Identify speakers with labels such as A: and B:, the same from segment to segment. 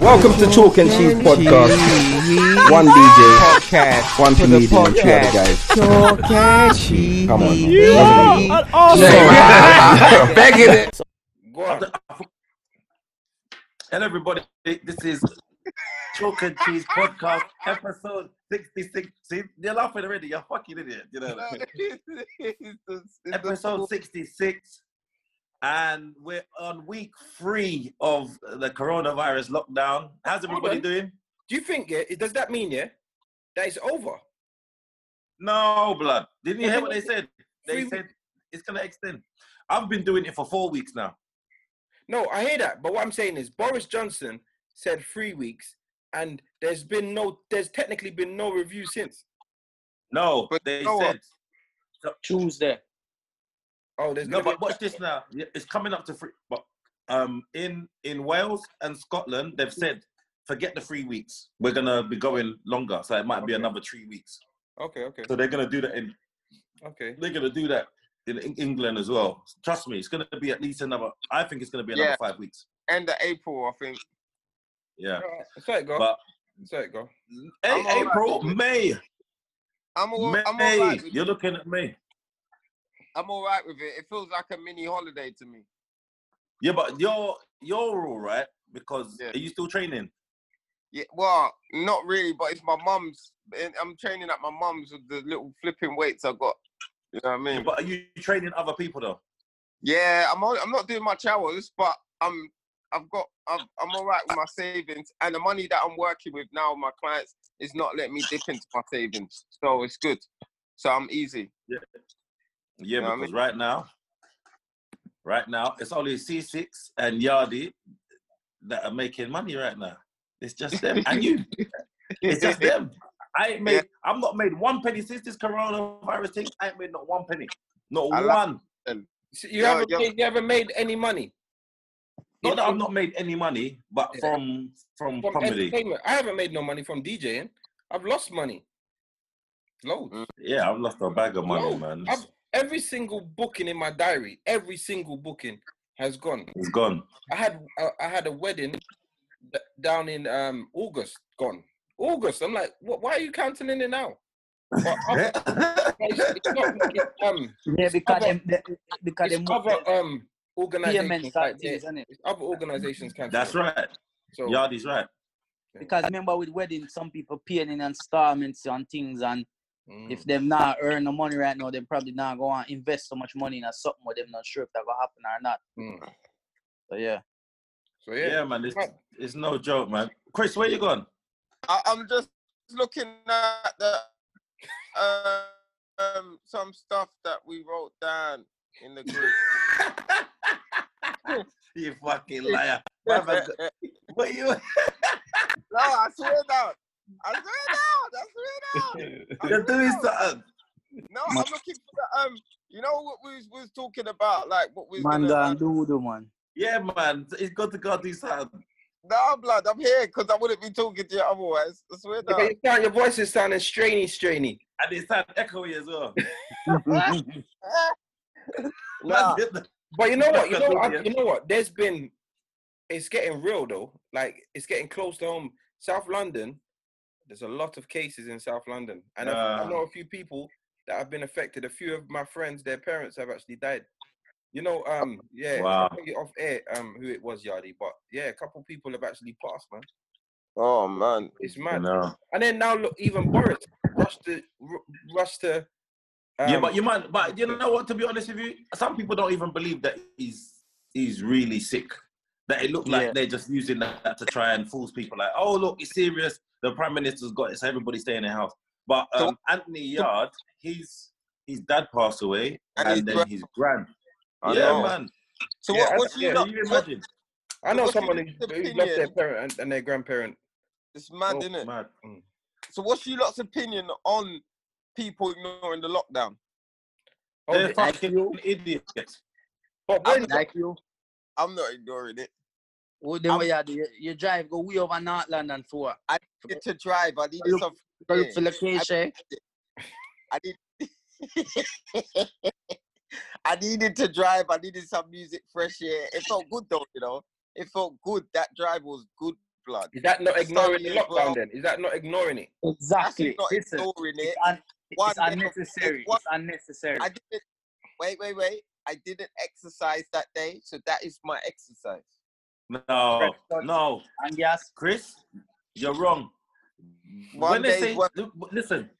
A: Welcome to Talk and Cheese Podcast. One DJ,
B: podcast.
A: one
B: For the
A: comedian, two other
B: podcast.
A: guys.
B: Talk and cheese.
A: Come on.
C: Hello, everybody. This is Chalk and Cheese Podcast, episode 66. See, they're laughing already. You're fucking idiot. You know what I mean? Episode 66. And we're on week three of the coronavirus lockdown. How's everybody
D: on.
C: doing?
D: Do you think yeah? Does that mean yeah? That it's over?
C: No, blood. Didn't you hear what they said? They
D: Three-
C: said it's going to extend. I've been doing it for four weeks now.
D: No, I hear that. But what I'm saying is Boris Johnson said three weeks, and there's been no, there's technically been no review since.
C: No,
B: But
C: they
B: you know what?
C: said.
E: Tuesday.
D: Oh, there's
C: No,
D: gonna be-
C: but watch this now. Yeah, It's coming up to three. But um, in in Wales and Scotland, they've said forget the three weeks. We're gonna be going longer, so it might be
D: Okay.
C: another three weeks.
D: Okay, okay,
C: So they're gonna do that in
D: okay.
C: they're gonna do that in Eng- England as well. Trust me, it's gonna be at least another. I think it's gonna be another
B: Yeah.
C: five weeks.
B: End of April, I think.
C: Yeah,
D: Sorry, go.
C: but
D: Sorry, go.
C: hey,
B: I'm all right
C: April, May,
B: I'm all,
C: May.
B: I'm all right. With,
C: You're looking at May.
B: I'm all right with it. It feels like a mini holiday to me.
C: Yeah, but you're you're all right because
B: Yeah.
C: are you still training?
B: Yeah, well, not really, but it's my mum's. and I'm training at my mum's with the little flipping weights I got. You know what I mean?
C: But are you training other people though?
B: Yeah, I'm on, I'm not doing much hours, but I'm I've got I'm, I'm all right with my savings and the money that I'm working with now, my clients is not letting me dip into my savings, so it's good. So I'm easy.
C: Yeah,
B: Know what I
C: because right now, right now, it's only C6 and Yardi that are making money right now. It's just them and you. It's just them. I ain't made.
B: Yeah.
C: I'm not made one penny since this coronavirus thing. I ain't made not one penny. Not
B: I like-
C: one.
D: So you
B: Yo,
D: haven't,
B: yo.
D: Made, you haven't made any money
C: not that I've not made any money, but
D: Yeah.
C: from from
D: from
C: comedy.
D: entertainment. I haven't made no money from DJing. I've lost money. Loads.
C: Mm. Yeah, I've lost a bag of money,
D: No,
C: man.
D: I've- Every single booking in my diary, every single booking has gone.
C: It's gone.
D: I had I, I had a wedding d- down in um August gone. August. I'm like, what, why are you counting in it now? But other- it's, it's not like it's, um,
E: Yeah, because
D: other-
E: them, the- because them
D: it's other um organizations
E: PMN
D: like
E: start
D: yeah,
E: things, innit?
D: it's other organizations can.
C: That's right.
D: So
C: Yardi's right.
E: Because remember with weddings, some people paying in installments on things, and
B: Hmm.
D: mm,
E: if them not earn the money right now, they probably not go and invest so much money in a something where them not sure if that will happen or not.
D: mm.
E: So yeah,
D: so
C: Yeah,
D: yeah.
C: man. It's,
D: Right.
C: it's no joke, man. Chris, where you going?
B: I, I'm just looking at the uh, um some stuff that we wrote down in the group.
C: you fucking liar. Why have I got- What you?
B: no, I swear down. I swear down. I swear down.
C: You're doing something.
B: No, I'm looking for the um. You know what we was, we was talking about, like what we. was
E: man, go
B: gonna, uh,
E: and do the man.
C: Yeah, man. It's got to go do something.
B: Nah, blood, I'm here because I wouldn't be talking to you otherwise. I swear
D: Yeah,
B: down.
D: but you sound- your voice is sounding strainy, strainy.
C: And it sounds echoey as well.
B: Nah.
D: But you know what? You know, what? you know what? There's been, it's getting real though. Like it's getting close to home. South London, there's a lot of cases in South London, and I, I
C: Ah.
D: know a few people that have been affected. A few of my friends, their parents have actually died. You know, um, yeah,
C: Wow.
D: I'll tell you off air, um, who it was, Yardi, but yeah, a couple people have actually passed, man.
B: Oh man.
D: It's
C: I
D: mad.
C: know.
D: And then now look, even Boris rushed to ru- rushed to. Um,
C: yeah, but you man, but you know what? To be honest with you, some people don't even believe that he's he's really sick. That it looked like
E: Yeah.
C: they're just using that to try and fool people. Like, oh look, it's serious. The prime minister's got it, so everybody stay in the house. But
B: So-
C: um, Anthony Yard, his his dad passed away,
B: And
C: and
B: his
C: then
B: gran-
C: his grand.
B: I
C: yeah,
B: know.
C: man.
B: So
D: Yeah,
B: what? What
D: I-
B: do you
D: yeah,
B: know?
C: Can you imagine?
D: I know
B: what's your
D: someone who's, who's lost their
B: opinion?
D: parent and, and their grandparent.
B: It's mad,
D: Oh,
B: innit?
C: Mad.
B: So what's your lot's opinion on people ignoring the lockdown?
C: They're
D: Oh,
C: fucking idiots.
D: but
B: I'm
D: when
E: like you,
B: I'm not ignoring it.
E: oh, them where you, do- you, you drive go way over North London for.
B: Get to drive. I need
E: Look-
B: something.
E: Go
B: Yeah.
E: look for location.
B: I need. I needed to drive. I needed some music, fresh air. It felt good though, you know. It felt good. That drive was good blood.
D: Is that not ignoring the
B: Sunny as
D: lockdown
B: well.
D: then? Is that not ignoring it?
B: That's
E: Exactly.
B: not
E: Listen,
B: ignoring it.
E: it's, un-
B: One
E: it's
B: day-
E: unnecessary.
B: one-
E: It's unnecessary.
B: I didn't. Wait, wait, wait. I didn't exercise that day, so that is my exercise.
C: No, no,
E: And yes,
C: Chris, you're wrong.
B: One
C: when they
B: day's
C: say,
B: work-
C: look, listen,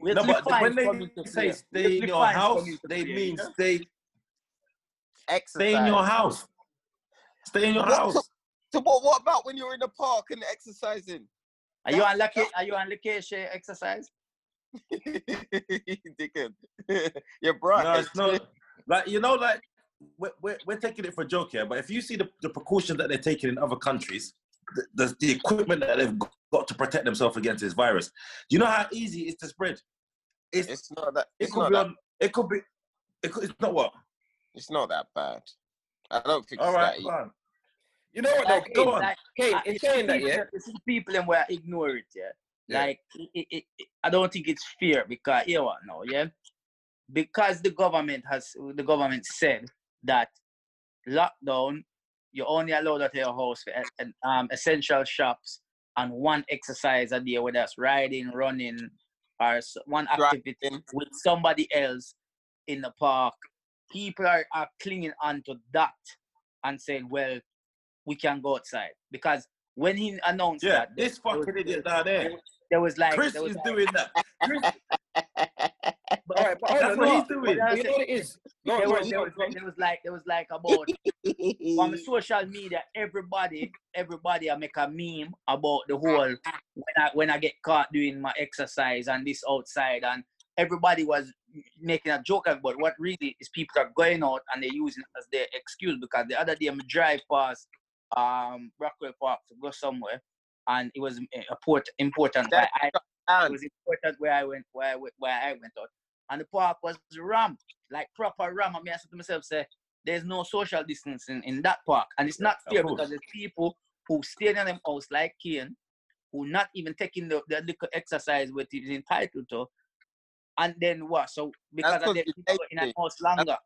E: we
C: no, but when they say
E: say
C: stay in your house, they mean stay,
B: Exercise.
C: stay in your house. Stay in your
B: What
C: house.
B: So what? What about when you're in the park and exercising?
E: Are you on loca- Are you on location exercise?
B: Dickhead. you're
C: No,
B: bright.
C: it's not. Like you know, like we're, we're, we're taking it for a joke here, but if you see the, the precautions that they're taking in other countries, the, the, the equipment that they've got to protect themselves against this virus, you know how easy it is to spread. It's,
B: It's not that.
C: it
B: It's
C: could
B: not
C: be
B: that.
C: on. It could be. It could, it's not what.
B: It's not that bad. I don't think
C: All
B: it's
C: right,
B: that. e
C: fine.
D: You know what though,
E: Like,
C: go
D: Kane?
C: on.
E: like,
D: Kane,
E: uh,
D: in
E: it's the
D: saying that,
E: people
D: yeah,
E: that- It's the people and we ignore it. Yeah.
D: Yeah.
E: Like it, it, it, it- I don't think it's fair because you know what now, yeah, because the government has the government said that lockdown, you're only allowed out of your house for e- and, um, essential shops and one exercise a day, whether it's riding, running, or s- one activity
B: Driving.
E: with somebody else in the park. People are, are clinging onto that and saying, well, we can go outside. Because when he announced
C: Yeah,
E: that,
C: this fucking idiot down there.
E: there was like,
C: Chris
E: there was
C: is
E: like-
C: doing that. Chris,
E: but-
D: All right, but hold
C: that's
D: on,
C: what
D: no,
C: he's doing.
E: but
D: you know what it is. No,
E: there
D: no,
E: was,
D: you
E: there,
D: know
E: was,
D: it's wrong.
E: there was like there was like about on
D: Mm.
E: the social media everybody everybody I make a meme about the whole when I when I get caught doing my exercise and this outside and everybody was making a joke about what really is people are going out and they're using it as their excuse because the other day I drive past um Brockwell Park to go somewhere and it was eh, a port important where I it
B: And
E: was important where I went where I went, where I went out. And the park was ram, like proper ram. I mean, I said to myself, say, there's no social distancing in that park. And it's not
C: Of
E: fair
C: course.
E: because there's people who stay in them house like Kane, who not even taking the, the little exercise what he's entitled to. And then what? So because
B: That's
E: of them
B: 'cause
E: people in a
B: lazy.
E: house longer.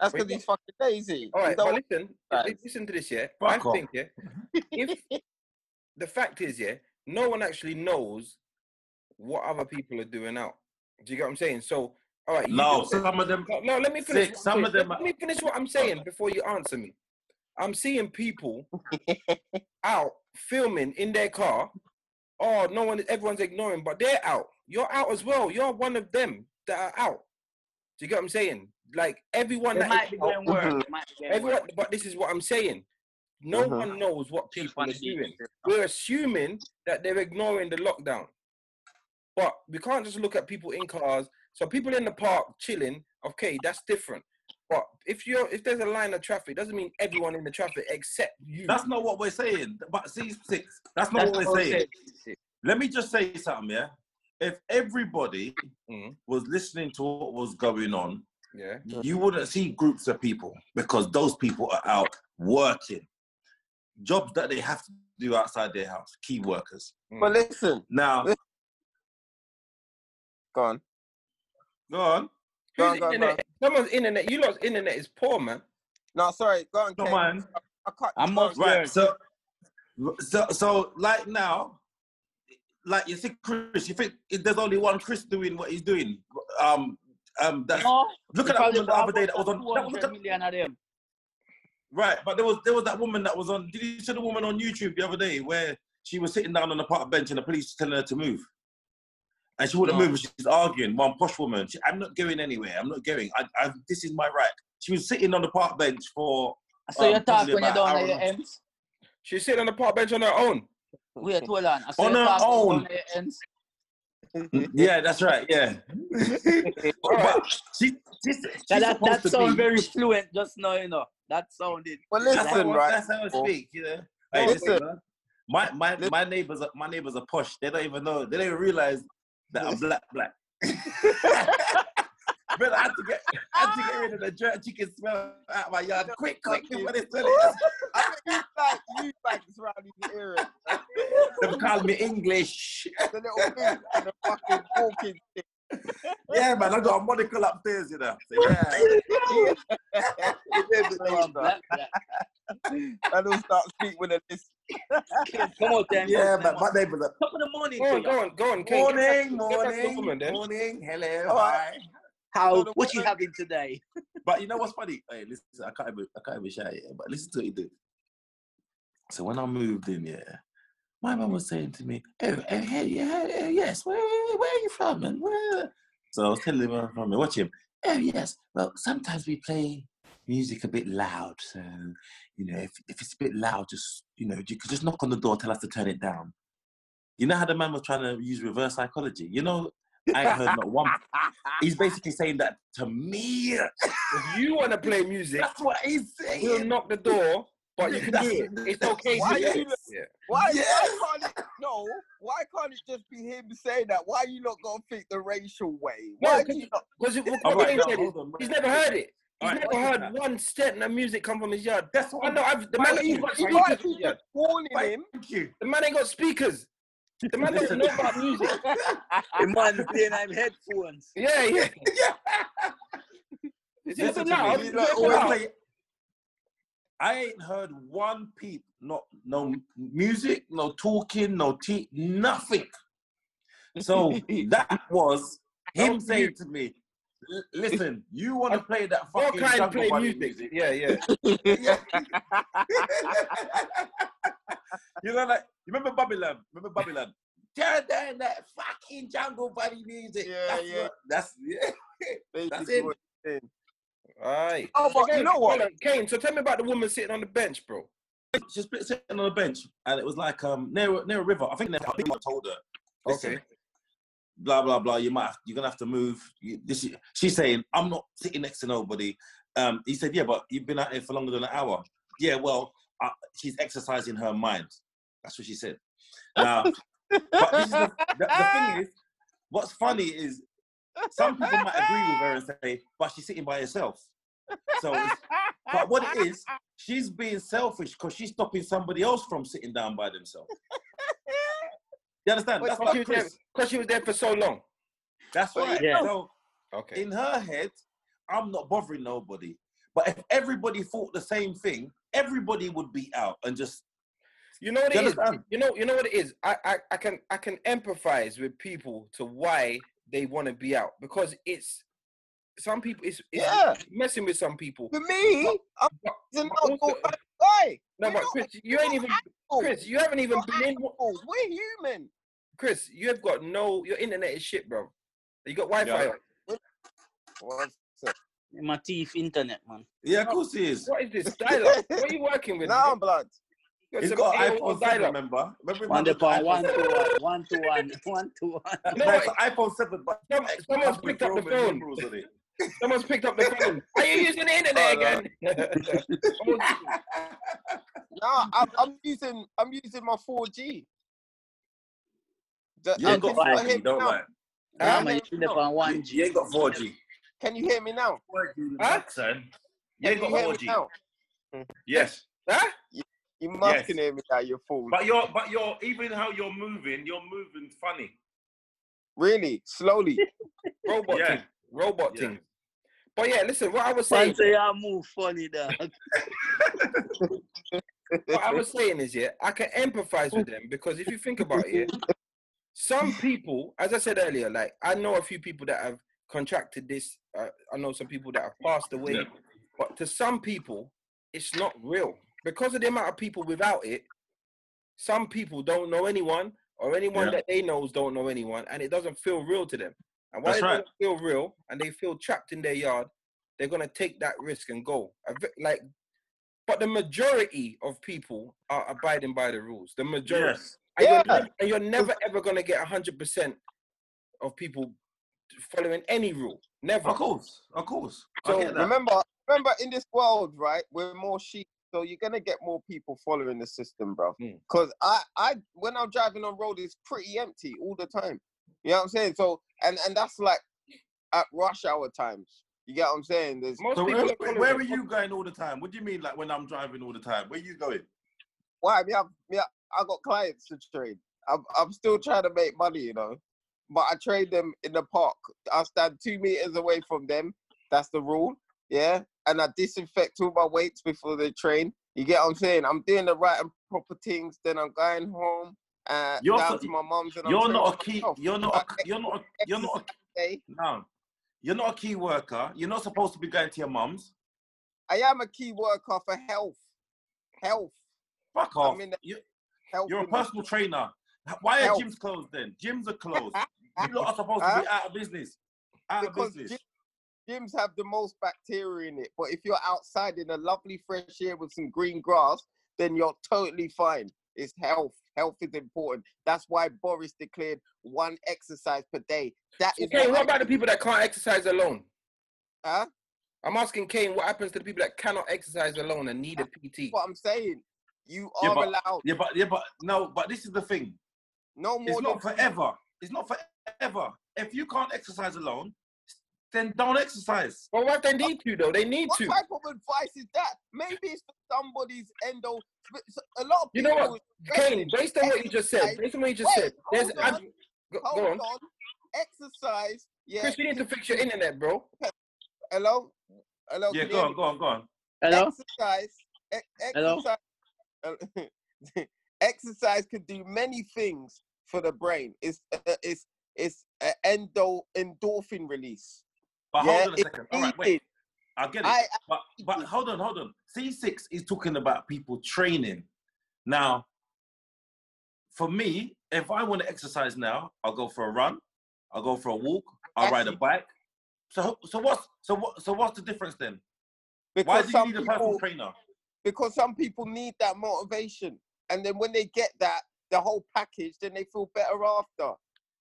B: that's because he's fucking lazy.
D: All
B: He don't
D: right, but
B: want-
D: listen,
B: Right.
D: li- listen to this, yeah. I
C: Fuck off.
D: think, yeah, if the fact is, yeah, no one actually knows what other people are doing out. Do you get what I'm saying? So, all right, you
C: No,
D: just said-
C: some of them.
D: no, no, let me finish.
C: Sick,
D: what
C: some
D: I'm saying.
C: of them
D: Let
C: are-
D: me finish what I'm saying before you answer me. I'm seeing people out filming in their car. Oh, no one, everyone's ignoring, but they're out. You're out as well. You're one of them that are out. Do you get what I'm saying? Like everyone
E: They
D: that is
E: might be
D: out-
E: going work. They might be going
D: Everyone,
E: work.
D: but this is what I'm saying. No
C: Uh-huh.
B: Mhm.
D: one knows what
E: Just
D: people are
E: wanna be-
D: doing. We're assuming that they're ignoring the lockdown, but we can't just look at people in cars. So people in the park chilling, okay, that's different. But if you're if there's a line of traffic, doesn't mean everyone in the traffic except you.
C: That's not what we're saying. But see, six. That's not
E: That's
C: what
E: what
C: we're
E: I'm
C: saying.
E: saying.
C: Let me just say something, yeah. If everybody
D: Mhm.
C: was listening to what was going on,
D: yeah.
C: you wouldn't see groups of people because those people are out working jobs that they have to do outside their house. Key workers.
B: But listen,
C: Now,
B: go on.
C: go on.
B: Go
D: Whose
B: on, go on, go on.
D: internet? Someone's internet. You lot's internet is poor, man.
B: No, sorry. Go on,
C: Come
B: Kate.
C: on.
B: I can't.
E: I'm
B: go on.
E: not
C: Right.
E: right.
C: So, so, so, like now, like you see, Chris. You think if there's only one Chris doing what he's doing? Um, um. That's,
E: No,
C: look
E: they
C: at that
E: probably
C: woman the
E: got
C: other day that was on.
E: about
C: That, was- look
E: 200
C: at,
E: million of them.
C: right, but there was there was that woman that was on. Did you see the woman on YouTube the other day where she was sitting down on the park bench and the police telling her to move, and she wouldn't
E: No.
C: move. and She's arguing. One posh woman. She, I'm not going anywhere. I'm not going. I, I, this is my right. She was sitting on the park bench for.
E: So
C: Um,
E: you talk
C: probably
E: when you're
C: about
E: down
C: hour
E: at your
C: and a-
E: ends?
D: She's sitting on the park bench on her own.
E: Wait, hold on. I saw
C: On
E: you
C: her
E: talk when you're
C: own.
E: down at your ends.
C: yeah, that's right. Yeah. but she, she, she's
E: That, that,
C: supposed
E: that
C: to be.
E: sound very fluent just now, you know. That sounded.
B: Well,
C: That's
B: listen,
C: how,
B: right.
C: that's how I
B: Well,
C: speak, you know.
B: well,
C: Hey, listen,
B: listen.
C: man. my my
B: Listen.
C: my neighbors are my neighbors are posh. They don't even know. They don't even realize that I'm black black. But I had to get I had to get rid of the jerk chicken smell out of my yard quick, quick before they smell it.
B: I think you like you like is around these areas.
C: They've called me English.
B: The little thing and the fucking walking stick.
C: Yeah, man, I got a monocle upstairs, you know. So, yeah.
B: You know
E: Oh,
B: the name, bro.
E: black, black.
B: and will start speaking with a list.
E: Come on, then.
F: Yeah, but my neighbor.
E: Top of the morning.
D: Go on,
E: fella.
D: go on, go on. Kane. Get back-
F: Morning,
D: get back to the woman
F: morning,
D: then.
F: morning. Hello,
B: Oh,
F: hi.
E: How?
B: No, the
E: What you
B: woman-
E: having today?
C: But you know what's funny? Hey, listen, I can't even, I can't even shout it, but listen to what he did. So when I moved in, yeah, my mum was saying to me, "Oh, oh, hey, yeah, oh, yes, where, where are you from?" And where? So I was telling him where I'm from. And watch him. Oh yes. Well, sometimes we play music a bit loud, so you know, if if it's a bit loud, just you know, you could just knock on the door, tell us to turn it down. You know how the man was trying to use reverse psychology. You know, I ain't heard not one. He's basically saying that to me.
D: If you want to play music,
C: That's what he's
D: we'll
C: saying.
D: knock the door, but you can do it. It's okay.
B: Why
D: to do
B: you
D: it.
B: do-
D: Yeah.
B: Why,
C: Yes.
B: why can't it, no? Why can't it just be him saying that? Why you not gonna think the racial way?
D: No,
B: Why
D: 'cause-
B: do you not?
D: Because it,
C: All
D: what
C: right,
D: Kane
C: now,
D: said is,
C: hold on,
D: he's
C: man.
D: never heard it. He's
C: All right,
D: never
C: what is
D: heard
C: that?
D: one step of music come from his yard.
C: That's
D: I
C: what
D: know. I've, the man,
B: Why
D: ain't
B: you
D: got
B: you
D: speakers
B: can't
D: in his
B: keep
D: yard.
B: warning
C: Why-
B: him?
C: Thank you.
D: the man ain't got speakers. The man doesn't know about music.
E: The man playing I'm headphones.
D: Yeah, yeah. Is it
C: Listen to
D: allowed?
C: me.
D: Is
C: You
D: it
C: lot always
D: allowed?
C: say- I ain't heard one peep, not no music, no talking, no tea, nothing. So that was
D: That
C: him
D: was
C: saying to me, "L- "Listen, you want to play that
D: Your
C: fucking
D: kind
C: jungle
D: play
C: bunny
D: music. Yeah, yeah.
C: you know, like you remember Babylon? Remember Babylon? Turn down that fucking jungle bunny music.
B: Yeah,
C: that's
B: yeah.
C: What, that's yeah.
B: Basically
C: it.
B: what he's saying.
D: All right.
B: Oh, but you know what?
D: Kane, so tell me about the woman sitting on the bench, bro.
C: She's been sitting on a bench, and it was like um near a- near a river. I think they I think I told her. "Listen,
D: Okay.
C: Blah blah blah. You might have, you're gonna have to move. You, this, is- she's saying I'm not sitting next to nobody. Um, he said, yeah, but you've been out here for longer than an hour. Yeah, well, uh, she's exercising her mind. That's what she said. Now, but this is the, the, the thing is, what's funny is some people might agree with her and say, but she's sitting by herself. So, it's- but what it is, she's being selfish because she's stopping somebody else from sitting down by themselves. You understand? That's
D: Because
C: not
D: she, was there,
C: Chris.
D: 'cause she was there for so long.
C: That's
B: But you
C: right.
E: know-
C: So
D: Okay.
C: in her head, I'm not bothering nobody. But if everybody thought the same thing, everybody would be out and just.
D: You know what
C: You
D: it is?
C: understand?
D: You know, you know what it is? I, I, I can I can empathize with people to why they want to be out. Because it's some people it's, it's
B: Yeah.
D: messing with some people.
B: For me, I'm an
D: but
B: uncle.
D: also-
B: Why?
D: No,
B: We're
D: but
B: not
D: Chris, you ain't even
B: animals.
D: Chris, you haven't even
B: We're
D: been in
B: animals. Oh, We're human.
D: Chris, you have got no your internet is shit, bro. You got Wi-Fi.
C: Yeah.
D: on.
E: My teeth, internet, man.
C: Yeah, of course it is.
D: What is this dial-up? what are you working with?
B: Now
D: bro?
B: I'm blood.
D: You
C: It's
D: some
C: got an
D: AOL
C: iPhone 7,
D: dial-up.
C: remember? Remember
E: One
C: the
E: to one, one
C: iPhone
E: to one, one to one, one to one.
D: No,
C: No, it's an iPhone 7, but
D: Some- someone's picked up the
C: Roman
D: phone.
C: numerals on it.
D: Someone's picked up the phone. Are you using the internet
B: Oh,
D: again? Oh,
B: Now I'm, I'm using I'm using my 4G. The-
C: You
B: uh,
C: ain't got
B: can you
C: 4G,
B: hear me
C: don't
B: now?
C: lie.
E: Nah,
B: Huh?
E: man, you live on
C: You,
E: one G.
C: you ain't got 4G.
B: Can you hear me now?
D: Huh?
C: Son. You ain't
B: Can
C: got
B: you hear me
C: 4G.
B: now?
C: Yes.
D: huh?
B: You must
C: Yes.
B: can hear me now. You're full.
C: But you're, but you're, even how you're moving, you're moving funny.
B: Really, slowly.
D: Robot
C: Yeah.
D: thing. Robot
C: Yeah.
D: thing. But yeah, listen, what I was
E: Man,
D: saying,
E: say I move funny, dog.
D: what I was saying is, yeah, I can empathize with them because if you think about it, yeah, some people, as I said earlier, like I know a few people that have contracted this. Uh, I know some people that have passed away,
C: Yeah.
D: but to some people, it's not real because of the amount of people without it. Some people don't know anyone, or anyone
C: Yeah.
D: that they knows don't know anyone, and it doesn't feel real to them. And why
C: That's
D: it
C: right.
D: doesn't feel real, and they feel trapped in their yard, they're gonna take that risk and go. A ve- Like, but the majority of people are abiding by the rules. The majority.
C: Yes.
D: And,
B: Yeah.
D: you're never, and you're never ever gonna get hundred percent of people following any rule. Never.
C: Of course. Of course. I
B: So
C: get that.
B: remember, remember, in this world, right, we're more sheep, so you're gonna get more people following the system, bro.
C: Hmm.
D: Mm.
B: Because I, I, when I'm driving on road, it's pretty empty all the time. You know what I'm saying? So, and and that's like at rush hour times. You get what I'm saying? There's
D: Most
C: So
D: people
C: where,
D: are following
C: where
D: it.
C: are you going all the time? What do you mean, like when I'm driving all the time? Where you going?
B: why? Me, I, me, I, I got clients to trade. I'm, I'm still trying to make money, you know. But I trade them in the park. I stand two meters away from them. That's the rule. Yeah. And I disinfect all my weights before they train. You get what I'm saying? I'm doing the right and proper things. Then I'm going home. Uh,
C: You're
B: down
C: fu-
B: to my mum's. And
C: You're
B: I'm
C: not a
B: treating
C: key.
B: myself.
C: You're not. A, you're not. A, you're not.
B: Okay?
C: A, no. You're not a key worker. You're not supposed to be going to your mum's.
B: I am a key worker for health. Health.
C: Fuck off.
B: in the-
C: you,
B: Health.
C: you're a
B: in my-
C: personal trainer. Why are
B: Help.
C: gyms closed then? Gyms are closed. you lot are supposed to be out of business. Out
B: Because
C: of business.
B: gyms have the most bacteria in it. But if you're outside in a lovely fresh air with some green grass, then you're totally fine. It's health. Health is important. That's why Boris declared one exercise per day. That is
D: Kane,
B: what
D: what
B: I-
D: about the people that can't exercise alone?
B: Huh?
D: I'm asking Kane, what happens to the people that cannot exercise alone and need a PT?
B: what I'm saying. You
C: Yeah,
B: are
C: but-
B: allowed
C: yeah, but yeah, but no. But this is the thing.
B: no more
C: It's
B: than
C: not forever. It's not forever. If you can't exercise alone, then don't exercise.
D: Well, what if they need to though? They need
B: What
D: to.
B: type of advice is that? Maybe it's for somebody's endo. so A lot of
D: You know
B: people.
D: what, Kane, based on what you just said,
B: Exercise.
D: based on what you just
B: Wait,
D: said, there's
B: hold
D: ad-
B: on,
D: go,
B: Hold
D: go on.
B: on. Exercise. Yeah.
D: Chris, you need to fix your internet, bro.
B: Hello. Hello.
C: Yeah,
B: can you
C: go
B: hear
C: on,
B: me?
C: go on, go on.
E: Hello?
B: Exercise. e-
E: Hello?
B: exercise. uh, exercise can do many things for the brain. It's uh, it's it's uh, endo endorphin release.
C: But
B: yeah,
C: hold on a
B: it's
C: second. All right, wait.
B: needed.
C: I get it.
B: I,
C: but but
B: it.
C: hold on, hold on. C6 is talking about people training. Now, for me, if I want to exercise now, I'll go for a run, I'll go for a walk, I'll
B: That's
C: ride a
B: it.
C: bike. So so what's so what so what's the difference then?
B: because
C: Why do you
B: some
C: need a
B: people
C: personal trainer?
B: because some people need that motivation, and then when they get that the whole package, then they feel better after.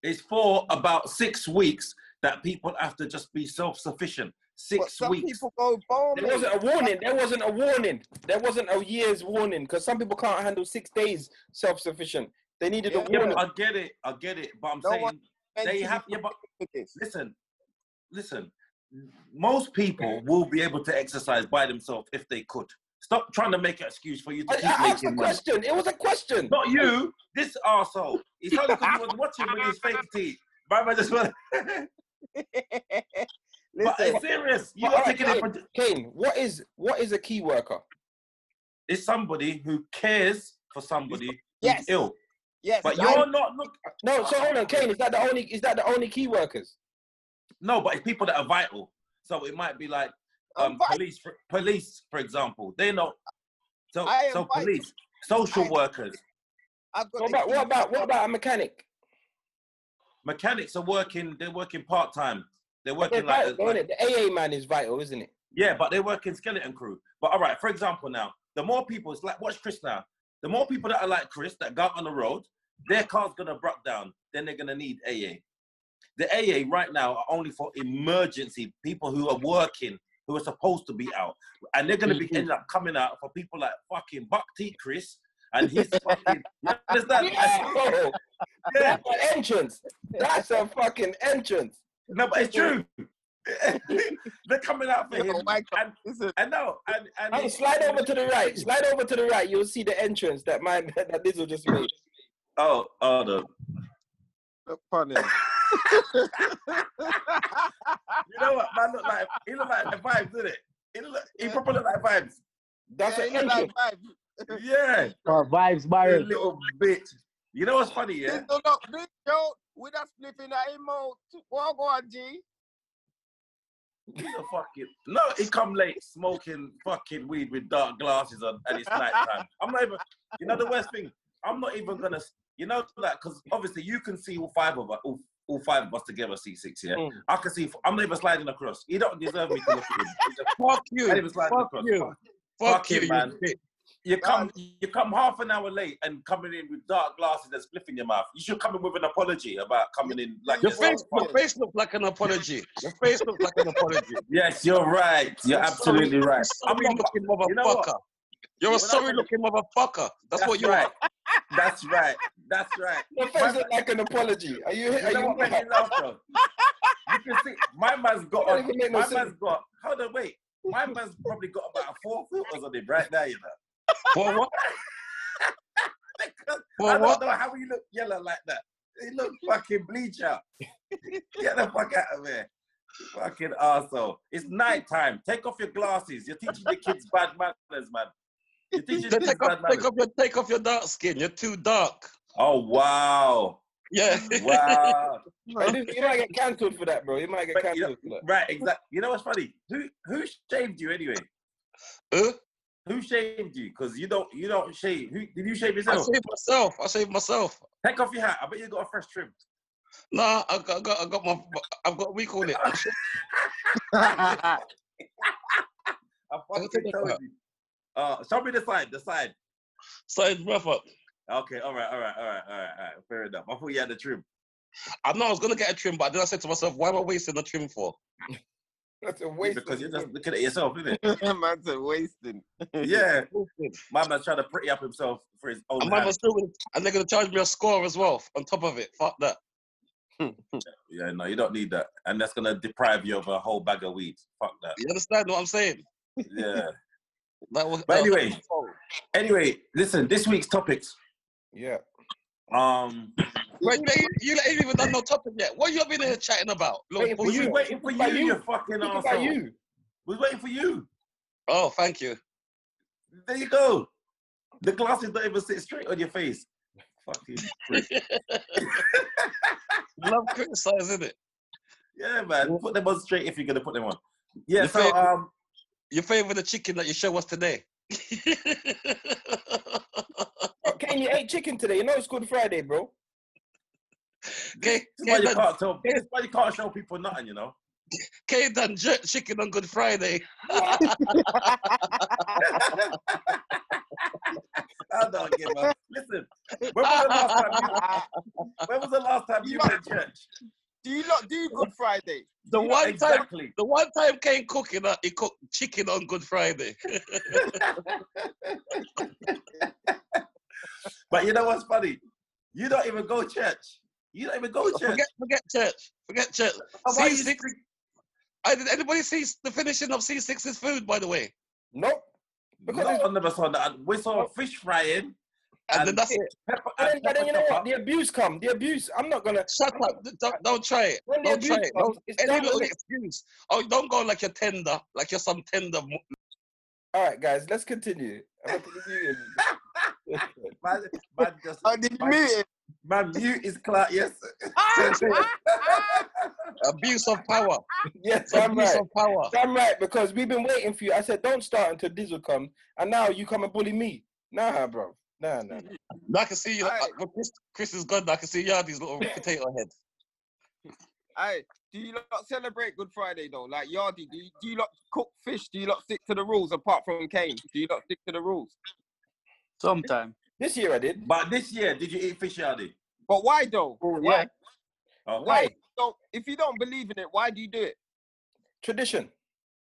C: It's for about six weeks that people have to just be self-sufficient.
B: but
C: Six
B: some
C: weeks.
B: people go bombing.
D: There wasn't a warning. There wasn't a warning. There wasn't a year's warning because some people can't handle six days self-sufficient. They needed
B: Yeah.
D: a
C: Yeah,
D: warning.
C: but I get it. I get it. But I'm
B: No
C: saying
B: one
C: they
B: mentally
C: have. Yeah, but
B: for this.
C: listen, listen. Most people will be able to exercise by themselves if they could. Stop trying to make an excuse for you to
D: I,
C: keep
D: I asked a
C: making money.
D: question. It was a question.
C: Not you. This arsehole. It's only because he was watching with his fake teeth. But I just want. but
B: Listen,
C: it's serious. You
D: But
C: are
D: alright,
C: taking it. For,
D: Kane, what is what is a key worker?
C: it's somebody who cares for somebody who's
B: Yes.
C: ill.
B: yes,
C: But
B: I-
C: you're not. Look.
D: No, so hold on, Kane. Is that the only? Is that the only key workers?
C: No, but it's people that are vital. So it might be like
B: I'm
C: um,
B: vi-
C: police, for, police, for example. They know. So,
B: I am
C: so
B: vital.
C: police, social
B: I am-
C: workers,
B: I've got the
D: What about what
B: key.
D: about what about a mechanic?
C: mechanics are working. They're working part time. They're
D: They're
C: working like,
D: vital,
C: like-
D: innit? The AA man is vital, isn't it?
C: yeah, but they're working skeleton crew. But all right, for example, now the more people, it's like watch Chris now. The more people that are like Chris that go out on the road, their car's gonna break down. Then they're gonna need AA. The AA right now are only for emergency people who are working, who are supposed to be out, and they're gonna
D: Mm-hmm.
C: be ending up coming out for people like fucking Buck T. Chris and his fucking. You understand?
D: Bro,
C: Yeah.
D: that's an entrance. That's a fucking entrance.
C: No, but it's true. They're coming out
B: Yo,
C: for him.
B: Michael,
C: And,
B: listen,
C: and no, and, and
D: Hey, slide over to the right. Slide over to the right. You'll see the entrance that my that Dizzle just made.
C: Oh, oh no.
B: look funny.
C: You know what? Man look like he look like the vibes, didn't it? He look, he probably look like vibes.
D: That's
B: Yeah,
D: an
B: you know that
D: entrance.
B: vibe.
C: Yeah,
E: Or vibes
C: you
E: Byron.
C: little bitch. You know what's funny? Yeah,
B: This do not big yo. We not flipping that emo. Walk on, G.
C: he's a fucking no. He come late smoking fucking weed with dark glasses on, and it's night time. I'm not even. You know the worst thing? I'm not even gonna. You know that because obviously you can see all five of us, all, all five of us together. C six, yeah.
D: Mm.
C: I can see. I'm not even sliding across. He don't deserve me to look at him. He's a-
F: Fuck
C: I
F: you.
C: didn't slide
F: Fuck
C: across.
F: you.
C: Fuck.
F: Fuck,
C: Fuck
F: you,
C: him, man.
F: you bitch.
C: You come,
B: Nah,
C: you come half an hour late and coming in with dark glasses and spliff in your mouth. You should come in with an apology about coming in like
F: Your
C: this.
F: face, your
B: Yeah.
F: face looks like an apology. Your face looks like an apology.
C: Yes, you're right. You're
F: You're
C: absolutely
F: sorry-
C: right.
F: Sorry
C: I'm not.
F: looking
C: you know what?
F: motherfucker. You're
C: When I
F: a sorry
C: tell you-
F: looking motherfucker. That's, what you
C: right.
F: are.
C: That's right. That's right.
D: Your face look like an apology. Are you? Are
C: You know
D: you?
C: what made me laugh though? You can see my man's got
D: That
C: on.
D: doesn't make no
C: My
D: sense.
C: man's got. Hold on, wait. My man's probably got about four filters on him right now, you know.
F: For what?
C: Because I
F: For
C: don't
F: what?
C: know how he look yellow like that. He look fucking bleach out. Get the fuck out of here. Fucking arsehole. It's night time. Take off your glasses. You're teaching the kids bad manners, man. You think she's
F: Then take off,
C: bad
F: take
C: manners?
F: off your, take off your dark skin. You're too dark.
C: Oh wow,
F: Yeah.
C: wow.
D: Hey, listen, you might get cancelled for that, bro. You might get
C: But you know-
D: cancelled for that.
C: right, exactly. You know what's funny? Who who shaved you anyway?
F: Huh?
C: Who shaved you? Because you don't you don't shave. Who did you shave
F: I
C: yourself?
F: shaved myself. I shaved myself.
C: Take off your hat. I bet you got a fresh trim.
F: Nah, I got, I got, I got my, I've got, we call it. I'm sh-
C: I
F: take
C: fucking
F: off
C: told
F: that.
C: you. Uh, show me the side. The side.
F: Side breath up.
C: Okay. All right. All right. All right. All right. All right. Fair enough. I thought you had the trim.
F: I know I was gonna get a trim, but then I said to myself, why am I wasting the trim for?
D: That's a
C: Yeah,
D: waste.
C: because
D: Because
C: you're just looking at yourself, isn't it?
B: Man's a wasting.
C: Yeah. My man's trying to pretty up himself for his own.
F: And mine
C: hand.
F: was still gonna, and they're gonna charge me a score as well on top of it. Fuck that.
C: Yeah, no, you don't need that. And that's gonna deprive you of a whole bag of weed. Fuck that.
F: You understand what I'm saying?
C: Yeah.
F: Like, what-
C: But anyway. anyway, listen, this week's topics.
D: yeah.
C: Um
F: Bro, you, ain't, you lot ain't even done no topic yet. What you up in here chatting about? Little
D: Waiting for
F: bullshit.
C: we
D: you.
C: was waiting for you,
D: About
C: you,
D: you.
C: fucking
D: Think about
C: asshole. We
D: you.
C: was waiting for you.
F: Oh, thank you.
C: There you go. The glasses don't even sit straight on your face. Fucking prick.
F: Love criticizing it.
C: yeah, man. Put them on straight if you're gonna put them on. Yeah,
F: Your
C: so
F: favourite-
C: um
F: Your favorite chicken that you show us today.
D: Oh, Kane, you ate chicken today. You know it's Good Friday, bro.
F: K
C: this is why
F: K
C: you
F: done,
C: can't tell this is why you can't show people nothing, you know.
F: K done jerk chicken on Good Friday.
C: I don't give a listen. When was the last time you when was the last time you went to church?
B: Do you not do Good Friday?
F: The one time
C: exactly.
F: the one time Kane cooking, uh, he cooked chicken on Good Friday.
C: But you know what's funny? You don't even go church. You don't even go church.
F: forget, forget church. Forget church.
C: Oh, why you
F: C6. I, did anybody see s- the finishing of C6's food, by the way?
D: Nope. Because
C: Not
D: it's-
C: on the Masonda. and We saw fish frying
F: And, then
C: And
F: that's it.
C: pepper
D: and
C: and
D: then, but then
C: pepper
D: you know what?
C: chopper.
D: The abuse come. The abuse. I'm not gonna.
F: Shut up. D- Don't, don't try it.
D: When the
F: Don't try
D: abuse
F: it.
D: comes,
F: Don't,
D: it's
F: any
D: down
F: little
D: to the
F: excuse. Oh, don't go like you're tender, like you're some tender. mo-
D: All right, guys, let's continue. I'm gonna continue in-
C: Man, man, just,
B: Oh, did you
C: man,
B: meet him?
C: man, mute is clear. Yes.
B: Ah!
F: Abuse of power.
D: yes,
F: It's
D: I'm
F: abuse
D: right.
F: of power.
D: I'm right because we've been waiting for you. I said, don't start until Dizzle comes, and now you come and bully me. Nah, bro. Nah, nah. nah.
F: I can see you.
B: Aye.
F: uh, when Chris, Chris is gone. I can see Yardi's little potato head.
B: Hey, do you not celebrate Good Friday though? Like Yardi, do you, do you not cook fish? Do you not stick to the rules apart from Kane? Do you not stick to the rules?
E: Sometime.
D: This year I did.
C: But this year, did you eat fish yardy?
B: But why though? why?
E: yeah.
C: Oh,
B: Why?
D: Right.
B: Don't, if you don't believe in it, why do you do it?
D: Tradition.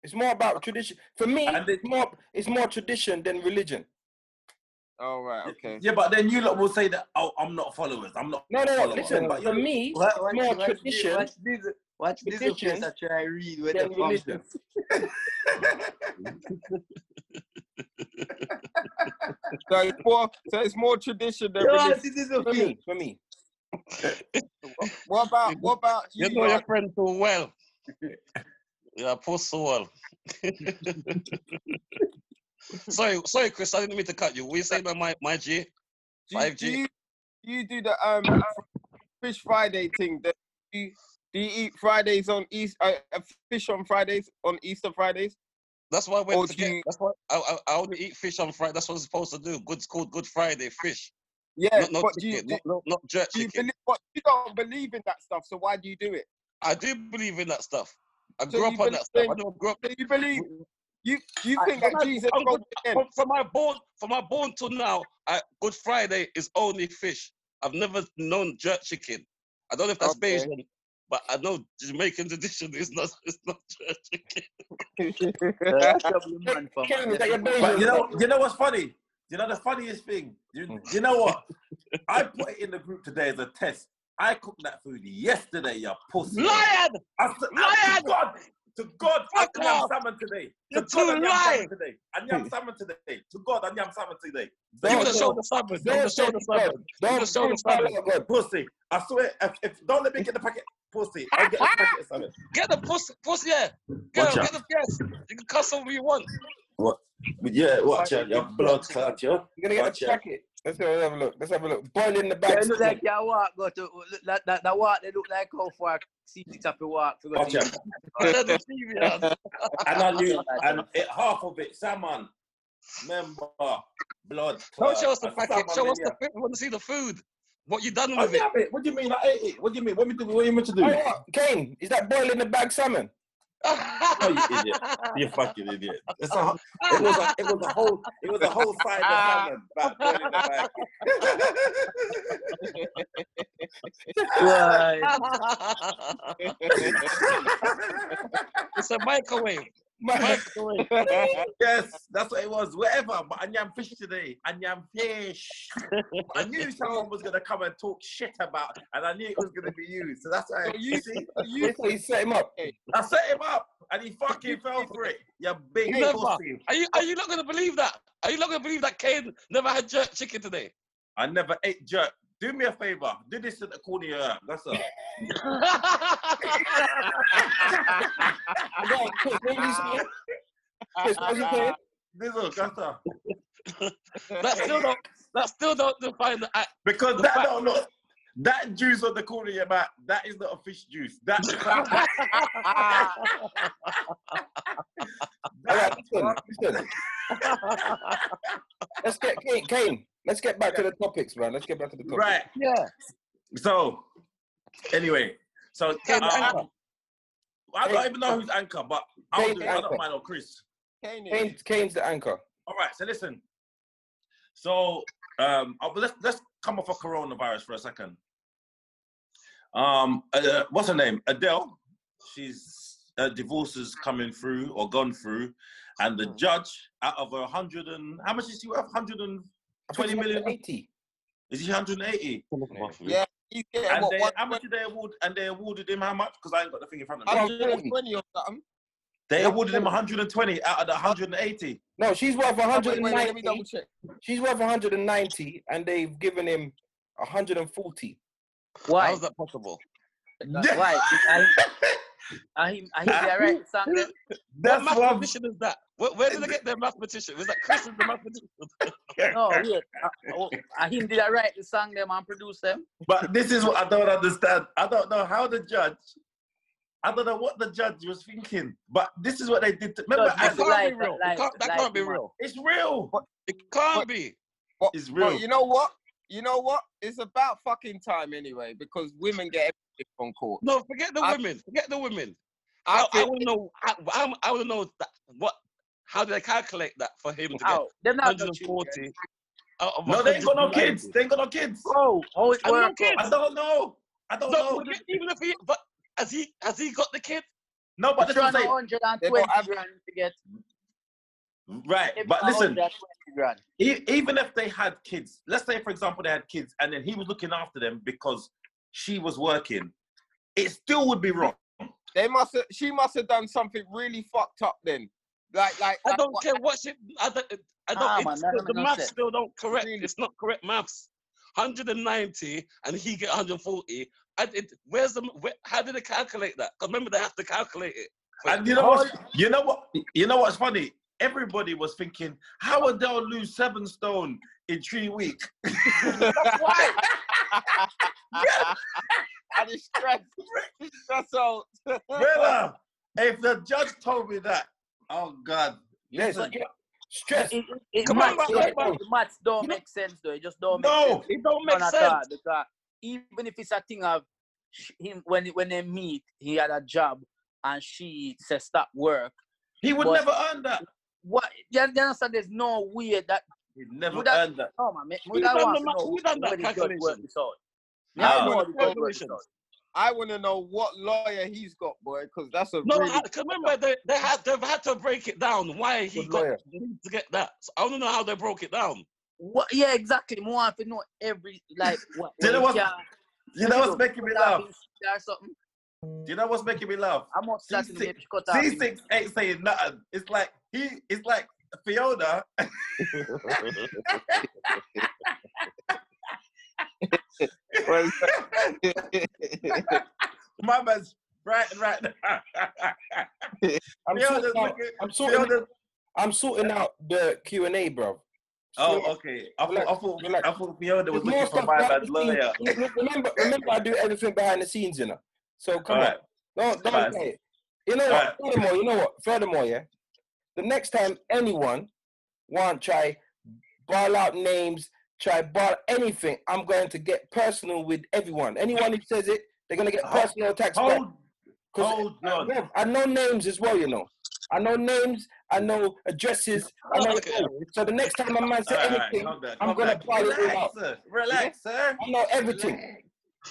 D: It's more about tradition. For me,
C: And
D: it's more it's more tradition than religion.
B: Oh right, okay.
C: Yeah, but then you lot will say that. Oh, I'm not followers. I'm not.
D: No, no, no.
C: followers."
D: Listen,
C: But
D: for
C: you're-
D: me,
E: What,
D: it's more tradition
E: Watch this. Watch this
D: Tradition
E: place I try read where
D: than
E: they from.
D: religion.
B: So it's more, so it's more tradition than
E: Yo,
B: religion.
E: this is a
D: For
E: thing.
D: me, for me.
B: What about what about you?
F: You know your
B: Yard?
F: friend too well. Yeah, post so well. sorry, sorry, Chris. I didn't mean to cut you. Were you saying that my my G?
B: Do, you-
F: 5G.
B: do you do you do the um fish Friday thing? That you, do you eat Fridays on East uh, uh, fish on Fridays on Easter Fridays?
F: That's why I
B: Or
F: went to
B: do
F: get.
B: you-
F: That's why I, I, I only eat fish on Friday. That's what I'm supposed to do. Good called Good Friday fish.
B: Yeah,
F: not not
B: but do you
F: chicken.
B: do,
F: Not, not, not jerk
B: do you
F: chicken.
B: believe? But you don't believe in that stuff, so why do you do it?
F: I do believe in that stuff. I
B: So
F: grew
B: you
F: up on that stuff.
B: believe
F: I don't grow up.
B: So you believe you you
F: I-
B: think
F: when
B: that
F: I-
B: Jesus
F: I'm
B: rose
F: good-
B: again?
F: From, from my born, from my born till now, I, Good Friday is only fish. I've never known jerk chicken. I don't know if that's
B: Okay.
F: Bayesian, but I know Jamaican tradition is not it's not jerk chicken.
E: That's lovely man from.
D: Kane, is that your Bayesian?
C: But you know, you know what's funny? You know the funniest thing. You, you know what? I put it in the group today as a test. I cooked that food yesterday, you pussy.
F: Lion,
C: I said, I-
F: Liar!
C: to God, to God, I
F: Fuck
C: can have
F: off.
C: salmon today. To
F: You're
C: God, I
F: too
C: can have
F: lying.
C: salmon today. I can have salmon today. To God, I can have salmon today. So
F: give
C: you
F: us a
C: know,
F: shoulder salmon. Give
D: Don't
F: us a shoulder
D: say
F: salmon.
D: God.
F: Give
D: Don't
F: us a shoulder
D: don't call
F: salmon.
D: out God.
C: Pussy. I swear, if, if don't let me get the packet, pussy. I'll get a pocket or something.
F: Get the pussy, pussy, yeah. Get,
C: Watch
F: get
C: out.
F: the yes. You can cuss all you want.
C: What? Yeah, watch out, your blood clot, yo.
D: You're gonna get
C: Watch
D: the
C: out.
D: jacket. Let's go, let's have a look. Let's have a look. Boil in the
E: Yeah,
D: back.
E: it look like your walk go to look- that that, that walk they look like how far six up your walk to go
C: Watch
E: to
C: out.
F: Turn the TV on.
C: And I knew, and it, half of it, salmon, member, blood
F: Don't
C: clot.
F: show us the
C: and
F: packet.
C: salmon
F: Show
C: in
F: us the
C: here.
F: food. We want to see the food. What you done
C: Oh,
F: with it? Oh,
C: yeah, mate. What do you mean? I ate it. What do you mean? What, we do, what you meant to do?
D: Hey, Oh, what? Kane, is that boil in the bag salmon?
C: No, you idiot. You fucking idiot. It's a, it was a, it was a whole, it was a whole side of
F: Ah.
C: salmon back there in the bag.
E: Right.
F: it's a microwave. Microwave.
C: Yes, that's what it was. Whatever, but I am fish today. I am fish. I knew someone was gonna come and talk shit about, and I knew it was gonna be you. So that's why you see,
D: You say you set him up.
C: I set him up, and he fucking fell for it. You big
F: Never.
C: pussy.
F: Are you are you not gonna believe that? Are you not gonna believe that Kane never had jerk chicken today?
C: I never ate jerk. Do me a favor. Do this to the corner of your eye. That's all.
D: I got Chris, what did you say? Chris, what did you say?
C: This all. That's all.
F: that still don't that still don't define the act.
C: Because
F: The
C: that
F: fact-
C: no, no, that juice on the corner of your back, that is not a fish juice. That
D: All right, listen, listen. Let's get Kane, Kane. Let's get back to the topics, man. Let's get back to the topics.
C: right.
F: Yeah.
C: So, anyway, so
F: Kane
C: uh,
F: Anchor.
C: I don't even know who's anchor, but I'll
D: Kane
C: do it. I
D: Anchor.
C: don't mind on Chris.
B: Kane is-
D: Kane, Kane's the anchor.
C: All right, so listen. So um, uh, but let's let's come off of coronavirus for a second. Um, uh, what's her name? Adele. She's uh, divorce is coming through or gone through, and
B: Hmm.
C: the judge out of a hundred and how much is she worth? Hundred and
D: I think
C: 20
D: he's
C: million.
D: 80.
C: is he hundred and eighty?
B: Yeah. He's getting
C: And
B: what,
C: they,
B: one,
C: how much did they award? And they awarded him how much? Because I ain't got the thing in front of me.
D: Oh,
B: 120 or something?
C: They awarded him 120 out of the 180.
D: No, she's worth
B: Wait, wait, let me
D: 190.
B: double check.
D: She's worth 190, and they've given him 140.
F: How
E: Why?
F: is that possible?
C: Yeah.
E: Why? I, I, him- I, him there, right? Something.
C: That's
F: what
C: what I'm
F: mathematician is that? Where, where did they get their mathematician? Was that Chris is the mathematician?
E: No, wait. I, oh, I him did I write the song them and produce them?
C: But this is what I don't understand. I don't know how the judge. I don't know what the judge was thinking. But this is what they did. To, remember,
E: Judge
C: I-
E: It's
F: That can't
E: like-
F: be real. It
E: like-
F: can't- that
E: like
F: can't be
E: human.
F: real.
C: it's real.
F: It can't be.
C: It's
B: Well,
C: real.
B: you know what? You know what? It's about fucking time anyway because women get everything on court.
F: No, forget the
B: I-
F: women. Forget the women.
B: I
F: I, I
B: think
F: want to know. I, I, I want to know that, what. How did they calculate that for him to get
E: How? Them not got children.
F: 140? out of
C: No, they ain't got no
F: 190?
C: kids. They ain't got no kids.
E: Bro, oh, how it
F: And no
E: work?
F: kids.
C: I don't know. I don't
F: No,
C: know.
F: but even if he, but has he has he got the kid?
C: No, but this is what I'm saying.
E: hundred and
B: They
E: twenty
B: don't have-
E: grand to get.
C: Right. But listen,
E: 120 grand.
C: e- even if they had kids, let's say, for example, they had kids and then he was looking after them because she was working, it still would be wrong.
B: they must. have She must have done something really fucked up then. Like, like
F: I
B: like
F: don't
B: what-
F: care what shit. I don't. I don't.
E: Ah, man,
F: it's
E: that
F: still-
E: don't
F: the
E: make no
F: maths
E: sense.
F: still don't correct.
B: Really.
F: It's not correct maths. 190 and he get 140. I did. Where's the? Where, how did they calculate that? 'Cause remember they have to calculate it.
C: And you know what? You know what? You know what's funny? Everybody was thinking, how would they lose seven stone in three weeks?
F: Why?
B: and it's stress. it's stress out.
C: Brother, if the judge told me that, oh God,
D: Yes.
C: listen,
D: Stress.
E: It, it, it,
F: Come on,
E: maths,
F: man,
E: don't-
F: come on.
E: the maths don't make sense though. It just don't make sense.
C: no,
F: It don't make
E: None at all,
F: sense.
E: because even if it's a thing of sh- him when when they meet, he had a job and she said stop work.
C: he would
E: But-
C: never earn that.
E: What? You you understand? There's no way that.
C: He'd never
E: Would that-
C: earn that.
E: No man, me-
F: Who
E: me that
F: done
E: wants
F: the
E: to
F: ma-
E: know
F: who done that
E: where the judge work
F: calculation?
E: this out. Me,
C: No,
E: I know
C: no,
E: how
F: the
E: the judge work this
F: calculations.
E: out.
B: I want to know what lawyer he's got, boy, because that's a
F: No,
B: really.
F: I, 'cause remember they they had they've had to break it down. Why he
D: Good
F: got
D: lawyer.
F: to get that? So I don't know how they broke it down.
E: What? Yeah, exactly. More want to know every like what.
C: Do you know
E: what
C: what's- You know what's making me laugh?
E: Or something.
C: Do you know what's making me laugh?
E: I'm not
C: See,
E: starting
C: see-
E: to cut off.
C: C six ain't saying nothing. It's like he, it's like Fiona. My man's right, right.
D: I'm
C: Yeah,
D: sorting
C: that's
D: out,
C: wicked.
D: I'm sorting, I'm sorting out the Q and A, bro.
C: oh, okay. I thought, I thought,
D: Relax.
C: I thought Fiona was
D: There's
C: looking
D: more
C: for
D: stuff
C: my
D: behind
C: man's
D: the scenes.
C: lawyer.
D: Look, Remember, remember, I do everything behind the scenes, you know. So come
C: All
D: on,
C: right.
D: don't don't
C: Alright.
D: play it. You know what? Furthermore, you know what? Furthermore, yeah. The next time anyone want try ball out names, try ball anything, I'm going to get personal with everyone. Anyone who says it, they're gonna get
C: Hold-
D: personal attacks back.
C: Hold,
D: 'Cause-
C: hold on.
D: Rev, I know names as well, you know. I know names. I know addresses. I know.
F: Okay.
D: So the next time a man say
C: Alright, alright,
D: anything,
C: calm down,
D: I'm
C: calm
D: gonna
C: down.
D: plot it all
C: Relax,
D: out.
C: sir. Relax, sir.
D: I know everything.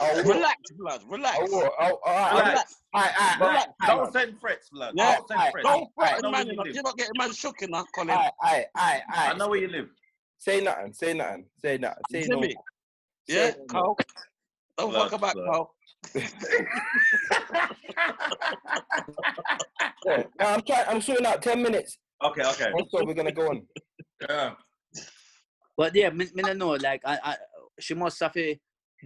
D: I will.
F: Relax, blood. Relax.
D: I will. I will. All right.
C: Relax.
D: All right. All right.
C: Relax.
D: All
C: Don't
D: right.
C: send threats, blood.
F: Yeah.
C: Don't send threats.
F: Don't
C: I
F: threaten
C: know where
F: man. You
C: you
F: know.
C: live.
F: You're not getting man shook enough, Colin.
D: All right. All
C: I
D: right.
C: know where you live.
D: Say nothing. Say nothing. Say nothing.
F: You
D: Say
F: hear
D: no.
F: me?
D: Say
F: Yeah,
D: no more.
F: Carl. Don't
C: Blood,
F: fuck about
C: blood.
F: Carl.
D: Yeah. Now, I'm trying. I'm sorting out ten minutes.
C: Okay, okay.
D: Also, we're gonna go on.
C: Yeah.
E: But yeah, me, me no know. Like I, I, she must have eh,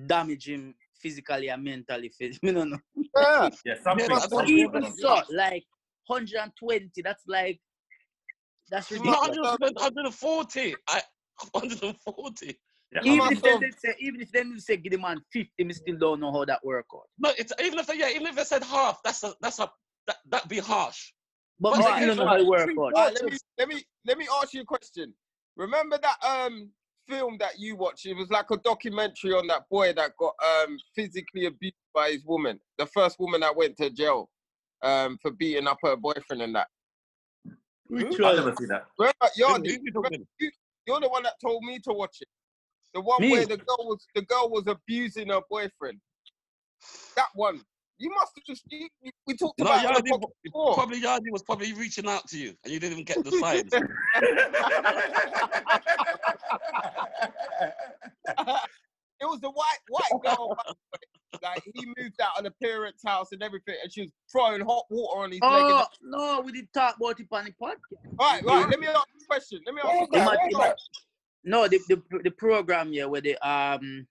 E: damaged him physically and mentally. fit. Me no know.
B: Yeah.
C: Yeah, something.
F: that's
E: But
C: something
E: even
C: happened.
E: so, like 120. That's like that's
B: You
F: Not
E: ridiculous.
B: must have-
F: 100, 140. I 140.
C: Yeah,
B: You
E: Even
B: must
E: if they
B: have-
E: did say, even if they did say, give the man 50, me still don't know how that work out.
F: No, it's even if they, yeah, even if they said half, that's a that's a that that'd be harsh.
E: But
F: But
E: me
F: it's
E: still don't know how
F: like
E: it work
B: Three
E: out.
B: Alright, let me let me let me ask you a question. Remember that um film that you watched? It was like a documentary on that boy that got um physically abused by his woman, the first woman that went to jail um for beating up her boyfriend and that.
E: Which
C: I'll
E: was
C: never see that.
B: Remember,
F: Who-
B: you're,
F: who you talking?
B: you're the one that told me to watch it. The one
E: Me?
B: where the girl was the girl was abusing her boyfriend. That one. You must have just you, you- we talked
F: No,
B: about it on the
F: Yardi,
B: podcast before.
F: probably Yardi was probably reaching out to you, and you didn't even get the signs.
B: It was the white white girl. by the way. like he moved out of the parents' house and everything, and she was throwing hot water on his leg.
E: oh
B: and-
E: no, we did talk about it on the podcast.
B: Right, right. Let me ask you a question. Let me ask you. a
D: What was that?
B: question.
D: What was that?
E: No, the the, the program yeah, where the um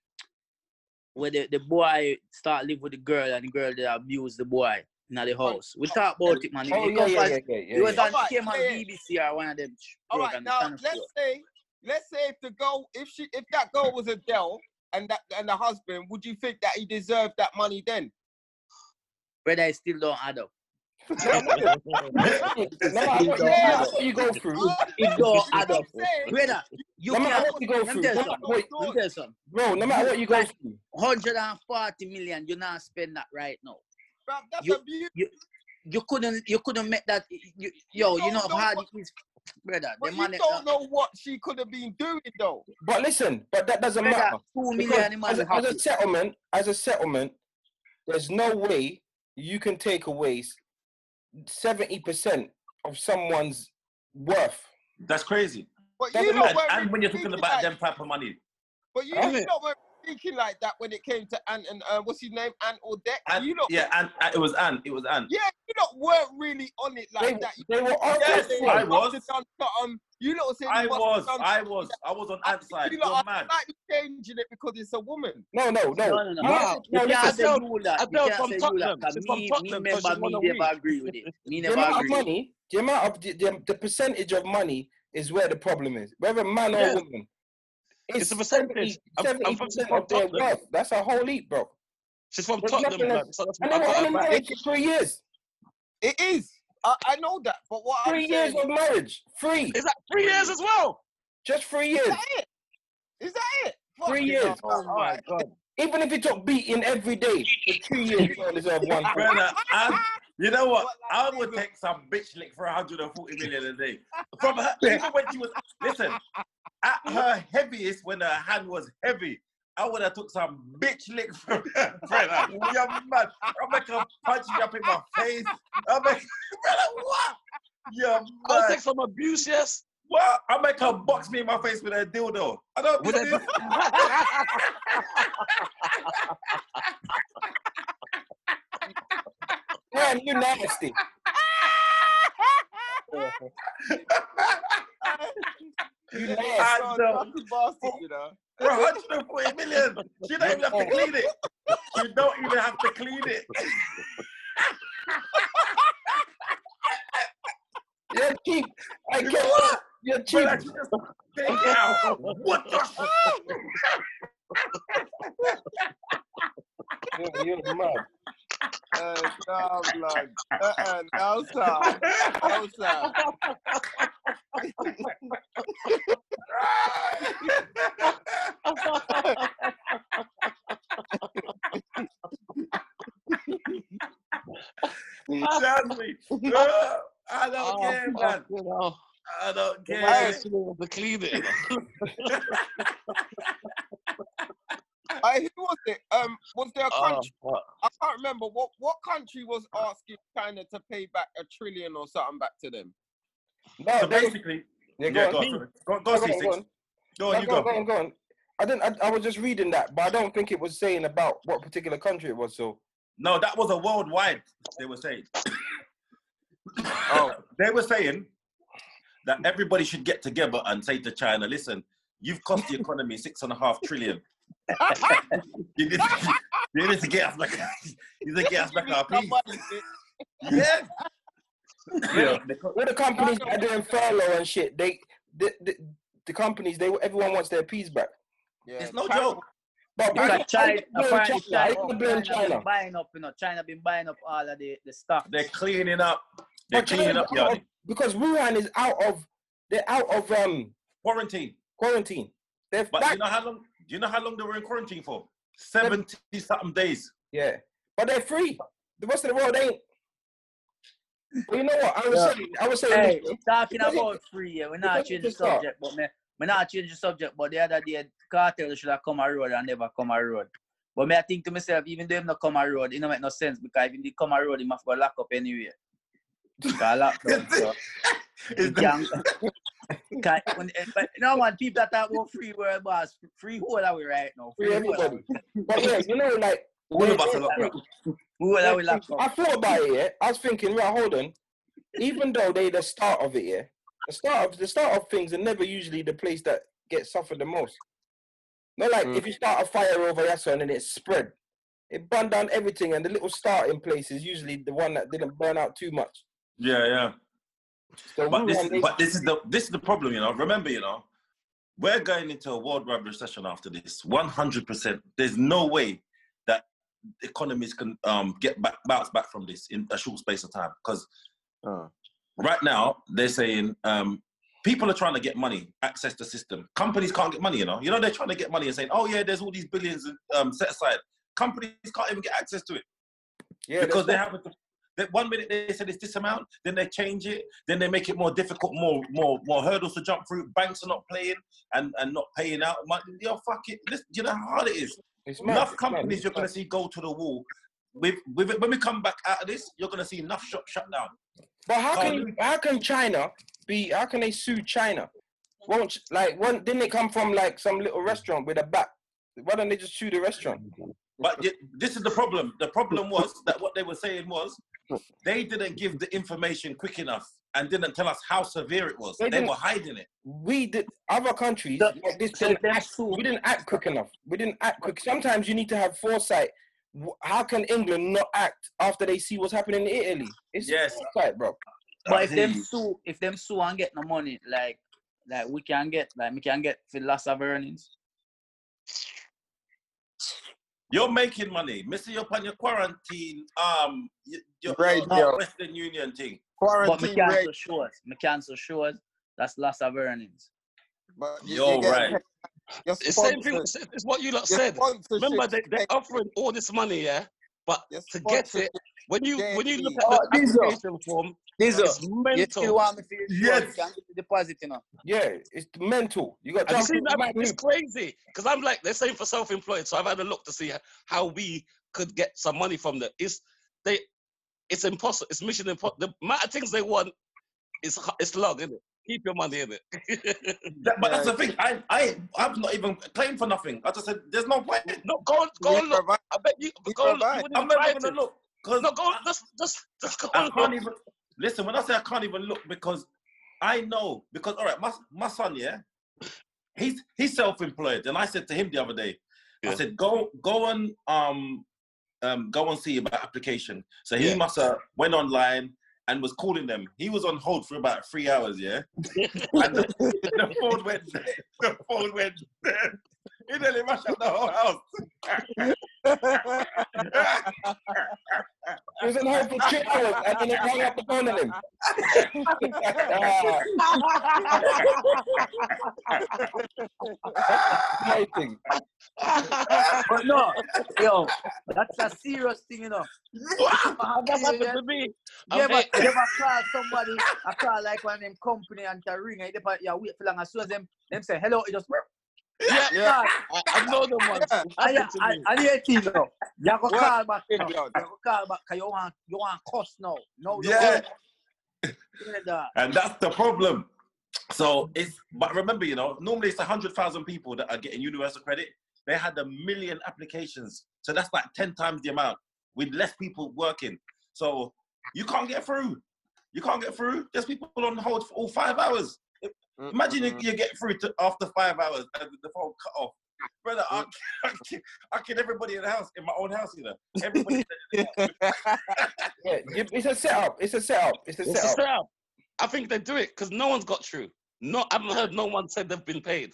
E: where the, the boy start live with the girl and the girl that abuse the boy in the house. We talk about it, man. It,
D: Oh
E: it
D: yeah,
E: come
D: yeah,
E: from-
D: yeah, yeah,
E: it was
D: yeah. yeah.
E: on
B: Alright,
E: it came on
B: yeah, yeah.
E: BBC or one of them sh-
B: All right,
E: program. the
B: now
E: Channel
B: let's
E: four.
B: say, let's say if the girl, if she, if that girl was Adele and that and the husband, would you think that he deserved that money then?
E: Brother, I still don't add up.
D: No, no, I
B: It's
D: thought you,
B: all
D: I
B: bad.
D: thought you go through.
B: Ah,
E: It don't
B: you know
E: add
B: what
E: up.
B: I'm saying?
E: Brother, you
D: No matter
E: can't
D: what you go
E: let
D: through,
E: me
D: no
E: tell you
D: matter
E: something. Let
D: what,
E: me tell you something.
D: bro, no matter what you go through.
E: 140 million, you're not spend that right now.
B: Bruv, that's
E: You-
B: abuse.
E: You couldn't you couldn't make that you, yo,
B: You
E: you know
B: don't
E: how
B: know
E: hard
B: what-
E: it is brother. The
B: But you
E: man
B: don't know what she could have been doing though.
D: But listen, but that doesn't
E: uh, brother
D: matter.
E: two
D: Because
E: million the man
D: as, a- as
E: happy.
D: a settlement, as a settlement, there's no way you can take away seventy percent of someone's worth.
C: That's crazy.
B: But
D: Doesn't
B: you
D: matter.
B: know
C: And,
B: what
C: and when you're talking about them type of money,
B: But you
D: Huh?
B: you know we're speaking like that when it came to Ant and uh, what's his name Ant or Deck.
C: and
B: you lot, yeah.
C: yeah, and, and it was Anne. It was Anne.
B: you lot weren't really on it like
D: They,
B: that. You
D: they were
B: lot
D: on
B: were
C: Yes,
B: saying
C: I
B: he
C: was.
B: must have done something. You lot were saying he
C: I
B: must
C: was,
B: have done.
C: I was, I was on Anne's side.
B: You
C: You're
B: lot are
C: mad.
B: slightly changing it because it's a woman.
D: No, no, no.
E: No, no, no.
D: Mark-
F: Wow.
D: No,
E: You can't
D: listen.
E: say
F: Adele-
E: you that. You
F: Adele
E: can't
F: from
E: say you that
F: Tottenham.
E: because
F: She's from
E: me, me
F: Tottenham, so
E: member
F: she's on
E: me
F: a
E: never
F: weed.
E: agree with it. Me
D: The
E: never
D: amount of
E: agree with it.
D: money, the amount of the, the, the percentage of money is where the problem is, whether man or
F: Yeah.
D: woman.
F: It's
D: It's
F: a percentage. I'm, I'm
D: 70
F: from, she's
D: percent
F: from
D: of their
F: Tottenham.
D: wealth. That's a whole heap, bro.
F: She's from
D: There's
F: Tottenham,
D: nothing
F: blood.
D: else.
F: So that's
D: And they
F: I
D: were
F: got
D: on
F: her
D: a
F: back.
D: marriage for three years.
B: It is. I, I know that. But what I'm
D: Three years
B: saying
D: of marriage. Three.
F: Is that three years as well?
D: Just three
B: is
D: years.
B: that it. Is that it?
D: Three
B: Fucking
D: years.
B: hell,
F: Oh
B: all
F: my
B: right.
F: god.
D: Even if he took beating every day for two years, you don't deserve one. thing.
C: Brother, Anne, you know what?
B: What
C: I
B: like
C: would
B: nigga?
C: take some bitch lick for 140 million a day. From her, even when she was, listen, at her heaviest, when her hand was heavy, I would have took some bitch lick from her, brother. You're mad. I'll make her punch you up in my face. I'll make, brother, what? You're
F: I'll
C: mad.
F: take some abuse, yes.
C: Well, I make her box me in my face with a dildo. I don't
F: Would
C: do
F: it
C: this.
D: Man, you nasty. You
B: Yeah,
D: nasty.
C: I
B: so
C: know.
B: fucking bastard, you know.
C: For 140 million. She don't even have to clean it. She don't even to have to clean it.
D: You're cheap. I
C: You
D: get
C: know what?
D: You're
C: When
D: cheap.
C: I just take it out, what the fuck?
D: You're, you're mad.
B: Uh, nah, blood. Uh-uh, no, sir. No, sir.
C: Jasmine, no, Uh, I don't
F: Oh,
C: care, man.
F: fucking hell.
C: I don't
F: The
C: care.
F: man is still able to clean it.
B: Uh, who was it? Um, was there a
F: Oh,
B: country?
F: fuck.
B: I can't remember what what country was asking China to pay back a trillion or something back to them.
D: No,
C: So
D: that was-
C: basically,
D: yeah, go
C: yeah,
D: on.
C: go on. Go, go,
D: Go on,
C: C6.
D: go on.
E: Oh,
C: Go
D: No,
C: on, you
D: go
C: go.
D: on, go on, go on. I didn't. I, I was just reading that, but I don't think it was saying about what particular country it was. So
C: No, that was a worldwide, they were saying.
B: Oh.
C: They were saying that everybody should get together and say to China, listen, you've cost the economy six and a half trillion. you, need to, you need to get us back. You need to get us back our
B: That
C: piece.
B: money, it-
C: Yeah. yeah. the co-
D: all the companies that are doing furlough and shit, they the, the, the companies they everyone wants their peas back.
B: yeah,
C: It's no
B: China-
C: joke.
D: But
E: Because
D: I- I
E: China,
D: blame
E: apparently
D: China. I
E: China,
D: don't blame
E: China
D: China.
E: been buying up, you know, China been buying up all of the, the stock.
C: They're cleaning up. They're
D: But
C: cleaning
D: China's
C: up,
D: out
C: Yanni.
D: of- because Wuhan is out of they're out of um
C: Quarantine.
D: quarantine. They're
C: But
D: back.
C: you know how long? Do you know how long they were in quarantine for? Seventy something days.
D: yeah, but they're free. The rest of the world ain't. But you know what? I was
E: Yeah.
D: saying. I was saying.
E: Hey,
D: this,
E: talking
D: Because it-
E: about free, yeah, we're not
D: because it
E: changing the
D: just start.
E: subject, but me, we're not changing the subject, but the other day, cartel should have come a road and never come a road. But me, I think to myself, even though them not come a road, it don't make no sense because if they come a road, they must go lock up anyway. Because lockdown, so
C: Is
E: you can't- can't- when- eh, but you know, man, people that talk about free world, boss, free whole away right now.
D: free
E: whole away.
D: everybody. but yeah, you know, like
C: all of us are locked up.
E: Who will we lock
D: I
E: up?
D: thought about it. Yeah? I was thinking, right, hold on. Even though they the start of it, yeah, the start of the start of things are never usually the place that gets suffered the most. Not
C: Mm.
D: like if you start a fire over Yasson and it spread, it burned down everything, and the little starting place is usually the one that didn't burn out too much.
C: Yeah, yeah.
D: So
C: But this,
D: Wuhan, they-
C: but this is the this is the problem, you know. Remember, you know, we're going into a worldwide recession after this. One hundred percent. There's no way that economies can um, get back bounce back from this in a short space of time. Because
B: Uh.
C: right now they're saying um, people are trying to get money, access the system. Companies can't get money, you know. You know, they're trying to get money and saying, "Oh yeah, there's all these billions um, set aside." Companies can't even get access to it
D: yeah,
C: because they
D: that's-
C: have to. That one minute they said it's this amount, then they change it, then they make it more difficult, more more more hurdles to jump through. Banks are not playing and, and not paying out. Money. Yo, fuck it. Listen, you know how hard it is.
D: it's mad,
C: Enough
D: it's mad,
C: companies
D: it's
C: you're gonna
D: mad.
C: see go to the wall. With, with it, when we come back out of this, you're gonna see enough shop shut down.
D: But how can
C: Oh.
D: you, how can China be? How can they sue China? Won't ch- like one? Didn't it come from like some little restaurant with a bat? Why don't they just sue the restaurant?
C: But y- this is the problem. The problem was that what they were saying was they didn't give the information quick enough and didn't tell us how severe it was.
D: They
C: They
D: didn't-
C: were hiding it.
D: We did other countries
E: The-
D: like this.
E: So
D: didn't
E: them
D: act,
E: sue
D: we didn't act quick enough. We didn't act quick. Sometimes you need to have foresight. W- How can England not act after they see what's happening in Italy? It's
C: Yes.
D: foresight, bro.
E: But
C: I
E: if
C: hear
E: them
C: you.
E: sue, if them sue and get no money, like like we can get, like we can get for loss of earnings.
C: You're making money. Missing up on your quarantine, um, y- your,
B: Right,
C: your
B: yeah.
C: Western Union thing.
E: But me
B: Quarantine
E: cancel
B: rate,
E: shows. Me cancel shows. That's loss of earnings.
B: but you,
C: You're
B: you get
C: right.
B: Your
F: It's same thing.
B: sponsors,
F: It's what you lot
B: your
F: said.
B: sponsorship,
F: Remember, they, they're offering all this money, yeah. But
B: your
F: to get
B: sponsorship
F: it, when you when you look
B: guaranteed.
E: Oh,
F: at the
E: these are-
F: application form,
E: These
F: it's
E: You still
F: mental.
E: want me to use shows?
C: Yes.
E: Can get the deposit, you know.
D: Yeah, it's mental. You got to
F: Have
D: jump
F: you seen
D: through
F: that?
D: mad
F: It's
D: hoops.
F: crazy. Because I'm like, they're saying for self-employed, so I've had a look to see how we could get some money from them. It's they, it's impossible. It's mission impossible. The amount of things they want is h- it's log, isn't it? Keep your money in it.
C: That- but that's
B: Yeah.
C: the thing. I, I, I'm not even claiming for nothing. I just said there's no point.
F: no, go go
B: We
F: and look.
B: provide-
F: I bet you
B: we
F: go. and look.
B: provide.
F: You
C: I'm
F: wouldn't
C: not
F: even
C: even
F: try
C: gonna
F: to.
C: look because
F: No, go. Just just just go
C: I
F: and look.
C: can't even listen. When I say I can't even look, because I know because all right, my my son, yeah, he's he's self-employed, and I said to him the other day, I
F: Yeah.
C: said go go and um um, go and see about application. So he
F: Yeah.
C: must have went online and was calling them. He was on hold for about three hours, yeah? and the, the phone went The phone went dead. He nearly rushed out the whole house.
D: He was in hold for three hours and then they hung up the phone on him. Ah, Ah. amazing.
E: But no, yo, that's a serious thing, you know.
F: that happened to me.
E: You
F: I'm
E: ever,
F: hate-
E: you ever call somebody, I call like one of them company and to ring, and they yeah, wait for long, as soon as them, them say hello, it just,
F: Yeah,
B: Yeah.
F: I, I know them ones. It
E: I,
F: happened to
E: I,
F: me.
E: I need to know. You go
B: What?
E: call back, you know.
B: Yeah.
E: You go call back, cause you want, you want cuss now. No, you uh,
C: Yeah.
E: want cuss. Yeah,
C: and that's the problem. So it's but remember, you know, normally it's hundred thousand people that are getting universal credit. They had a million applications, so that's like ten times the amount with less people working. So you can't get through. You can't get through. There's people on hold for all five hours. Imagine you, you get through to after five hours and the phone cut off. Brother, I, I, kid, I kid everybody in the house, in my own house, you know. Everybody.
D: Yeah, it- it's a setup. It's a setup. It's a
F: It's a
D: setup.
F: setup. I think they do it because no one's got through. No, I haven't heard no one said they've been paid.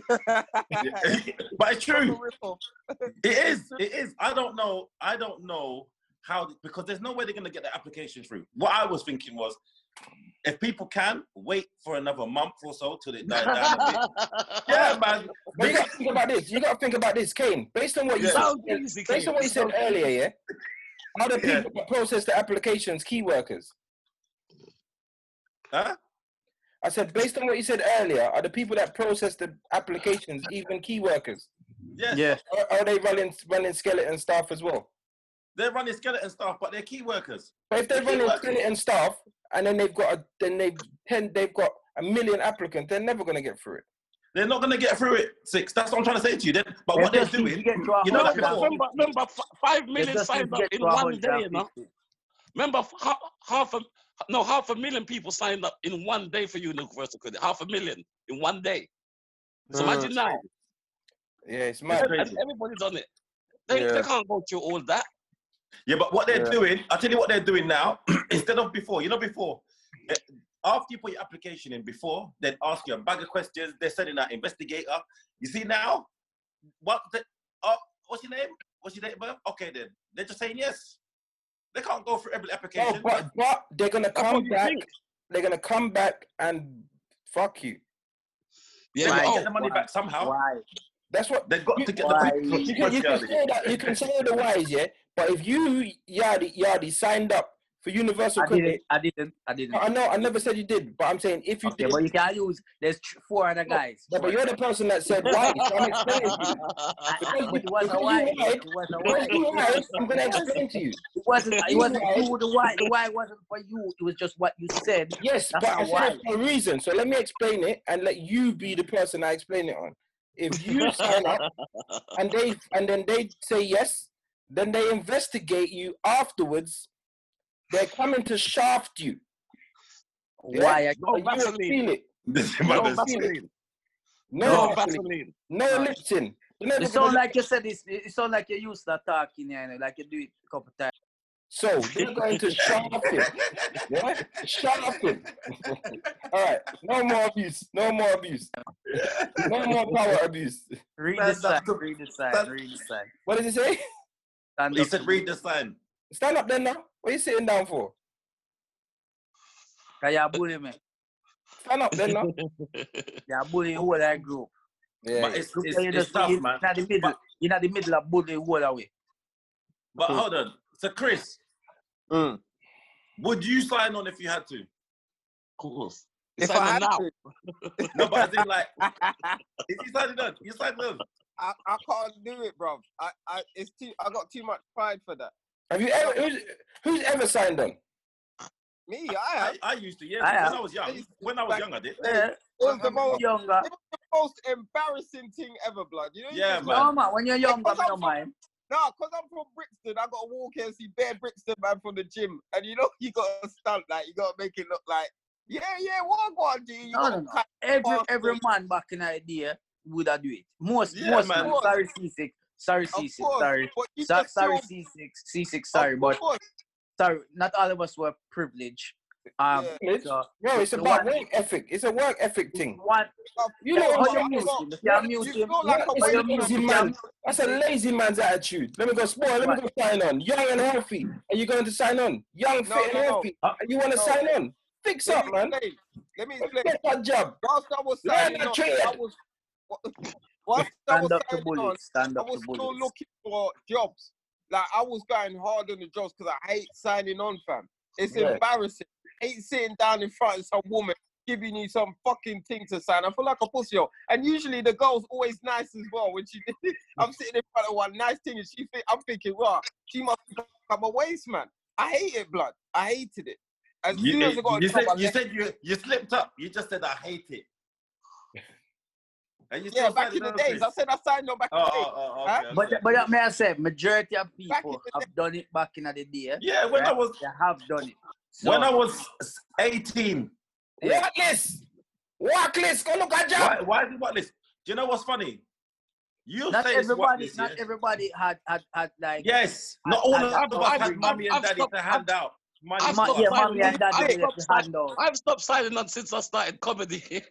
C: but it's true.
A: Ripple.
C: It is. It is. I don't know. I don't know how because there's no way they're gonna get the application through. What I was thinking was, if people can wait for another month or so till it dies down a bit. Yeah, man.
D: But you gotta think about this. You gotta think about this, Kane. Based on what you
C: Yeah.
D: said,
F: Sounds easy,
D: based on
F: Keith.
D: what you said earlier, yeah. How do
C: Yeah.
D: people process the applications, key workers?
C: Huh?
D: I said, based on what you said earlier, are the people that process the applications even key workers?
C: Yes.
E: yeah.
D: Or are they running running skeleton staff as well?
C: They're running skeleton staff, but they're key workers.
D: But if they're
C: Key
D: running
C: workers.
D: skeleton staff and then they've got a, then they've ten they've got a million applicants, they're never gonna get through it.
C: They're not gonna get through it. Six. That's what I'm trying to say to you. Then, but
E: It's
C: what they're
E: just easy
C: doing,
E: to get to a
C: you know,
E: hundred
C: like
E: and
C: before,
F: remember, remember, f- five million
E: just
F: signed
E: easy to
F: up
E: get
F: in
E: to a
F: one
E: hundred
F: day,
E: and
F: you know.
E: fifty.
F: Remember, f- ha- half a no, half a million people signed up in one day for universal credit. Half a million in one day. So
B: Mm.
F: imagine now,
D: Yeah, it's
C: it's
D: mad.
F: and
C: crazy.
F: everybody's on it. They,
B: Yeah.
F: they can't go through all that.
C: Yeah, but what they're
B: Yeah.
C: doing, I'll tell you what they're doing now, instead of before, you know, before, eh, after you put your application in, before, they'd ask you a bag of questions, they're sending out investigator. You see now, what the, oh, what's your name? What's your name? bro? Okay, then. They're just saying yes. They can't go through every
D: No,
C: application.
D: Oh, but, but they're gonna
F: That's what
D: come
F: you
D: back.
F: think.
D: They're gonna come back and fuck you.
C: They're
F: Yeah,
C: going
E: Right.
C: to
F: oh,
C: get the money
E: Why?
C: back somehow.
E: Why?
D: That's what
C: They've got to get the
E: Why?
C: money back.
D: you can, you can say that you can say the wise, yeah. But if you Yardi Yardi signed up for universal
E: I didn't.
D: credit,
E: I didn't. I didn't.
D: I know I never said you did, but I'm saying if you
E: Okay,
D: did,
E: but you can use. There's th- four other guys.
D: yeah, but you're the person that said wise. so I'm explaining to you.
E: I,
D: Because
E: I,
D: you-
E: but it was a
D: because
E: why.
D: you
E: It was,
D: lied,
E: it was a
D: because you
E: why.
D: lied, I'm gonna explain to you.
E: It wasn't. It
D: You
E: wasn't
D: lied.
E: you. The why. The why wasn't for you. It was just what you said.
D: Yes,
E: That's
D: but I
E: the
D: said
E: why.
D: it for a reason. So let me explain it and let you be the person I explain it on. If you sign up and they and then they say yes, then they investigate you afterwards. They're coming to shaft you. Yeah?
E: Why? I-
F: no
D: But you will
F: Vaseline,
D: feel it.
C: This
F: no
C: mother's-
F: Vaseline,
D: No,
F: no
D: no,
F: Vaseline.
D: no
E: No.
D: lifting. You're
E: It
D: never gonna
E: sound like you said this. It it sound like you used to talking, you know, like you do it a couple times.
D: So they're going to shaft him. Yeah? Shaft him. All right. No more abuse. No more abuse. No more power abuse.
E: Read
C: Man,
E: the sign.
C: that's the-
E: Read the sign.
C: that's-
E: Read the sign.
D: What does it say?
E: Stand
C: he
E: up.
C: said, read the sign.
D: Stand up then now. What are you sitting down for?
E: Cause you bully me.
D: Stand up then now.
E: You bully the whole that group.
D: Yeah.
C: But it's,
E: Group
C: it's,
E: that you
C: it's
E: just you
C: tough, man.
E: in the middle.
C: But,
E: You're the middle of bully the whole away.
C: but
B: Hmm.
C: hold on. So, Chris,
B: Mm.
C: would you sign on if you had to?
F: course.
B: If
F: It's
B: I
F: like
B: had
F: now.
B: to,
C: No, but I think like, is he signed on? You signed on.
B: I, I can't do it, bro. I, I it's too. I got too much pride for that.
D: Have you ever who's, who's ever signed on?
B: Me, I have.
C: I, I used to, yeah.
E: I
C: when
E: have.
C: I was
B: I
C: young,
B: used to
C: when I was
B: back-
C: young, I did.
E: Yeah.
B: It was the
E: When you're
B: most,
E: younger.
B: most embarrassing thing ever, blood. You know.
C: Yeah,
B: because-
C: man.
E: No man, when you're younger, I don't mind.
B: Nah, cause I'm from Brixton. I gotta walk here and see bare Brixton man from the gym, and you know you gotta stunt like you gotta make it look like, yeah, yeah, what I gotta do? You
E: No, no,
B: gotta
E: no.
B: cut
E: Every
B: off
E: every
B: the-
E: man back in the day would have do it. Most
C: Yeah,
E: most
C: man.
E: man, sorry, seasick. Sorry,
B: Of
E: C6.
B: course,
E: Sorry.
B: but you
E: So,
B: just
E: sorry,
B: saw-
E: C6. C6,
B: of
E: sorry. But
B: course,
E: sorry, not all of us were privileged. Um,
B: yeah.
D: Mitch.
E: so
D: No, it's
E: The
D: about
E: one-
D: work ethic. It's a work ethic thing.
E: one,
B: Of
D: You know
B: course,
E: how
D: what
E: you
D: I'm
E: mute
D: saying?
E: him? If you mute
B: You
E: him,
B: feel like
D: What
B: a
D: is
E: how you
D: a
E: mute
B: waste
D: lazy
E: him?
B: man.
E: You
D: man?
E: mute
D: That's a lazy man's attitude. Let me go small. Let me
E: What?
D: go sign on. Young and healthy. Are you going to sign on? Young,
B: No,
D: fit, and
B: no, no.
D: healthy. And you want to
B: No.
D: sign on? Fix
B: Let
D: up,
B: me
D: man.
B: explain. Let me explain.
D: Get that job.
B: Whilst I was
D: Learn
B: signing
D: that
B: on,
D: trade.
B: I was whilst I was
E: Stand up to
B: signing on,
E: bullets. Stand
B: I
E: up to
B: was still
E: bullets.
B: looking for jobs. Like I was going hard on the jobs because I hate signing on, fam. It's
D: Yeah.
B: embarrassing. I hate sitting down in front of some woman giving you some fucking thing to sign. I feel like a pussy. yo. And usually the girl's always nice as well. When she, I'm sitting in front of one nice thing, and she, think, I'm thinking, wow, she must think I'm a waste man. I hate it, blood. I hated it. As
C: You, eh,
B: soon as I got a
C: you
B: job,
C: said
B: I
C: you
B: left.
C: said you you slipped up. You just said I hate it. And you
B: Yeah,
C: still
B: back
C: signed
B: in
C: it
B: the
C: on,
B: days,
C: Chris.
B: I said I signed on back in
C: Oh,
B: the days.
C: oh, oh,
B: Huh?
C: okay, okay.
E: But but uh, that may I say, majority of
B: Back in
E: people
B: the
E: have done it back in the day,
C: yeah, when I
E: right?
C: was
E: They have done it. So
C: when I was eighteen,
E: yeah,
D: Work list. Work list. Go look at job.
C: why why did what this? Do you know what's funny? You
E: not
C: say it's what
E: everybody,
C: this, yeah?
E: not everybody had had had like
C: Yes,
E: I-
C: not all
E: I-
C: of
E: I-
C: us
F: I've
C: had
E: I've-
C: mommy and
F: I've
C: daddy
F: stopped.
C: to
F: I've,
C: hand out money.
F: I've
E: Ma-
F: stopped
E: yeah,
F: signing
E: mommy
F: on.
E: and daddy
F: I've
E: will have
F: stopped,
E: to
F: si-
E: hand out.
F: I've stopped signing on since I started comedy eight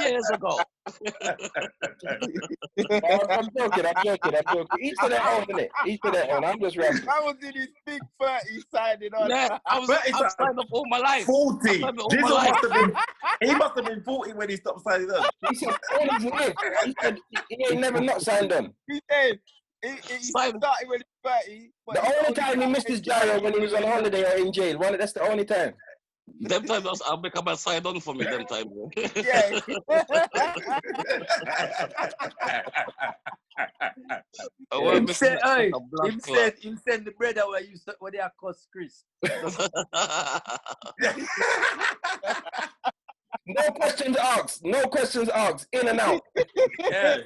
F: years ago.
D: No, Oh, I'm, I'm joking. I'm joking. I'm joking. Each to their own, innit? Each to their own. I'm just rapping.
B: I was in his big 30 signing on.
F: Yeah, I was.
C: but it's
F: I've
C: uh,
F: signed up all my life. I've
C: 40.
F: signed up all my
C: Jesus
F: life.
C: must have been, he must have been 40 when he stopped signing on.
D: He said, all his life. He said he ain't never not signed on.
B: he did. He, he he
F: Simon.
B: started when he was 30. But
D: The
B: he
D: only
B: only
D: time he missed his gyro when he was on holiday or in jail. One, that's the only time.
F: Them times I was- I'll make a man sign on for me. Them times.
B: started- Yeah.
F: I
C: Yeah.
F: won't
E: Him
F: miss
E: say,
F: that
E: "Hey,
F: a blood
E: him said, him send the brother where you s- where they are cost Chris."
F: clot.
D: No questions asked. No questions asked. In and out.
C: yeah.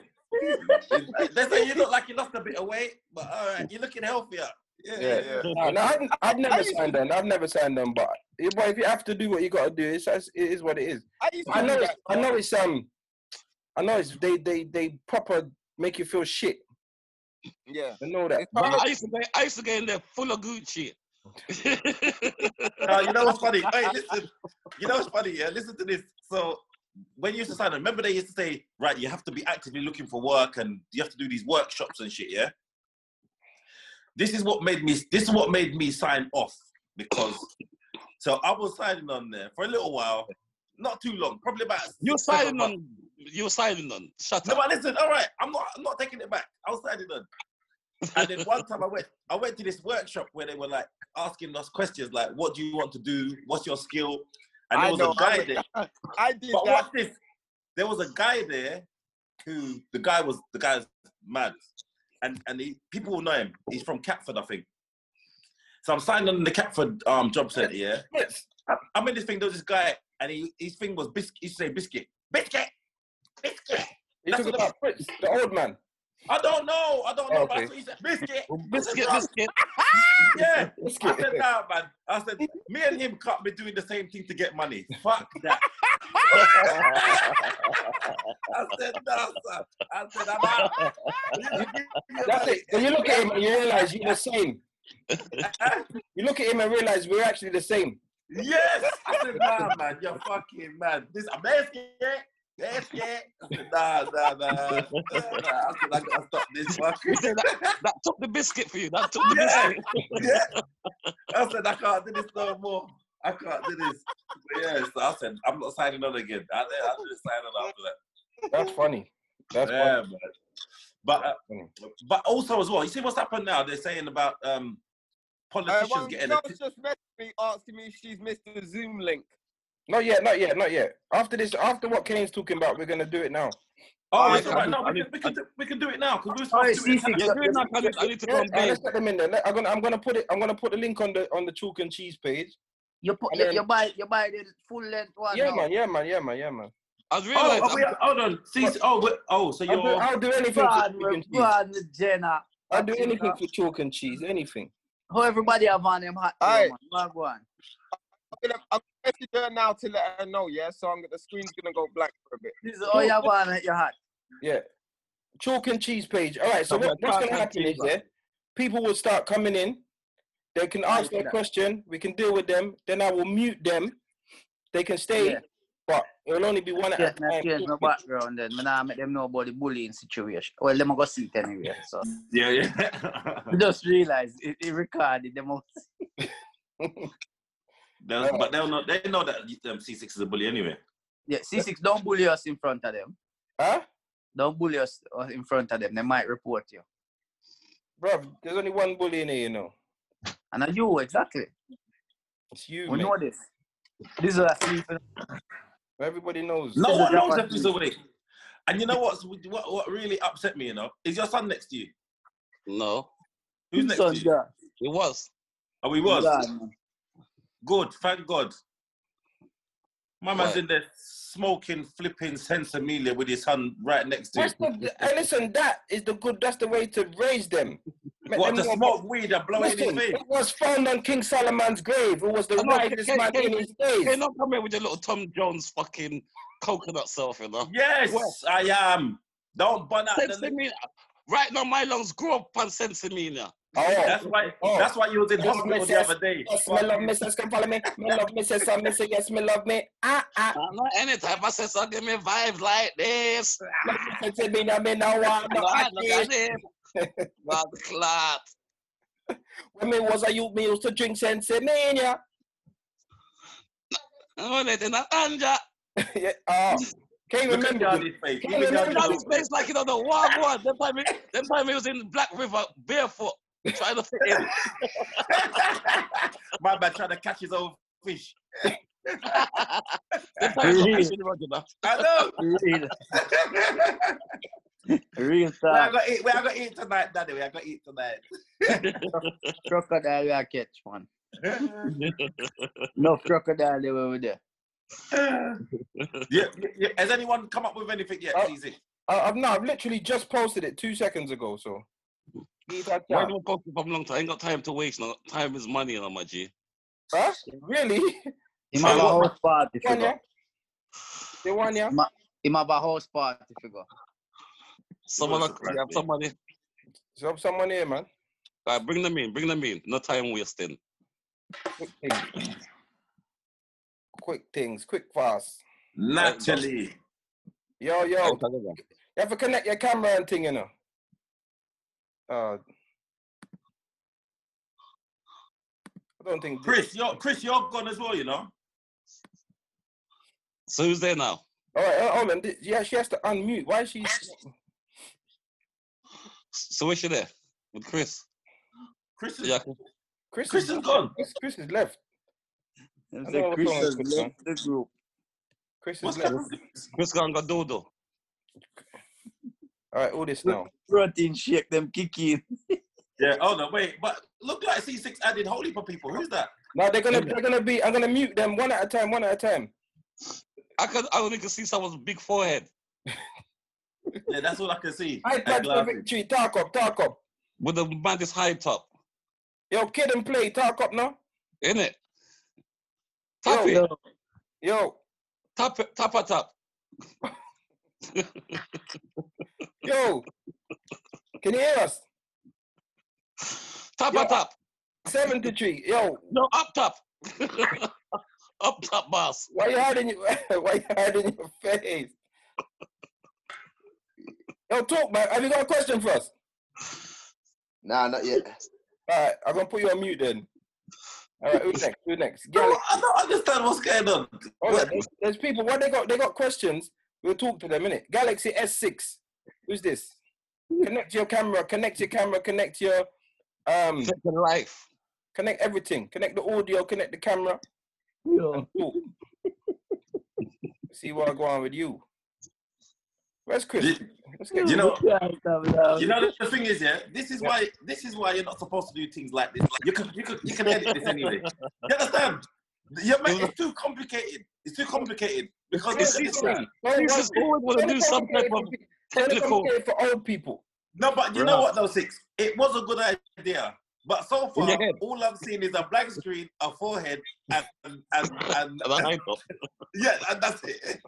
C: They say you look like you lost a bit of weight, but all right, you're looking healthier. Yeah, yeah, yeah.
D: No, no, I've, I've
B: I
D: never
B: used
D: signed on. I've never signed on, but, but if you have to do what you got to do, it's, it's it is what it is.
B: I used to
D: I know
B: do
D: it's,
B: that.
D: I know it's um, I know it's they they they proper make you feel shit.
B: Yeah.
D: I know that.
B: It's
D: But
B: hard.
F: I used to get, I used to get in there full of good shit.
C: No, Uh, you know what's funny? Hey, listen. You know what's funny? Yeah, listen to this. So when you used to sign on, remember they used to say, right, you have to be actively looking for work and you have to do these workshops and shit, yeah? This is what made me this is what made me sign off because so I was signing on there for a little while, not too long, probably about
F: You're
C: six, seven
F: signing
C: months.
F: on. You're signing on. Shut
C: No, but
F: up.
C: listen, all right, I'm not I'm not taking it back. I was signing on. And then one time I went, I went to this workshop where they were like asking us questions like, "What do you want to do? What's your skill?" And
B: I
C: there was
B: know. I,
C: a guy
B: was-
C: there.
B: I did
C: But
B: that.
C: watch this. There was a guy there who the guy was the guy's mad, and and he, people will know him. He's from Catford, I think. So I'm signing on in the Catford um, job centre. Yeah,
D: yes,
C: I- I'm in this thing. There was this guy, and he, his thing was biscuit. He used to say biscuit, biscuit, biscuit.
D: you
C: That's
D: talking
C: what the-
D: about Prince, the old man.
C: I don't know. I don't know.
D: Oh,
C: But
D: okay.
C: that's what he said. Biscuit. I said,
F: Biscuit,
C: "Bruh,
F: biscuit.
C: Yeah.
D: Let's
C: I
D: get
C: said, nah, man. I said, me and him can't be doing the same thing to get money. Fuck that. I said, nah, sir. I said, I'm out. You don't give me your money.
D: That's it. When you look at him and you realize you're the same.
C: Huh?
D: You look at him and realize we're actually the same.
C: yes. I said, nah, man. You're fucking mad. This, I'm asking it. Asking it. I said, nah, nah, nah. nah. I said, I gotta stop this
F: You
C: fucking.
F: say that, that took the biscuit for you. That took the
C: Yeah.
F: biscuit.
C: Yeah. I said, I can't do this no more. I can't do this. But yeah, so I said, I'm not signing on again. I, didn't- I didn't sign on after that.
D: That's funny. That's
C: yeah, man. But, uh,
F: Mm.
D: funny.
C: but also as well, you see what's happened now? They're saying about um,
B: Uh,
C: politicians
B: one
C: getting
B: girl
C: a...
B: just messaged me asking me if she's missed the Zoom link.
D: Not yet, not yet, not yet. After this, after what Kane's talking about, we're gonna do it now.
C: Oh,
F: I
C: it's
F: need,
C: all
F: I
C: right.
F: need,
C: No,
F: I
C: we
F: need,
C: can, we
F: I,
C: can, do, we can do it now because we were
E: All
C: supposed
E: right,
C: to do it
E: C six.
C: at 10.
F: yeah, do it now. I need, I need to go
D: Yeah,
F: and
D: uh,
F: bathe.
D: let's let them in there. Let- I'm gonna, I'm gonna put it. I'm gonna put the link on the on the chalk and cheese page.
E: You put
D: And
E: you,
D: then-
E: you buy you buy the full length one
D: Yeah,
E: now.
D: man. Yeah, man. Yeah, man. Yeah, man.
F: I
C: Oh,
F: realized
C: are
F: I'm,
C: we, hold on. See,
D: What?
C: oh, we- oh, so
D: I'll do,
C: you're...
D: I'll do anything for
E: Broad,
D: chalk and cheese.
E: broad, Jenna.
D: I'll do
E: Atina.
D: anything for chalk and cheese. Anything.
E: How everybody have on them hot
B: All
E: day,
B: right.
E: man. Well, go on.
B: I'm gonna, I'm gonna message her now to let her know, yeah? So I'm, the screen's going to go black for a bit.
E: This is all you have on at your hat.
D: Yeah. Chalk and cheese page. All right. So
B: Something
D: what, what's
B: like
D: going to
B: chalk and
D: happen is
B: cheese,
D: yeah, people will start coming in. They can ask their
E: that.
D: question. We can deal with them. Then I will mute them. They can stay,
E: Yeah.
D: but it will only be one at
E: Yeah,
D: a
E: no,
D: time.
E: change my background then. Man, I make them know about the bullying situation. Well, them go see it anyway. So
C: Yeah, yeah.
E: I just realized it, it recorded them all.
C: They'll- but they'll know, they know that um, C6 is a bully anyway.
E: Yeah, C6, don't bully us in front of them.
D: Huh?
E: Don't bully us uh, in front of them. They might report you.
D: Bro, there's only one bully in here, you know.
E: And I you exactly.
D: It's you,
E: We
D: man.
E: know this. This is a sleep.
D: Everybody knows.
C: No
E: This is
C: one knows
E: Japanese.
C: if he's awake. And you know what's, what? What really upset me, you know, is your son next to you.
F: No,
C: Who's next to
E: Son's
C: you?
E: gone.
F: it was.
C: Oh, he was.
E: Gone, man.
C: Good, thank God. My man's
F: Right.
C: in there smoking, flipping sensimelia with his son right next to him.
D: That's the, and listen, that is the good. That's the way to raise them. Make
C: What,
D: them
C: to
D: know-
C: smoke weed and blow it in his
D: Listen,
C: face?
D: it was found on King Solomon's grave. It was the
F: I know,
D: wisest
F: King-
D: man
F: King-
D: in his days.
F: Hey, don't come here with your little Tom Jones fucking coconut self, you know.
C: Yes, I am. Don't burn out the...
F: Sensimina. Right now, my lungs grow up on sensimina.
D: Oh,
C: That's why,
D: Oh.
C: that's why you was in
D: Yes,
C: hospital the
D: missus.
C: other day.
D: yes, me love missus, come follow me. Me love missus, I miss yes, me love me. Ah, ah,
F: I'm not any type of sense. I'll give me vibes like this.
D: me missus, me no, me no want no
F: God, look
D: acne.
F: at him. God, clot.
D: When me was a youth, me used to drink sensimania.
F: I'm gonna let in a anja.
D: yeah, oh, can't
C: Look at
D: remember.
C: Gardy's
D: this.
C: face.
D: Can't
C: Look at
D: remember
F: Got
C: Gardy's
D: this.
F: his
C: face.
F: face like you know the wild one. Them time, he, them time he was in Black River barefoot, trying to fit in.
C: My man trying to catch his own fish.
F: Them time he got actually rugged enough.
C: I know.
E: Real, real
C: Where I
E: talk.
C: got eat, where I got eat tonight, Daddy. Where I got eat tonight.
E: Crocodile, I catch one. No crocodile, they were there.
C: yeah, yeah. Has anyone come up with anything yet,
D: Oh.
C: CZ?
D: Uh, I've no, I've literally just posted it two seconds ago. So, Eat that
F: Why
D: down.
F: do I talk for long time? I ain't got time to waste. No, time is money, now, my G.
D: huh? Really?
E: He
F: So
E: have a
F: what-
E: house party
D: One yeah?
E: figure.
D: They won yeah?
E: He have a house party figure.
F: Someone,
C: What's
F: like-
C: the
F: you have
C: price,
F: somebody.
D: So someone here, man.
F: Uh, bring them in. Bring them in. No time wasting.
D: Quick things. Quick things, quick fast.
C: Natalie.
D: Yo, yo. You have to connect your camera and thing, you know. Uh, I don't think.
C: Chris, you're Chris, you're gone as well, you know.
F: So who's there now?
D: All right, uh, hold on. Th- Yeah, she has to unmute. Why is she?
F: So where's she there? With Chris?
C: Chris is
F: Yeah.
D: Chris,
C: Chris
D: is,
C: is gone.
D: Chris, Chris is left.
E: Them
D: I
E: say
D: know what's
E: Chris
D: wrong
E: has
D: with Chris, man.
E: left the group.
D: Chris is
C: What's
D: left.
C: happened?
F: Chris gone got dodo.
D: All right, all this now.
E: Protein shake, them kicking.
C: Yeah, oh no, wait, but look like C6 added holy for people. Who's that?
D: Now they're gonna, they're gonna be. I'm gonna mute them one at a time, one at a time.
F: I could I only could see someone's big forehead.
C: Yeah, that's all I can see.
D: I
C: And
D: pledge for
C: glasses.
D: victory. Talk up, talk up.
F: With the maddest high top.
D: Yo, kid and play. Talk up now.
F: In it. Tap it.
E: Yo,
D: Yo,
F: Tap it. Tap a tap.
D: yo. Can you hear us?
F: Tap
D: Yeah.
F: a tap.
D: Seventy-three. Yo,
F: No, up top. up top, boss.
D: Why you hiding your why you hiding your face? Yo, talk, man. Have you got a question for us?
G: Nah, not yet.
D: All right, I'm gonna put you on mute then. All right, who's next? Who's next?
C: No,
D: Gary.
C: I don't understand what's going on.
D: Hold on. There's, there's people. What they got? They got questions. We'll talk to them in it. Galaxy S6. Who's this? Connect your camera. Connect your camera. Connect your um.
F: Take a life.
D: Connect everything. Connect the audio. Connect the camera.
E: yo.
D: Talk. See what I go on with you. Where's Chris?
C: You-
D: Let's get
C: You know-
E: Yeah, stop, stop.
C: You know the thing is, yeah, this is why this is why you're not supposed to do things like this. You can you can you can edit this anyway. You understand? You're ma- it's too complicated. It's too complicated because
D: Chris
C: it's,
D: is
C: it's
D: free.
F: You just always want to do some type of
D: Only
F: technical.
D: complicated for old people.
C: no, but you know what though, six. It was a good idea But so far,
F: your head.
C: all I've seen is a blank screen, a forehead, and and and, and,
F: And I know.
C: yeah, and that's it.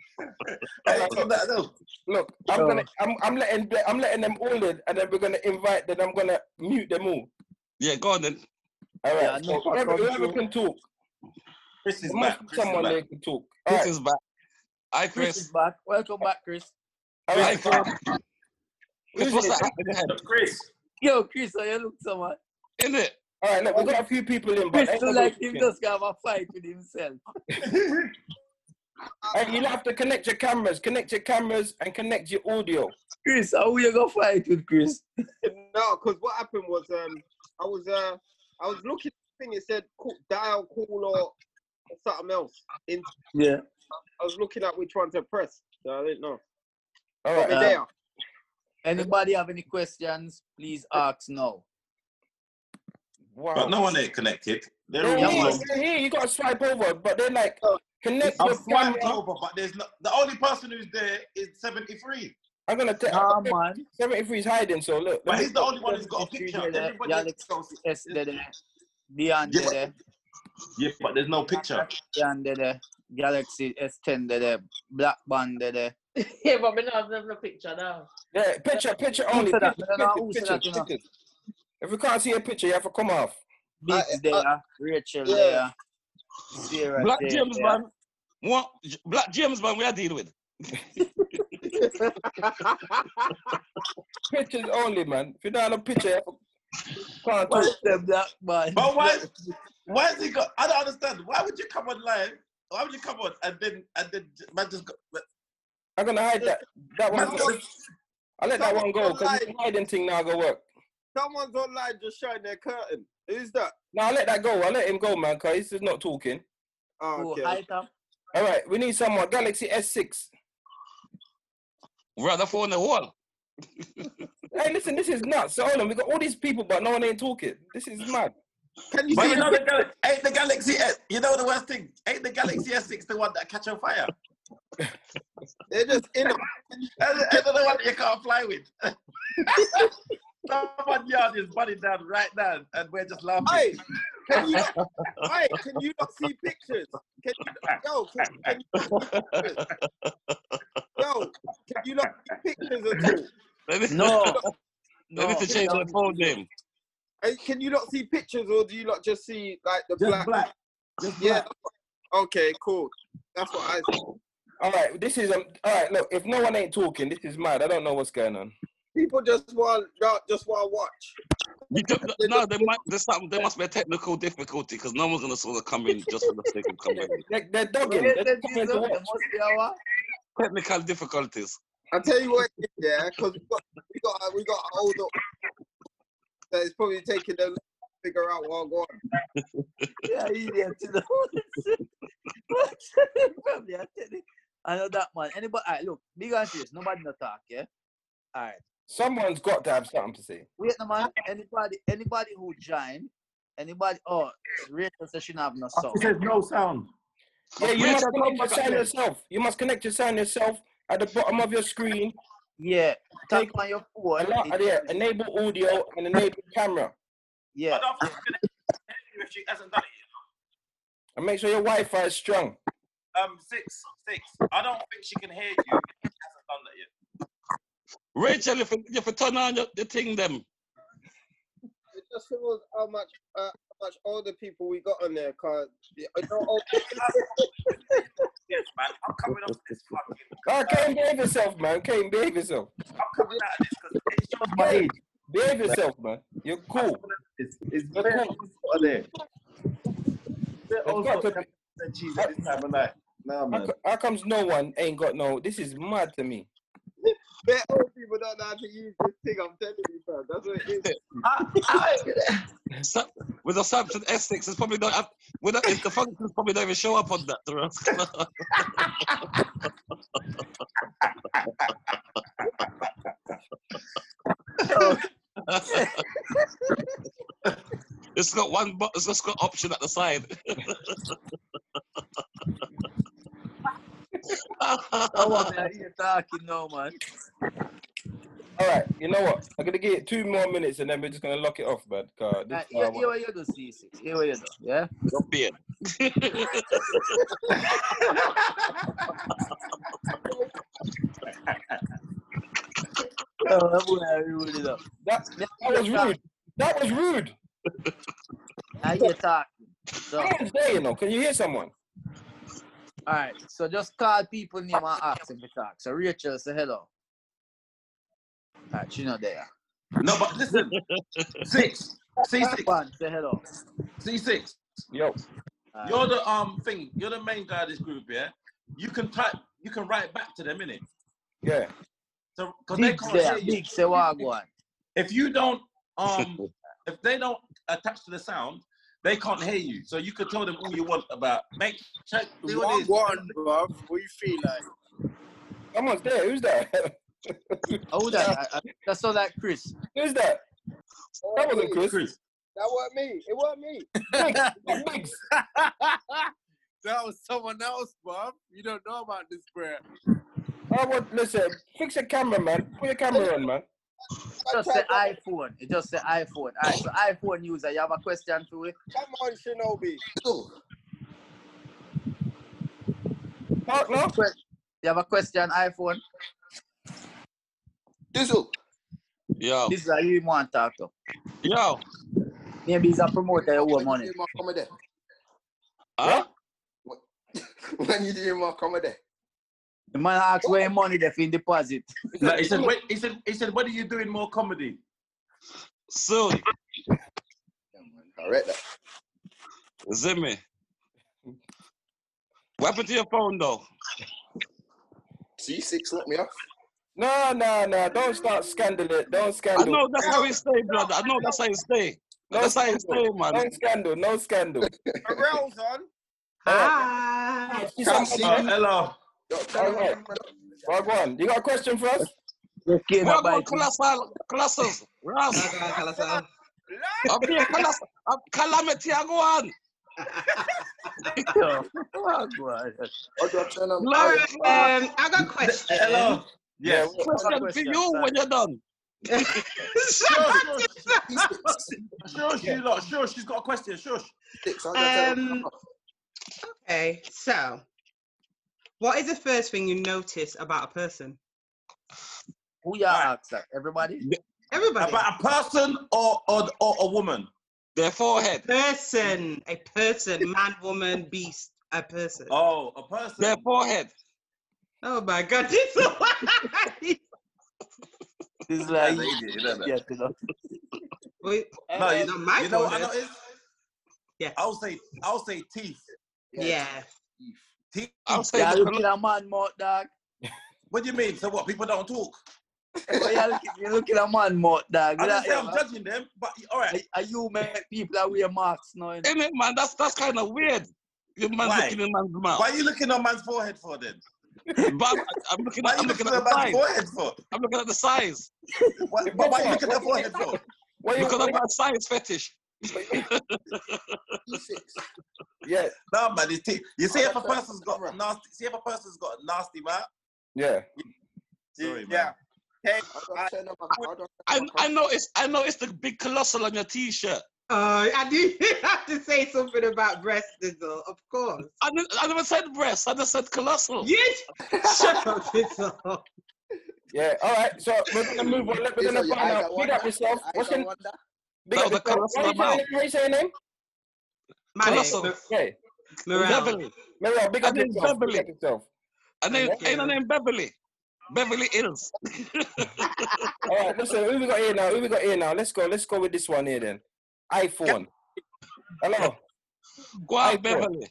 C: I ain't seen nothing else.
D: Look, I'm
E: Yo.
D: gonna,
F: Oh.
D: I'm, I'm letting, the- I'm letting them all in, and then we're gonna invite. Then I'm gonna mute them all.
F: Yeah, go on then.
D: All right.
E: Yeah,
D: so
E: no,
D: whoever,
E: control.
D: whoever can talk,
C: Chris is
D: there
C: back.
D: must be
C: Chris is
D: someone
C: back.
D: there can talk. All
F: Chris
D: right.
F: is back. Hi,
E: Chris
F: Chris.
E: is back. Welcome back, Chris.
D: All
F: Hi,
D: right.
F: Chris. Chris,
E: Who's
F: what's
E: it?
F: that hat in your head?
C: Chris.
E: Yo, Chris, how you look so much?
F: In it?
D: All right. Look, we got a few people in, but
E: Chris
D: ain't
E: look
D: nobody
E: like him
D: talking.
E: just have a fight with himself.
D: Hey, you'll have to connect your cameras, connect your cameras, and connect your audio.
E: Chris, how you gonna fight with Chris?
B: No, because what happened was um, I was uh, I was looking at the thing. It said call, dial, call, or something else. In,
E: Yeah.
B: I was looking at which one to press. So I didn't know.
D: All
B: Got
D: right.
B: me
C: Um,
E: Uh,
B: there.
E: Anybody have any questions? Please ask now.
D: Wow.
C: But no one ain't connected. They're
D: They're
C: all
E: Yeah,
D: here,
E: man.
C: alone.
D: they're here, you gotta swipe over, but they're like, connect
C: I'm
D: your
C: swiped
D: camera.
C: over, but there's no, the only person who's there is 73.
D: I'm gonna
E: Nah,
D: tell
E: man.
D: 73 is hiding, so look.
C: But he's the only one who's got a
E: 73
C: picture.
E: there,
C: Everybody
E: Yannick
C: else.
E: S there, there. Beyond
C: Yeah,
E: there, there.
C: Yeah, but there's no picture.
E: Beyond there, there. Galaxy S10 there, there. Black Band there, there.
H: Yeah, but we don't have no picture now.
D: Yeah, picture, picture
E: Who
D: only.
E: said
D: Picture,
E: that? No, no,
D: picture,
E: who said
D: picture,
E: that, you know?
D: picture. If you can't see a picture, you have to come off.
E: Biggs
B: uh,
E: there. Rachel
B: yeah.
E: there. Sarah
F: Black
E: there.
F: James, man. What? J- Black James, man, we are dealing with.
D: Pictures only, man. If you don't have a picture, you have to, can't
E: What's
D: talk.
E: the black man?
C: But why? is- Why is he got? I don't understand. Why would you come on live? Why would you come on and then and then j- man just go,
D: I'm gonna hide that. That one.
C: man
D: go.
C: go,
D: I let that one go because
B: Someone's
D: the hiding thing now go work.
B: Someone's online just showing their curtain. Who's that?
D: No, I let that go. I let him go, man, because he's just not talking.
B: Oh,
E: Who
B: okay.
E: height up?
D: All right, we need someone. Galaxy S6.
F: We're on the phone, the wall.
D: Hey, listen, this is nuts. So hold on, we got all these people, but no one ain't talking. This is mad.
B: Can you
C: But
B: see?
C: you
B: the
C: know the Gal- ain't the Galaxy S. You know the worst thing. Ain't the Galaxy S6 the one that catch on fire?
B: They're just in. A,
C: Ain't ain't the one that you can't fly with? Someone yard is burning down right now, and we're just laughing.
B: hey, can you? Not, hey, can you not see pictures? Can you, yo, can, can you, yo, can you not see pictures at all?
F: They need-
E: No.
F: they need to change their phone name.
B: Hey, can you not see pictures, or do you not just see like the
C: just
B: black?
C: black. Just
B: Yeah.
C: black.
B: Okay. Cool. That's what I.
D: All right, this is um, all right. Look, if no one ain't talking, this is mad. I don't know what's going on.
B: People just want. Just want to watch.
F: You don't- no, there might there's something. There must be a technical difficulty because no one's gonna sort of come in just for the sake of coming in.
D: They're, they're dogging.
E: Where
D: They're
E: did
D: coming
E: this
D: to
E: up? There
D: watch.
E: must be a what?
F: Technical difficulties.
B: I tell you what, yeah, because we got we got we got an older that is probably taking the to figure out what I'm going.
E: Yeah, idiot. You know? Probably, I tell you. I know that man. Anybody? All right, look, big and serious. Nobody no talk, yeah. All right.
D: Someone's got to have something to say.
E: Wait, no man. Anybody? Anybody who join? Anybody? Oh, Rachel says she not have no
C: He
E: sound.
C: says no sound.
D: Yeah, you must
F: Richard,
D: connect your
C: back
D: sound
C: there.
D: yourself. You must connect your sound yourself at the bottom of your screen.
E: Yeah. Tap
D: Take
E: on your
D: a
E: phone.
D: lot
E: it-
D: of there. Enable audio and enable camera,
E: yeah.
C: I don't think it's gonna happen if she hasn't done it.
D: and make sure your Wi-Fi is strong.
C: Um, six, six. I don't think she can hear you. If she hasn't done that yet.
F: Rachel, if you, if you turn on your, the thing, them.
B: It just shows how much uh, how much older people we got on there, cause you know, old,
C: Yes, man. I'm coming off this fucking.
D: Oh, Kane, behave yourself, man. Kane, behave yourself.
C: I'm coming out of this because it shows my
D: Hey,
C: age.
D: behave yourself, man. You're cool.
C: It's, it's
D: You're
C: very
D: cool.
C: hot there. Very
D: There's
C: old
D: got
C: sort
D: to be-
C: of cheese at this time of night. No,
D: How,
C: man.
D: co- how comes no one ain't got no? This is mad to me.
B: bare old people don't know how to use this thing. I'm telling you, fam. That's what it is.
F: Sa- With a Samsung S6, it's probably not. up- With a, if the functions probably don't even show up on that. to us. it's got one button. It's just got option at the side.
E: I want me to hear talking now, man.
D: All All right, you know what? I'm gonna give it two more minutes and then we're just gonna lock it off, man. God, this,
E: Right, here,
D: uh,
E: here what you do, C6. Here what you do, yeah?
F: Don't be it.
E: Oh, that boy, I rude it up.
D: that,
E: Me-
D: that was rude. That was rude.
E: I hear talking. So, all
D: Someone's there, you know. Can you hear someone?
E: right. So just call people name and ask them to talk. So Rachel, say hello. All right, she not there.
C: No, but listen. six. C6.
E: One, say hello.
C: C6.
D: Yo,
E: All right.
C: You're the um thing. You're the main guy of this group, yeah? You can type, you can write back to them, innit?
D: yeah.
C: So, because they
E: Big
C: can't
E: there.
C: hear you.
E: Big, say what one.
C: If you don't, um, if they don't attach to the sound, they can't hear you. So you can tell them all you want about. Make check do
I: One,
C: this.
I: one, bruv. What you feel like?
D: Someone's there. Who's that?
E: Oh, that. I, I, that's all that Chris.
D: Who's that? That wasn't Chris.
C: Chris.
I: That wasn't me. It wasn't me.
D: Thanks.
I: That was someone else, bruv. You don't know about this, bruh.
D: I would Oh, listen. Fix the camera, man. Put your camera on, man.
E: Just say iPhone. It just say iPhone. All right. So iPhone user, you have a question for me?
I: Come on, Shinobi.
D: Talk now.
E: You have a question, iPhone?
G: Dizzle.
F: Yo,
E: This is how you want to talk to.
F: yo,
E: Maybe he's a promoter you owe
G: When you
E: money.
G: doing my comedy?
F: huh?
G: When you doing my comedy?
E: The man asks where your money they fin deposit.
C: No, he said, wait, he said, he said, what are you doing more comedy?
F: Soon,
G: I read that.
F: Zimmy. What happened to your phone though?
G: C6 let me off.
D: No, no, no. Don't start scandal it. Don't
F: I
D: scandal.
F: know that's how it stay, brother. I know that's how it stay.
D: No
F: That's how it stay,
D: scandal.
F: man.
D: No scandal. No scandal.
B: Pharrell's on.
D: Hi.
G: Can't see
C: Oh,
G: you.
C: hello.
G: Yo, turn
D: Alright.
G: around, man.
D: Wagwan, you got a question for us?
E: Okay, now
F: Welcome,
E: buy things.
F: colossal, colossus, Ras.
J: Um,
F: Up here, colossal, up calamity, I go on.
E: Oh, God.
G: Oh, do I turn on?
F: Glory,
G: Oh, yeah.
J: Um, I got a question.
C: Hello. Yes.
D: Yeah,
E: What
F: question for
E: question,
F: you
E: sir?
F: when you're done.
J: Shut
C: Sure, sure, sure, you lot. Sure, she's got a question. Sure.
G: C6, I gotta turn
J: Um, okay, so what is the first thing you notice about a person?
E: Who y'all
C: Alright.
E: ask, sir? Everybody?
J: Everybody.
C: About a person or, or, or a woman?
F: Their forehead,
J: person, a person, man, woman, beast, a person. Oh,
C: Oh, a person.
F: their forehead.
J: my God, this is
E: This is like,
C: That's an idiot, isn't it?
E: yeah, you know.
J: Wait,
C: No, you,
J: not my
C: you know what I
J: forehead.
C: noticed?
J: Yeah.
C: I'll say, I'll say teeth.
J: yeah.
C: Teeth.
F: I'm saying,
E: Yeah,
F: the
E: look
F: colo-
E: at a man mouth, dog.
C: What do you mean? So what? People don't talk.
E: Yeah, look, you look at a man mouth, dog.
C: I
E: You
C: don't say
E: know,
C: I'm judging them, but all right.
E: Are, are you mad people that wear masks now? you know?
F: innit, man? That's that's kind of weird. Your man
C: Why?
F: looking in man's mouth.
C: Why are you looking on man's forehead for then?
F: But I'm looking
C: Why
F: at,
C: are
F: I'm
C: you looking
F: looking at
C: at
F: the
C: man's
F: size.
C: forehead for?
F: I'm looking at the size
C: Why, but why are you looking at forehead for?
D: what you,
F: because I got a size fetish.
G: C6.
D: yeah,
C: No man, it's teeth. You see if Oh, a person's got a nasty. See if a person's got a nasty mouth.
D: yeah.
C: Sorry, man.
B: yeah.
G: How do I turn on my- how do I
F: I
G: turn on my
F: I
G: com-
F: noticed I noticed the big colossal on your t-shirt.
J: Oh, I do have to say something about breast dizzle, of course.
F: I, didn't, I never said breast. I just said colossal.
J: You shut up, dizzle.
D: Yeah, all right. So we're gonna move on. We're gonna
G: Dizzle, your
D: find
G: eyes
D: out.
G: are
D: Big
G: wonder.
D: up yourself.
G: Your eyes
D: What's
G: are
D: your
G: wonder.
D: big up
F: No, the
D: yourself? What
F: colossal
D: are you saying?
F: mouth.
D: What are you saying? Name?
J: My
F: Colossal.
J: name,
D: Yeah,
J: Morel.
F: Beverly.
D: Mirror, big
F: Her
D: up
F: name's
D: yourself. Big
F: Beverly.
D: up yourself.
F: Her name
J: Thank
F: ain't her
J: you.
F: name Beverly. Beverly Hills.
D: All right, listen. Who we got here now? Who we got here now? Let's go. Let's go with this one here then. iPhone. Hello.
F: Go on,
D: iPhone.
F: Beverly.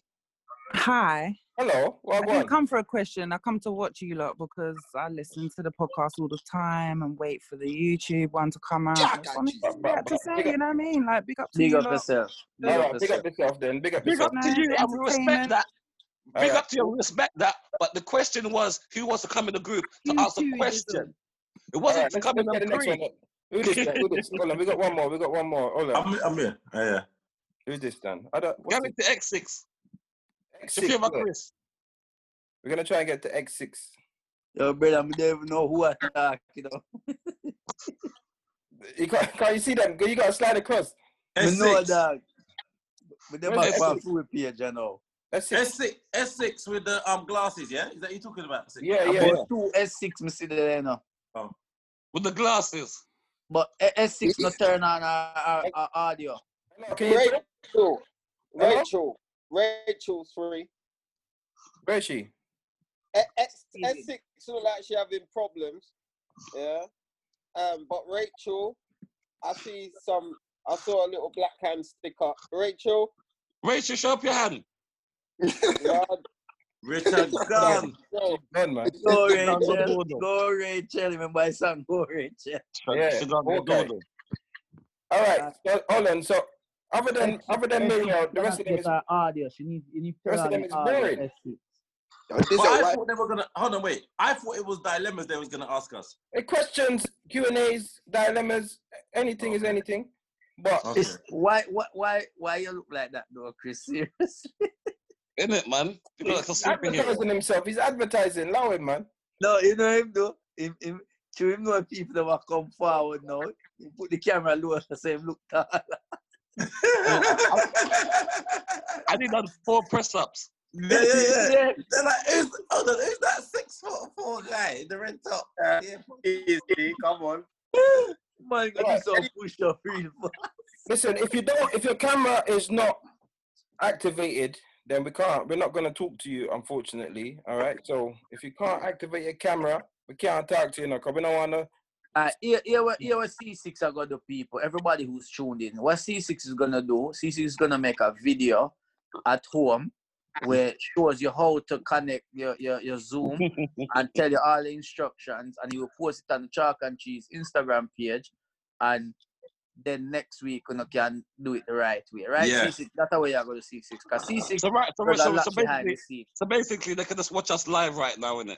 K: Hi.
D: Hello.
K: I
D: What
K: didn't
D: one?
K: come for a question. I come to watch you lot because I listen to the podcast all the time and wait for the YouTube one to come out. I
G: Jack
K: just
G: and
K: wanted
G: cheese.
K: to, yeah, to say,
D: Big
K: you
D: up,
K: know what I mean? Like, big up to
E: Big
K: you
E: up
K: lot.
E: yourself. Big
D: all
E: up
D: right, big
E: yourself.
D: up yourself then. Big up
F: Big
D: yourself.
F: up to
K: Nice
F: you and we respect
K: entertainment.
F: that.
D: All
F: Big
D: right.
F: up to you, we respect that. But the question was who wants to come in the group to
K: You
F: ask a
K: too,
F: question?
K: Dizzle.
F: It
D: All
F: wasn't
D: right.
F: to
D: Let's
F: come
D: let's
F: in
D: get the
F: and
D: next
F: pre.
D: one. Then. Who this? Then? Who this? Hold on. We got one more. We got one more. Hold on.
C: I'm, I'm here. Yeah, yeah.
D: Who's this then? I don't. What's
F: Galaxy X6.
D: it? X6.
F: Shafira
D: yeah.
F: Chris.
D: We're gonna try and get to X6.
E: Yo, brother, I don't even know who I talk, you know.
D: You can't, can't you see them? You got to slide across.
E: We know, dog. But they
C: Where's
E: might buy
C: Essex?
E: food page, you know.
C: S6, S6 with the um glasses, yeah? Is that you talking about? S6?
E: I bought two S6, me see there, you know.
F: With the glasses.
E: But eh, S6 no turn on our, our, our audio.
D: Can
E: you
B: Rachel, Rachel, Rachel's free.
D: Where is she?
B: E, Essex will actually having problems. Yeah. Um, but Rachel, I see some. I saw a little black hand stick up. Rachel.
F: Rachel, show up your hand.
C: Richard
E: Gone.
D: Gone, man.
E: Go Rachel, go Rachel. Remember I sang Go Rachel.
D: Yeah, okay. All right. So, hold on. So, other than other than Muriel, the rest of them is
E: our audio. She needs, you need
D: the rest of them is boring.
C: But I thought they were gonna hold on, wait. I thought it was dilemmas they was gonna ask us.
D: Eh, questions, Q and A's, dilemmas, anything is anything. But
E: It's- why, why, why, why you look like that, though, Chris? Seriously.
F: In it, man. You know, like a
D: he's
F: superhero.
D: advertising himself. He's advertising. Allow him, man.
E: No, you know him though. Him, him, to him know people that will come forward now. He put the camera lower and say him look tall.
F: I did done four press ups.
C: Yeah, yeah, yeah. They're like, who's, hold on, who's that six foot four guy in the red top? Yeah.
E: Easy, come on. Man,
D: Right.
E: got so push up real fast.
D: Listen, if you don't, if your camera is not activated, then we can't. We're not going to talk to you, unfortunately. All right. So if you can't activate your camera, we can't talk to you now because we don't want to.
E: Uh, here, here, what, here what C6 are going to do, people, everybody who's tuned in, what C6 is going to do, C6 is going to make a video at home where it shows you how to connect your, your, your Zoom and tell you all the instructions and you will post it on the Chalk and Cheese Instagram page and then next week you know, can do it the right way, right?
F: Yeah.
E: C6, that's how you're going to C6. Because C6
F: So, right, so,
E: does a
F: so,
E: lot
F: so,
E: behind
F: basically,
E: the scenes.
F: so basically, they can just watch us live right now, innit?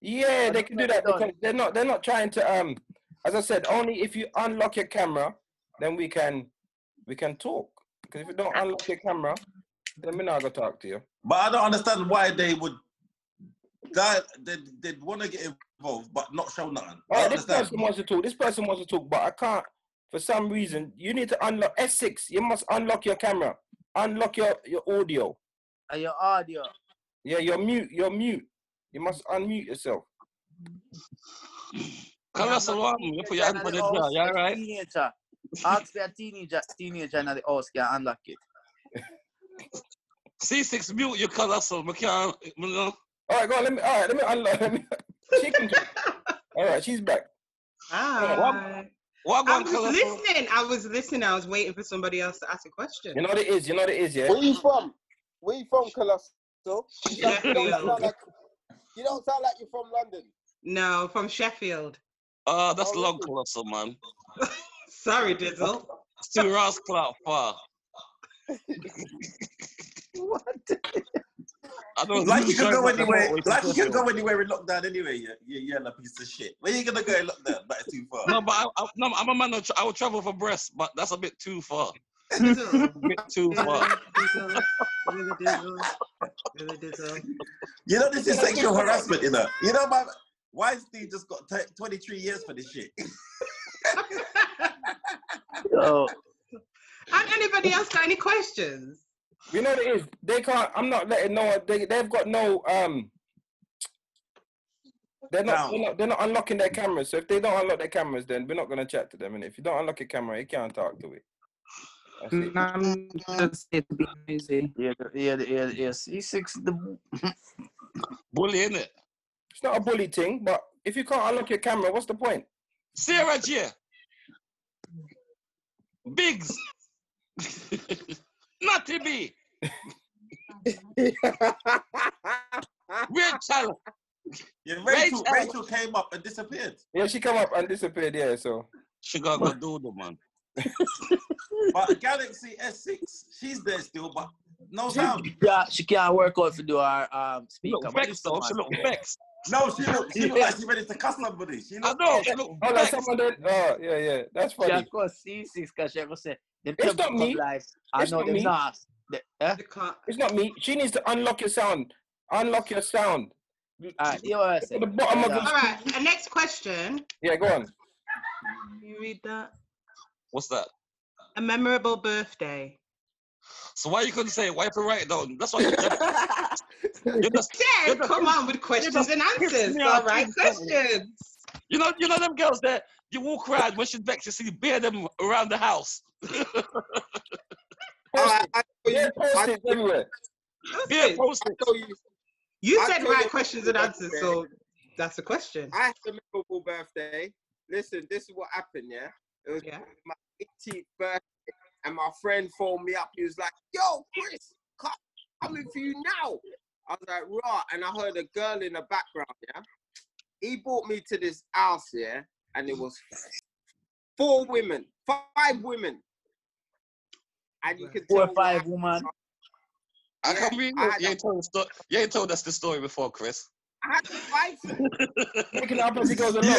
D: Yeah, they can do that because they're not. They're not trying to. Um, as I said, only if you unlock your camera, then we can, we can talk. Because if you don't unlock your camera, then we're not gonna talk to you.
C: But I don't understand why they would that they they'd wanna get involved but not show nothing. I
D: Alright,
C: don't
D: this
C: understand.
D: person wants to talk. This person wants to talk, but I can't. For some reason, you need to unlock S6. You must unlock your camera, unlock your your audio.
E: And your audio.
D: Yeah, you're mute. You're mute. You must unmute yourself.
F: Colour Salam, you put your hand on the jaw, you alright?
E: Teenager. Ask for a teenager, teenager in the house can unlock it.
F: C6 mute your colossal. We can't, you know.
D: All right, go on. Let me. All right, let me unlock. Let me, she can talk. All right, she's back.
F: Hi.
J: I was listening. I was listening. I was waiting for somebody else to ask a question.
D: You know what it is. You know what it is. Yeah.
B: Where you from? Where you from, Colossal? You don't, you don't sound like, you don't sound like you're from London.
J: No, from Sheffield.
F: Uh, that's long colossal, man.
J: Sorry, Dizzle.
F: It's too Ross Clark far.
E: What?
F: I don't
C: Like you
F: sure
C: can go
F: if that's
C: anywhere,
F: what we
C: like you can
F: talking
C: go anywhere in lockdown anyway. Yeah, yeah, yeah, a piece of shit. Where you gonna go in lockdown? That is too far.
F: No, but I, I, no, I'm a man. Of, I would travel for breasts, but that's a bit too far.
J: Dizzle.
F: A bit too far.
J: Dizzle. Dizzle. Dizzle. Dizzle. Dizzle. Dizzle.
C: You know, this is sexual harassment, you know. You know, my Weinstein just got t- 23 years for this shit.
E: Yo,
J: And anybody else got any questions?
D: You know what it is. They can't. I'm not letting no. They they've got no. Um. They're not, they're not. They're not unlocking their cameras. So if they don't unlock their cameras, then we're not gonna chat to them. And if you don't unlock your camera, you can't talk to it. That's it.
J: I'm just here to be noisy.
E: yeah, yeah, yeah, yeah. C6, the
F: Bully, innit?
D: It's not a bully thing, but if you can't unlock your camera, what's the point?
F: Sarah J. Biggs. Not to be. Rachel.
C: Yeah, Rachel,
F: Rachel.
C: Rachel came up and disappeared.
D: Yeah, she come up and disappeared. Yeah, so
F: She got a doodle, man.
C: But Galaxy S6, she's there still, but no sound.
E: yeah, she can't work out to do her um, speaker.
F: Look
E: but
F: vexed,
E: listen,
F: though.
E: man.
F: She look vexed.
C: No, she looked she looked like she ready to cuss somebody. She
F: I
C: looked
F: know. She look
D: oh, like
F: vexed.
D: someone did. Oh, yeah, yeah, that's
E: She
D: funny.
E: has got C6 because she going say, them
D: It's
E: people
D: not
E: come
D: me.
E: live. I
D: It's
E: know
D: not
E: them
D: me.
E: not. They, eh?
D: It's not me. She needs to unlock your sound. Unlock your sound.
E: All right, you know what I say.
D: At the bottom of
E: Yeah.
J: All right. The next question.
D: Yeah, go on.
J: read that?
F: What's that?
J: A memorable birthday.
F: So why you couldn't say it? Why you couldn't write it down? That's why you you're just,
J: Dave, come on with questions and answers. All right, questions.
F: You know, you know them girls that you walk around when she's back, you see bare them around the house.
B: Uh,
D: Uh, Yeah, post-its everywhere.
F: Yeah, post-its.
J: You
B: I
J: said
B: tell
J: right
B: you-
J: questions and answers, so that's a question.
B: I had a memorable birthday. Listen, this is what happened, yeah? It was my 18th birthday, and my friend phoned me up. He was like, yo, Chris, come, coming for you now. I was like, raw. And I heard a girl in the background, yeah? He brought me to this house, yeah? And it was four women, five women. And you could
E: Four
B: tell
E: or five woman.
F: I can't believe
B: I had
F: you ain't told the sto- you ain't told us the story before, Chris.
B: I had to fight
E: Making up as he goes along.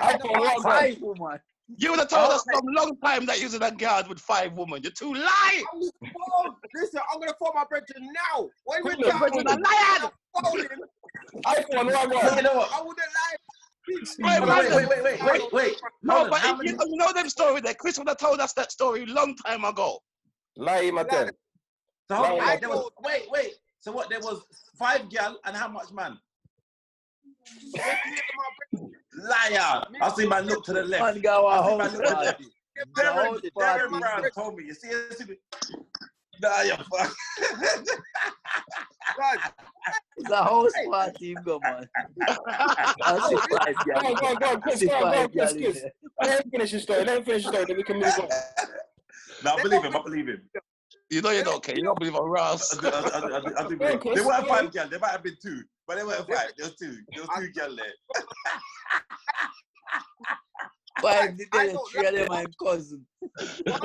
B: I
F: for what,
E: five
F: man?
E: woman.
F: You would have told us some long time that you was in a guard with five women. You're too lying.
B: I was born. Listen, I'm gonna phone my brethren now. When we
F: Call your brethren a liar.
B: phone him.
D: iPhone, what, what?
B: I
D: You know what?
B: wouldn't lie.
F: Wait,
D: Wait, wait, wait, wait, wait, wait.
F: No,
D: Hold on,
F: but
D: how
F: you, you know, you know them story that Chris would have told us that story long time ago.
D: Lie, my ten.
C: So hold on,
D: Wrong
C: wait, there
D: one.
C: was, wait, wait. So what? There was five gal and how much man? Liar! I see man look to the left.
E: Man, go
C: I see
E: out,
C: man look to the
E: man.
C: left.
E: Go
C: Darren,
E: out,
C: Darren
E: man.
C: Brown told me. You see, you see me? Nah, you fuck.
E: It's a house party, you go, man. I see five
D: Go
E: gal
D: on,
E: in
D: go on,
E: there.
D: go on,
E: I
D: Chris,
E: see
D: go on, go on,
E: five
D: Chris,
E: gal in
D: Chris.
E: there.
D: Let him finish his story, let him finish his story, then we can move on.
C: No, I believe him. I believe him.
F: You know you don't care. You don't believe on Ross.
C: I, I, I, I, I do
D: Go on,
C: believe.
D: Chris.
C: There weren't
D: go on.
C: five gal. There might have been two, but there weren't five. There was two. There was two gal there.
E: Five,
B: I
E: there's
B: don't
E: three of them,
B: lie.
E: my cousin.
B: Yeah,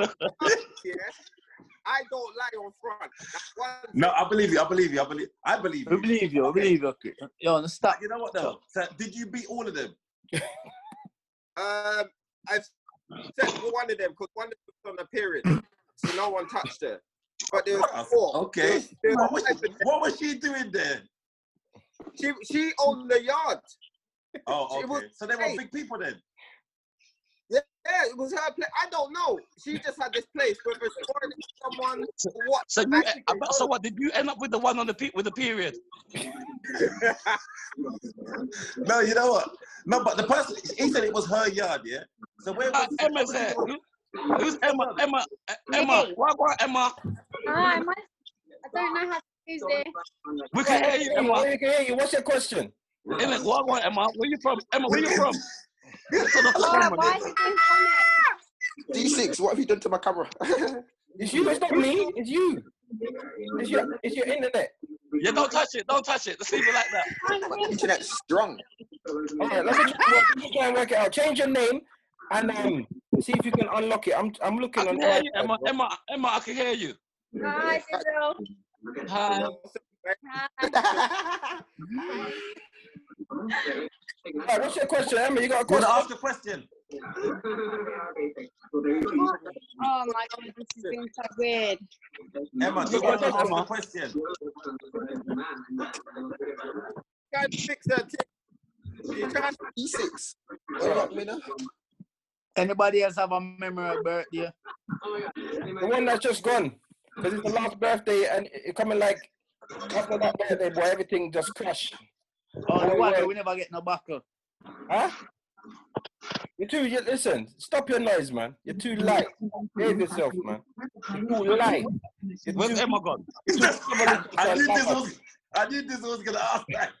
B: I don't lie on front. That's one
C: No, I believe you. I believe you. I believe. I believe
E: We
C: you.
E: believe you, we believe you. Chris. Yo, no, stop.
C: You know what though? So, did you beat all of them?
B: Um, I've said for one of them because one of them was on a period, so no one touched her. But there
C: I
B: was
C: was-
B: four. There
C: Okay.
B: was, there
C: What
B: was
C: was,
B: five
C: she,
B: of
C: what was she doing there?
B: them. She she owned the yard.
C: Oh,
B: She was
C: okay. So they were
B: hey,
C: big people then.
B: yeah, yeah, it was her place. I don't know. She just had this place, whether she wanted it for someone
F: So,
B: or what.
F: so
B: I
F: you,
B: think
F: I
B: it
F: bet, so what did you end up with the one on the pe- with the period?
C: No, you know what? No, but the person he said it was her yard, yeah. So where
F: Uh,
C: was so where
F: Emma's
C: was she
F: there.
C: going?
F: Who- Who's Emma? Emma? uh, Emma? Why, why Emma?
H: Hi, my, Ah, I don't know how to use this.
F: We
D: Go on,
F: can hear you,
D: Emma,
F: Emma.
D: we can hear you. What's your question?
F: Innit? Why, why Emma? Where you from? Emma, where you from? You turn off the
H: Laura,
F: camera.
H: why is it doing funny?
G: D6, what have you done to my camera?
D: It's you, it's not me, it's you. It's your, it's your internet.
F: Yeah, don't touch it. Don't touch it. Let's leave it like that.
G: my internet's strong.
D: All right, let me try, and work, let me try and work it out. Change your name and um, see if you can unlock it. I'm, I'm
F: I
D: looking on
F: can hear you,
D: iPad,
F: Emma.
D: bro.
F: Emma, Emma, I can hear you.
H: Hi, Dizzle.
F: Hi.
H: Hi.
D: All right, what's your question, Emma? You got a
C: You wanna
D: question?
C: ask a question?
H: Oh my god, this has been so weird.
C: Emma, do you
D: You got a
C: wanna ask a
D: question?
C: question?
B: tried to fix her thing. She tried to
G: D6. What you got, Mina?
E: Anybody else have a memorable birthday?
D: The one that's just gone. Because it's the last birthday and it it coming like after that birthday, boy, everything just crashed.
E: Oh, the
D: Whole
E: one that
D: world.
E: we never get no buckle.
D: Huh? You're too, you, listen, stop your noise, man. You're too light. Behave yourself, man. You're too light. You're
F: Where's
D: too,
F: Emma gone?
D: you're too stubborn to
C: I knew this
D: transfer.
C: was I knew this was gonna ask that.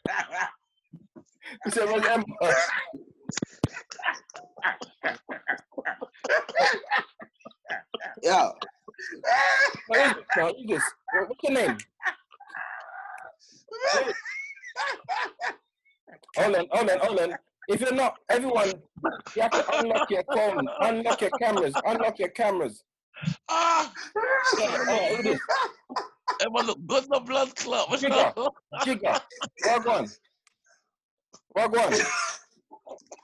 D: You said, where's Emma?
G: Yeah.
D: What is it, man? Who's this? What- What's your name? Hold on, hold on, hold on. If you're not, everyone, you have to unlock your phone, unlock your cameras, unlock your cameras.
F: Ah,
D: All right, all right, who this?
F: Emma, look, good the blood club.
D: Jigger, Jigger, log on, log on.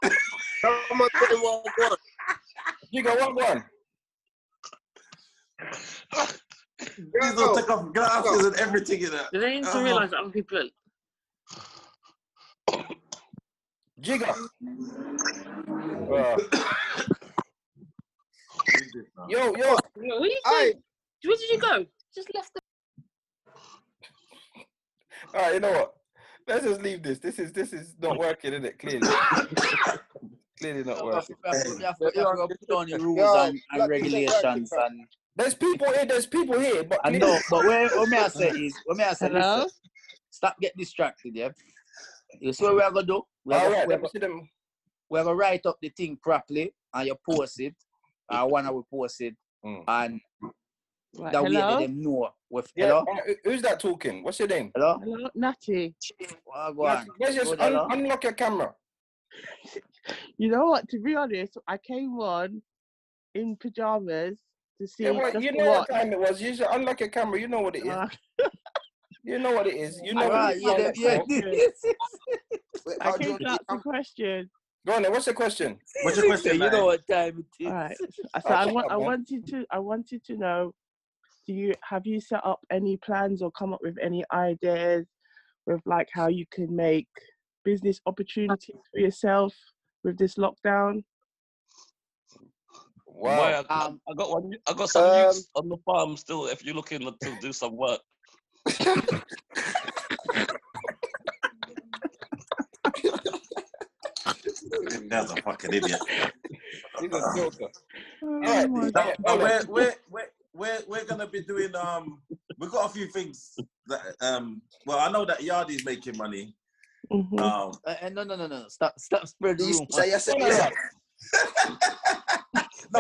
B: Someone
F: Ah!
B: said one one.
D: Jigger, log on.
C: These all took off glasses
B: Yo.
C: and everything in that.
L: Do they need to realise that other people
D: Jigger. Uh, Yo, yo.
H: Where you going? Where did you go? Just left the.
D: All right, you know what? Let's just leave this. This is this is not working, is it? Clearly, clearly not working.
E: regulations and
D: There's people here. There's people here, but
E: I know, but where what may I say is what may I say
D: Hello?
E: listen, stop get distracted, yeah. You see what we're gonna do? We're
D: All
E: gonna,
D: right,
E: we're,
D: let me see them.
E: we're gonna write up the thing properly and you post it. I wanna we post it
D: Mm.
E: and
M: Right,
E: that
M: hello?
E: way they them know with
D: Yeah,
E: hello.
D: uh, who- who's that talking? What's your name?
E: Hello?
M: Hello, Natty.
E: Go on.
D: Let's just
E: Hold on,
D: un-
E: huh?
D: unlock your camera.
M: You know what? To be honest, I came on in pajamas to see.
D: Yeah, well,
M: just
D: you know
M: what.
D: what time it was. You should unlock your camera. You know what it is. You know what it is. You know what
M: Alright,
D: it is.
M: yeah,
D: Now,
M: yeah,
D: let's
M: yeah.
D: go.
M: I came to ask a question.
D: Go on then. What's the question?
M: What's your question, You know man?
E: what time it
M: is. Alright. So
D: Oh,
M: I,
D: shut
M: want,
D: up,
M: I
D: man.
M: wanted to, I wanted to know, do you have you set up any plans or come up with any ideas with like how you can make business opportunities for yourself with this lockdown?
F: Wow. um, I,
M: Um,
F: I got one. I got some use on the farm still. If you're looking to do some work.
C: That's a fucking idiot.
D: He's a joker.
C: No, but Oh, we're, we're, we're, we're, we're gonna be doing um we've got a few things that um well I know that Yardi's making money. Um
E: Uh, uh, no, no, no, no. Stop, stop spreading rumors.
C: no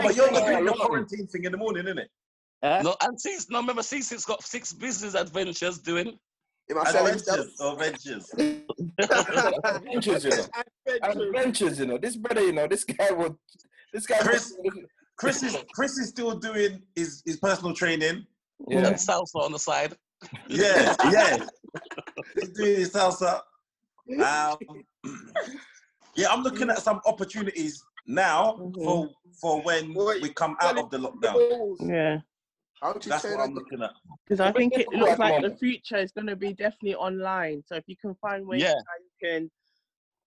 C: but you're just doing
F: Yeah,
C: the
F: yeah.
C: quarantine thing in the morning, isn't it?
E: Eh?
F: No, and C's, no, remember C's got six business adventures doing.
C: Adventures or ventures.
D: Adventures, you know. Adventures, you know. This brother, you know, this guy would. This guy.
C: Chris Chris is Chris is still doing his, his personal training.
F: Yeah. And salsa on the side.
C: Yeah, yeah. He's doing his salsa. Um, yeah, I'm looking at some opportunities now for for when we come out of the lockdown.
M: Yeah.
C: That's what I'm looking at.
M: Because I think it
C: difficult at
M: looks
C: the
M: like the
C: moment.
M: future is going to be definitely online. So if you can find ways
F: Yeah.
M: how you can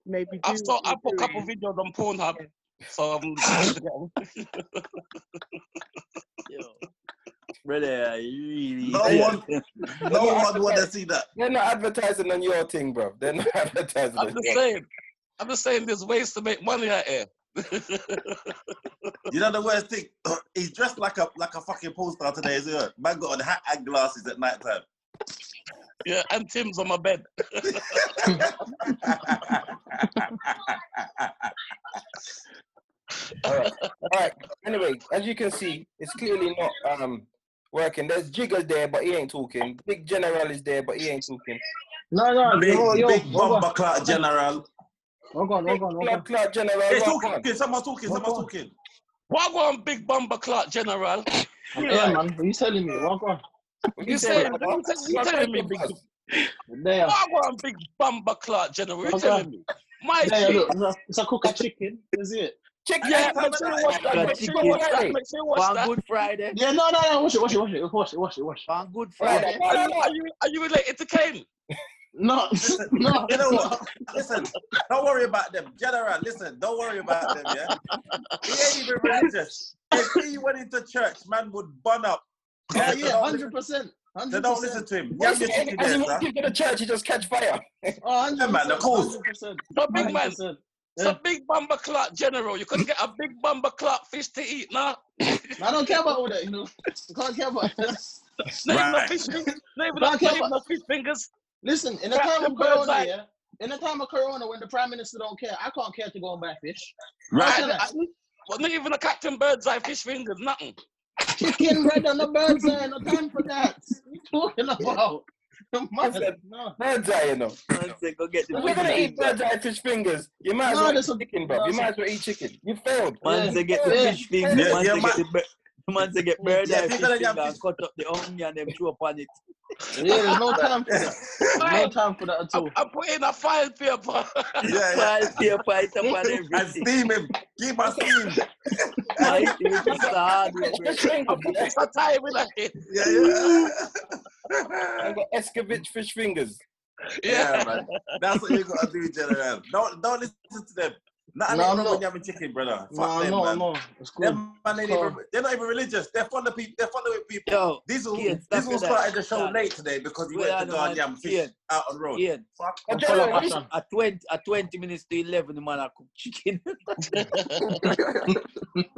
M: maybe do.
F: I've saw,
M: what
F: I put
M: you're
F: a couple
M: doing.
F: videos on Pornhub, so I'm trying to get them.
E: Brother, you really.
C: No one, no one want to see that.
D: They're not advertising on your thing, bro. They're not advertising.
F: I'm just saying. I'm just saying there's ways to make money out here.
C: You know the worst thing? He's dressed like a like a fucking porn star today as well. Man got on hat and glasses at night time.
F: Yeah, and Tim's on my bed.
D: All right. All right. Anyway, as you can see, it's clearly not um working. There's Jiggas there, but he ain't talking. Big General is there, but he ain't talking.
C: No,
D: no,
C: big,
D: yo, yo,
C: big
D: hold on.
C: bomber clout general.
D: Walk on, walk on, walk on. Club General.
C: Hey,
D: walk
C: talking,
D: on.
C: someone's talking, someone's talking.
F: What one big bomber clock, General?
N: Yeah, man. What you telling me? Walk on.
F: What you saying? What you, tell- you telling me, big?
N: There.
F: What one big bomber clock, General? You
N: Walk
F: telling
N: on.
F: me? My
N: There,
F: chick,
N: look. It's a, it's a cook a chicken. Is it?
D: Check your hand. Make sure you watch that. Make sure you watch that. Make sure you watch
N: On
D: that.
N: Good Friday. Yeah, no, no, no. Watch it, watch it, watch it, watch it, watch it, watch it. On Good
D: Friday.
F: Are you, are you are you related to Kane?
N: No, no.
C: You know what? Listen, don't worry about them. General, listen, don't worry about them, yeah? He ain't even religious. If he went into church, man would burn up.
N: Oh yeah, hundred percent.
C: They don't listen to him.
D: Once
C: Yam your
D: he-
C: chicken
D: as he
C: there,
D: walks
C: sir.
D: into the church, he just catch fire.
N: Oh,
C: Yeah, man, of course.
F: No big man. It's a big bomber clock, General. You couldn't get a big bomber clock fish to eat, nah.
N: I don't care about all that, you know. I don't care about
F: Not even a fish fin- not even a-
N: Don't care
F: not even
N: about-
F: a fish fingers.
N: Listen, in the
F: Crap,
N: time
F: the
N: of
F: bird's
N: corona,
F: eye.
N: yeah. In the time of corona, when the prime minister don't care, I can't care to go and buy fish.
F: Right.
N: How can I?
F: Well, not even a Captain Bird's eye fish fingers, nothing.
N: Chicken bread and the birds eye, no time for that. What you talking about? Man, no.
D: Bird's eye, you know.
E: Go get the
D: We're gonna
E: big
D: eat bird's eye fish fingers. You might as
N: No,
D: well
N: that's
D: eat chicken, bro. You
N: that's a-
D: might as well eat chicken. You failed.
E: Man, they get the
D: Yeah.
E: fish finger.
D: Yeah,
E: man,
D: yeah,
E: they
D: man.
E: get the bird. Man, they get bird
D: Yeah,
E: eye
D: people
E: fish
D: that
E: finger
D: have
E: and cut up the onion and them chew upon it.
N: Yeah, there's no time for that. There's no time for that at all.
F: I put in a file paper.
C: Yeah,
E: File paper, it upon
C: And
E: everything.
C: steam him. Keep on steam.
E: I eat it with the hard way, bro.
F: I put it a time in a Yeah,
C: yeah.
D: I got Escovitch fish fingers.
C: Yeah, man. That's what you gotta do, General. Don't don't listen to them. Nah,
N: No,
C: I no,
N: I'm
C: remember
N: not.
C: when you having chicken, brother.
N: No,
C: Fuck
N: I
C: them,
N: know, I
C: man.
N: know. It's cool.
C: Them, man, they
N: It's
C: ain't even,
N: calm.
C: they're not even religious. They're fond of people. They're fond of people. these all,
E: Ian,
C: these
E: stop
C: all
E: it,
C: started
E: Ian.
C: the show
E: Stop.
C: late today because we
E: Well,
C: went
E: I
C: to
E: don't want-
C: Guardian and fish
E: Ian.
C: out on road.
E: Ian.
C: Fuck.
E: I'm
C: them,
E: follow up
C: man.
E: at, at 20 at 20 minutes to 11 the man I cook chicken.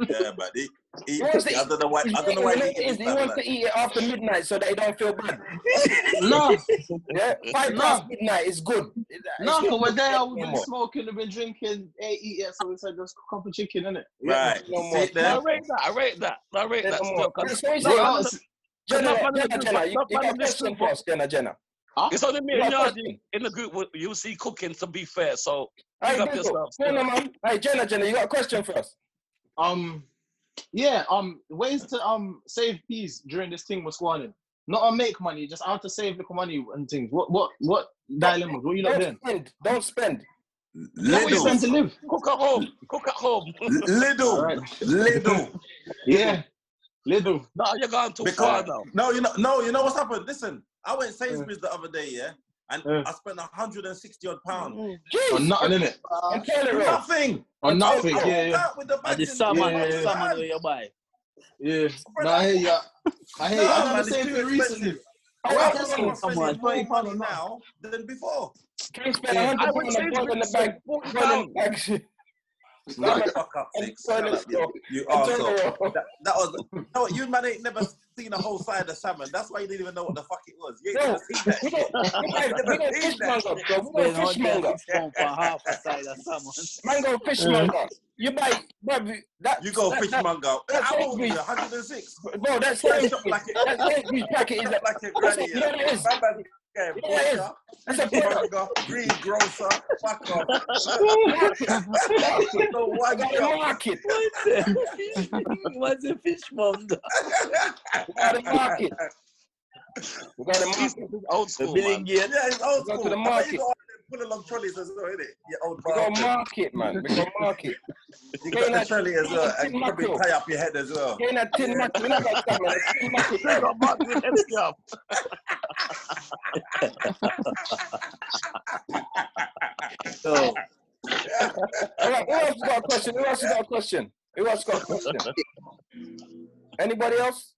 C: Yeah, but they
D: He
C: eat
D: wants
C: chicken.
D: to eat,
C: I don't know why. I don't know why
D: you know
C: they
D: what
C: eat uh,
D: it is?
C: this
D: He
C: time of
D: wants
C: night.
D: to eat it after midnight so that he don't feel bad.
N: No.
D: yeah, five
N: No.
D: past midnight is good. It's
N: No,
D: not
N: because we're there,
D: no
N: we've been
D: more.
N: smoking, we've been drinking, ate, eat, yeah, so we said, let's cook up a chicken, innit?
E: Yeah,
C: Right.
D: No more.
C: See
E: I
C: there.
E: rate that. I rate that. I rate that
D: No
E: still.
D: more.
E: Cause,
D: So you
E: no,
N: No,
E: I
D: say,
N: no,
E: don't know.
N: it's,
F: Cause
D: Jenna,
F: not funny
D: Jenna,
F: the group.
D: Jenna, you,
F: Not
D: you
F: funny
D: got a
F: this
D: question
F: group.
D: for us, Jenna, Jenna.
N: huh?
F: It's only me
D: You got
F: and
D: a
F: Yardi
D: question.
F: in the group. where You see cooking. To be fair, so
D: Hey,
F: big up
D: Google.
F: yourself
D: Jenna,
F: still.
D: man. Hey, Jenna, Jenna, you got a question for us?
N: Um, yeah, um, ways to um save peas during this thing was squanning. Not on make money, just how to save little money and things. What, what, what dilemmas? What you not
D: Don't
N: doing?
D: spend. Don't spend.
N: That's what you spend
C: Lidl.
N: to live.
F: Cook at home. Cook at home.
N: All
C: Lidl.
N: right.
C: Lidl.
N: Yeah, little.
F: no, you're going too far
C: Because
F: now.
C: no, you know, no, you know what's happened. Listen, I went Sainsbury's the other day, yeah, and
N: Uh,
C: I spent 160 odd pound
N: or
D: Jeez.
N: nothing, innit?
D: I'm telling
C: for
D: you.
C: nothing.
G: Oh,
N: Or
D: That's it,
N: nothing. Yeah,
C: I walked
N: yeah,
C: out with the
E: And the
C: bags in
N: yeah,
E: salmon,
N: yeah,
E: the
N: yeah.
E: salmon
C: hand.
E: where you buy.
N: yeah.
G: oh,
C: Brother,
N: No, I hear you. I hear you. I
C: no,
N: remember
C: man, it's
N: saving
C: too
N: it
C: expensive.
N: recently. I
D: Hey,
C: I
N: went
D: how
C: feel like
N: Tesco
D: come
C: I'm
N: and spent
E: Come on.
C: spending
N: 40
C: more
N: pounds
C: money
N: on nothing.
C: now than before.
D: can you spend
N: Yeah.
F: I
D: 100
F: went
D: pounds on boiling the
F: Sainsbury's
D: bag,
F: spent 40
D: boiling
F: pounds.
D: the bag shit,
C: Shut
D: and
C: the fuck up,
D: and
C: six. Oh, Shut
D: boiling
C: up, you,
D: stuff?
C: you
D: I tell
C: arsehole.
D: you what.
C: That, that was no, you man ain't never seen a whole side of salmon. That's why you didn't even know what the fuck it was. You ain't
D: Yo,
C: never seen that
D: we
C: shit.
D: don't, we
C: You ain't
D: don't, we
C: never
D: don't
C: seen that
D: fishmonger,
C: shit.
D: bro.
E: Spend
D: We
E: 106 pounds
D: don't fishmonger.
E: for half a side of salmon.
D: Mango fishmonger. You buy, bro, that,
C: You go
D: that, that,
C: fishmonger.
D: that
C: How old are you?
D: Sainsbury's,
C: 106.
D: bro, that
C: Man, shop
D: Sainsbury's,
C: like it.
D: that Sainsbury's packet is
C: Shop
D: a,
C: like a
D: that's a,
C: granny.
D: you
C: Yeah.
D: know what it is?
C: My man's getting butcher,
D: You know what it is? That's a product.
C: fishmonger, greengrocer. Fuck off.
D: Market, market.
C: no
D: You
C: one
D: got
C: shop.
D: a market.
E: What's a, what's a fishmonger?
D: You got a market. You got a
F: These
D: market.
F: niggas old
E: The
F: school,
E: billing
F: man.
E: gate.
C: Yeah, it's
D: You
C: old
D: go to the
C: school. I bet you
D: market.
C: got all them pull along trolleys as well, innit? You old
D: We got a
C: bastard.
D: market, man. We got a market.
C: You
D: Get
C: got
D: in
C: the
D: a,
C: trolley as
D: get in
C: well,
D: a
C: and
D: tin
C: you probably
D: mackerel.
C: tie up your head as well.
D: Get in a tin
C: Yeah.
D: mackerel. We not got salmon. A tin mackerel,
E: They
D: bro.
E: got back with headcap.
D: So, all right. Who else has got a question? Who else has got a question? Who else got a question? Anybody else?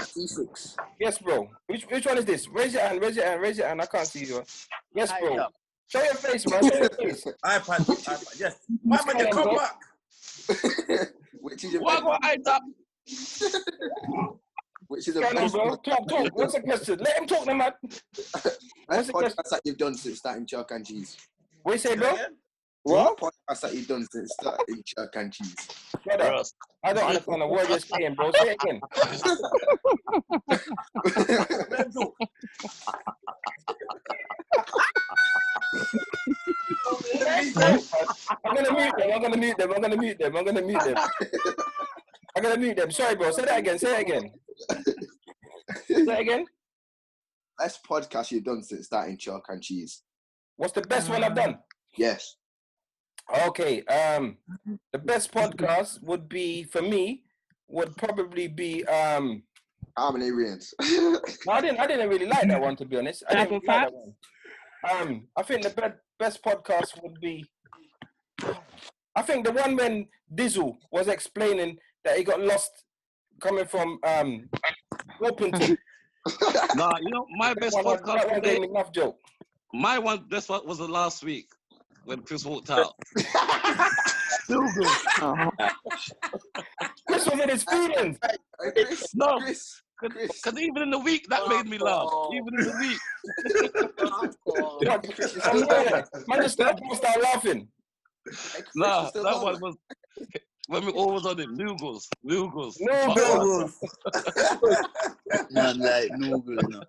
G: C6.
D: Yes, bro. Which which one is this? Raise your hand. Raise your hand. Raise your hand. I can't see you. Yes,
E: High
D: bro.
E: up.
D: Show your face, man. Show your face.
C: iPad, iPad, yes. My
D: What's
C: man,
D: going
C: you
D: on,
C: come
D: bro?
C: back.
G: Which is your
F: Why
G: bed,
F: got I up?
G: which is a
D: What's going on,
G: best
D: bro? Talk, talk. What's the question? Let him talk, now, man. What's
G: best
D: the question?
G: podcast that you've done since starting Chuck and Cheese.
D: What you say,
C: Say that
D: bro?
C: again.
G: What podcast that you've done since starting Chuck and Cheese?
D: Brother,
F: Bros.
D: I don't understand a word you're saying, bro. Say it again.
C: Mental.
D: Thanks, bro. I'm gonna mute them. I'm gonna mute them. I'm gonna mute them. I'm gonna mute them. I'm gonna mute them. Sorry, bro. Say that again. Say that again. Say that again.
G: best podcast you've done since starting Chuck and Cheese.
D: What's the best one I've done?
G: Yes.
D: Okay. Um, the best podcast would be for me would probably be um.
G: How many rings?
D: No, I didn't. I didn't really like that one to be honest. I didn't
M: Double
D: really like that
M: facts.
D: one. Um, I think the be- best podcast would be. I think the one when Dizzle was explaining that he got lost coming from um Wilpington.
F: Nah, you know my
D: That
F: best
D: one,
F: podcast
D: that one
F: today.
D: gave me enough joke.
F: My one best one was the last week when Chris walked out.
E: Still good.
M: Oh.
D: Chris was in his feelings.
G: Chris,
F: No,
G: Chris, Chris.
F: because even in the week that made me laugh. Even in the week.
D: What?
G: Chris is
D: From
G: still
D: where?
G: there, man.
D: Man just start, start laughing.
G: Hey, Chris is
F: Nah,
G: still
F: that
G: there,
F: one
G: man.
F: was when we all was on it. Oh. Noogles, noogles,
D: No
F: fuck
D: girl.
C: Noodles.
F: man.
E: Man, like no good no.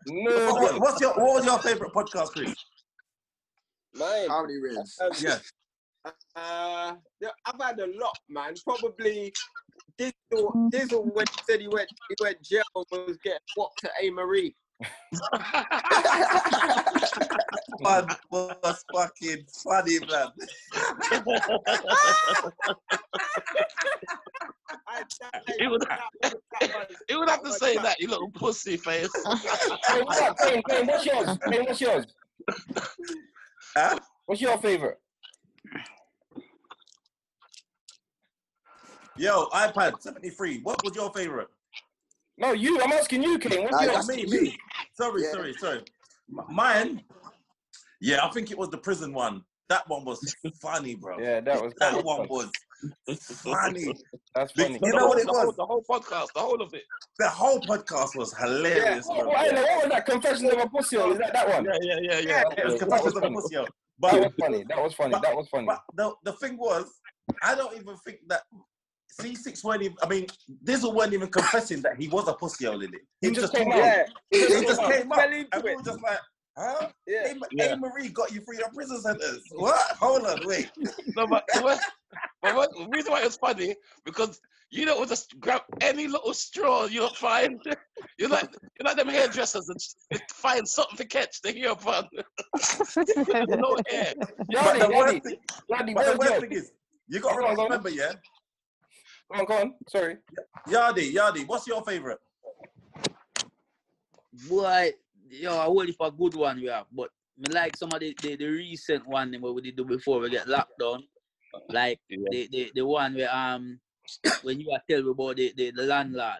C: What,
D: No
C: what,
D: girl.
C: what's your, what was your favorite podcast, Chris?
I: Mine.
G: How many rings?
I: Um,
C: Yes.
I: uh, yeah, I've had a lot, man. Probably Dizzle.
M: Mm.
I: Dizzle when he said he went, he went jail and was getting whopped to A Marie.
C: One was fucking funny, man.
I: I died.
F: You would,
I: That one, that one,
F: you would
I: that
F: have
C: Oh
F: to
I: one
F: say
I: cut.
F: that, you little pussy face.
D: Wait, what's up? Wait, wait, what's yours? Wait, what's yours?
C: Huh?
D: What's your favorite?
C: Yo, iPad 73, what was your favorite?
D: No, you. I'm asking you, King.
F: Ah,
D: What do you
C: oh,
D: ask
C: me,
D: me?
C: me. Sorry, sorry, sorry. M- Mine, yeah, I think it was the prison one. That one was funny, bro.
D: Yeah, that was-
C: that,
D: that
C: one
D: was funny.
C: was funny.
D: That's
C: funny. You
F: The
C: know
F: whole-
C: what it
F: the whole-
C: was?
F: The whole podcast, the whole of it.
C: The whole podcast was hilarious,
D: Yeah.
C: bro.
D: Well, I know, what was that? Confessions of a Pussy Hole? Is that that one?
C: Yeah, yeah, yeah, yeah.
D: That
C: It was
D: was
C: Confessions of a
D: funny.
C: Pussy Hole.
D: That was funny. That was funny. That was funny.
C: But the, the thing was, I don't even think that C6 weren't even, I mean, Dizzle weren't even confessing that he was a pussy hole in it. He
I: just
C: just
I: came
C: came
I: out.
C: out.
I: Yeah.
C: He
I: He
C: just
I: just came
C: came
I: out.
C: out.
I: Fell into
C: And we
I: it.
C: were just like, huh?
I: Yeah.
C: Hey, Ma-
I: Yeah.
C: hey, Marie got you free of prison sentence. What? Hold on, wait.
F: No, but, but, but what, the reason why it's funny because you don't just grab any little straw you will find. You're like you're like them hairdressers that just- they find something to catch the hair upon. no hair.
C: But the
D: Yanni,
C: worst thing,
D: Yanni,
C: but the
D: where's
C: worst
D: yours?
C: thing is, you got
D: Go on,
C: to
D: go on.
C: remember, yeah?
D: Go on, go on. Sorry.
C: Yardi, Yardi, what's your favorite?
E: Boy, yo, I wait for a good one we have, but me like some of the, the, the recent one them what we did do before we get locked down. Like the, the, the one where um when you are tell me about the, the, the landlord.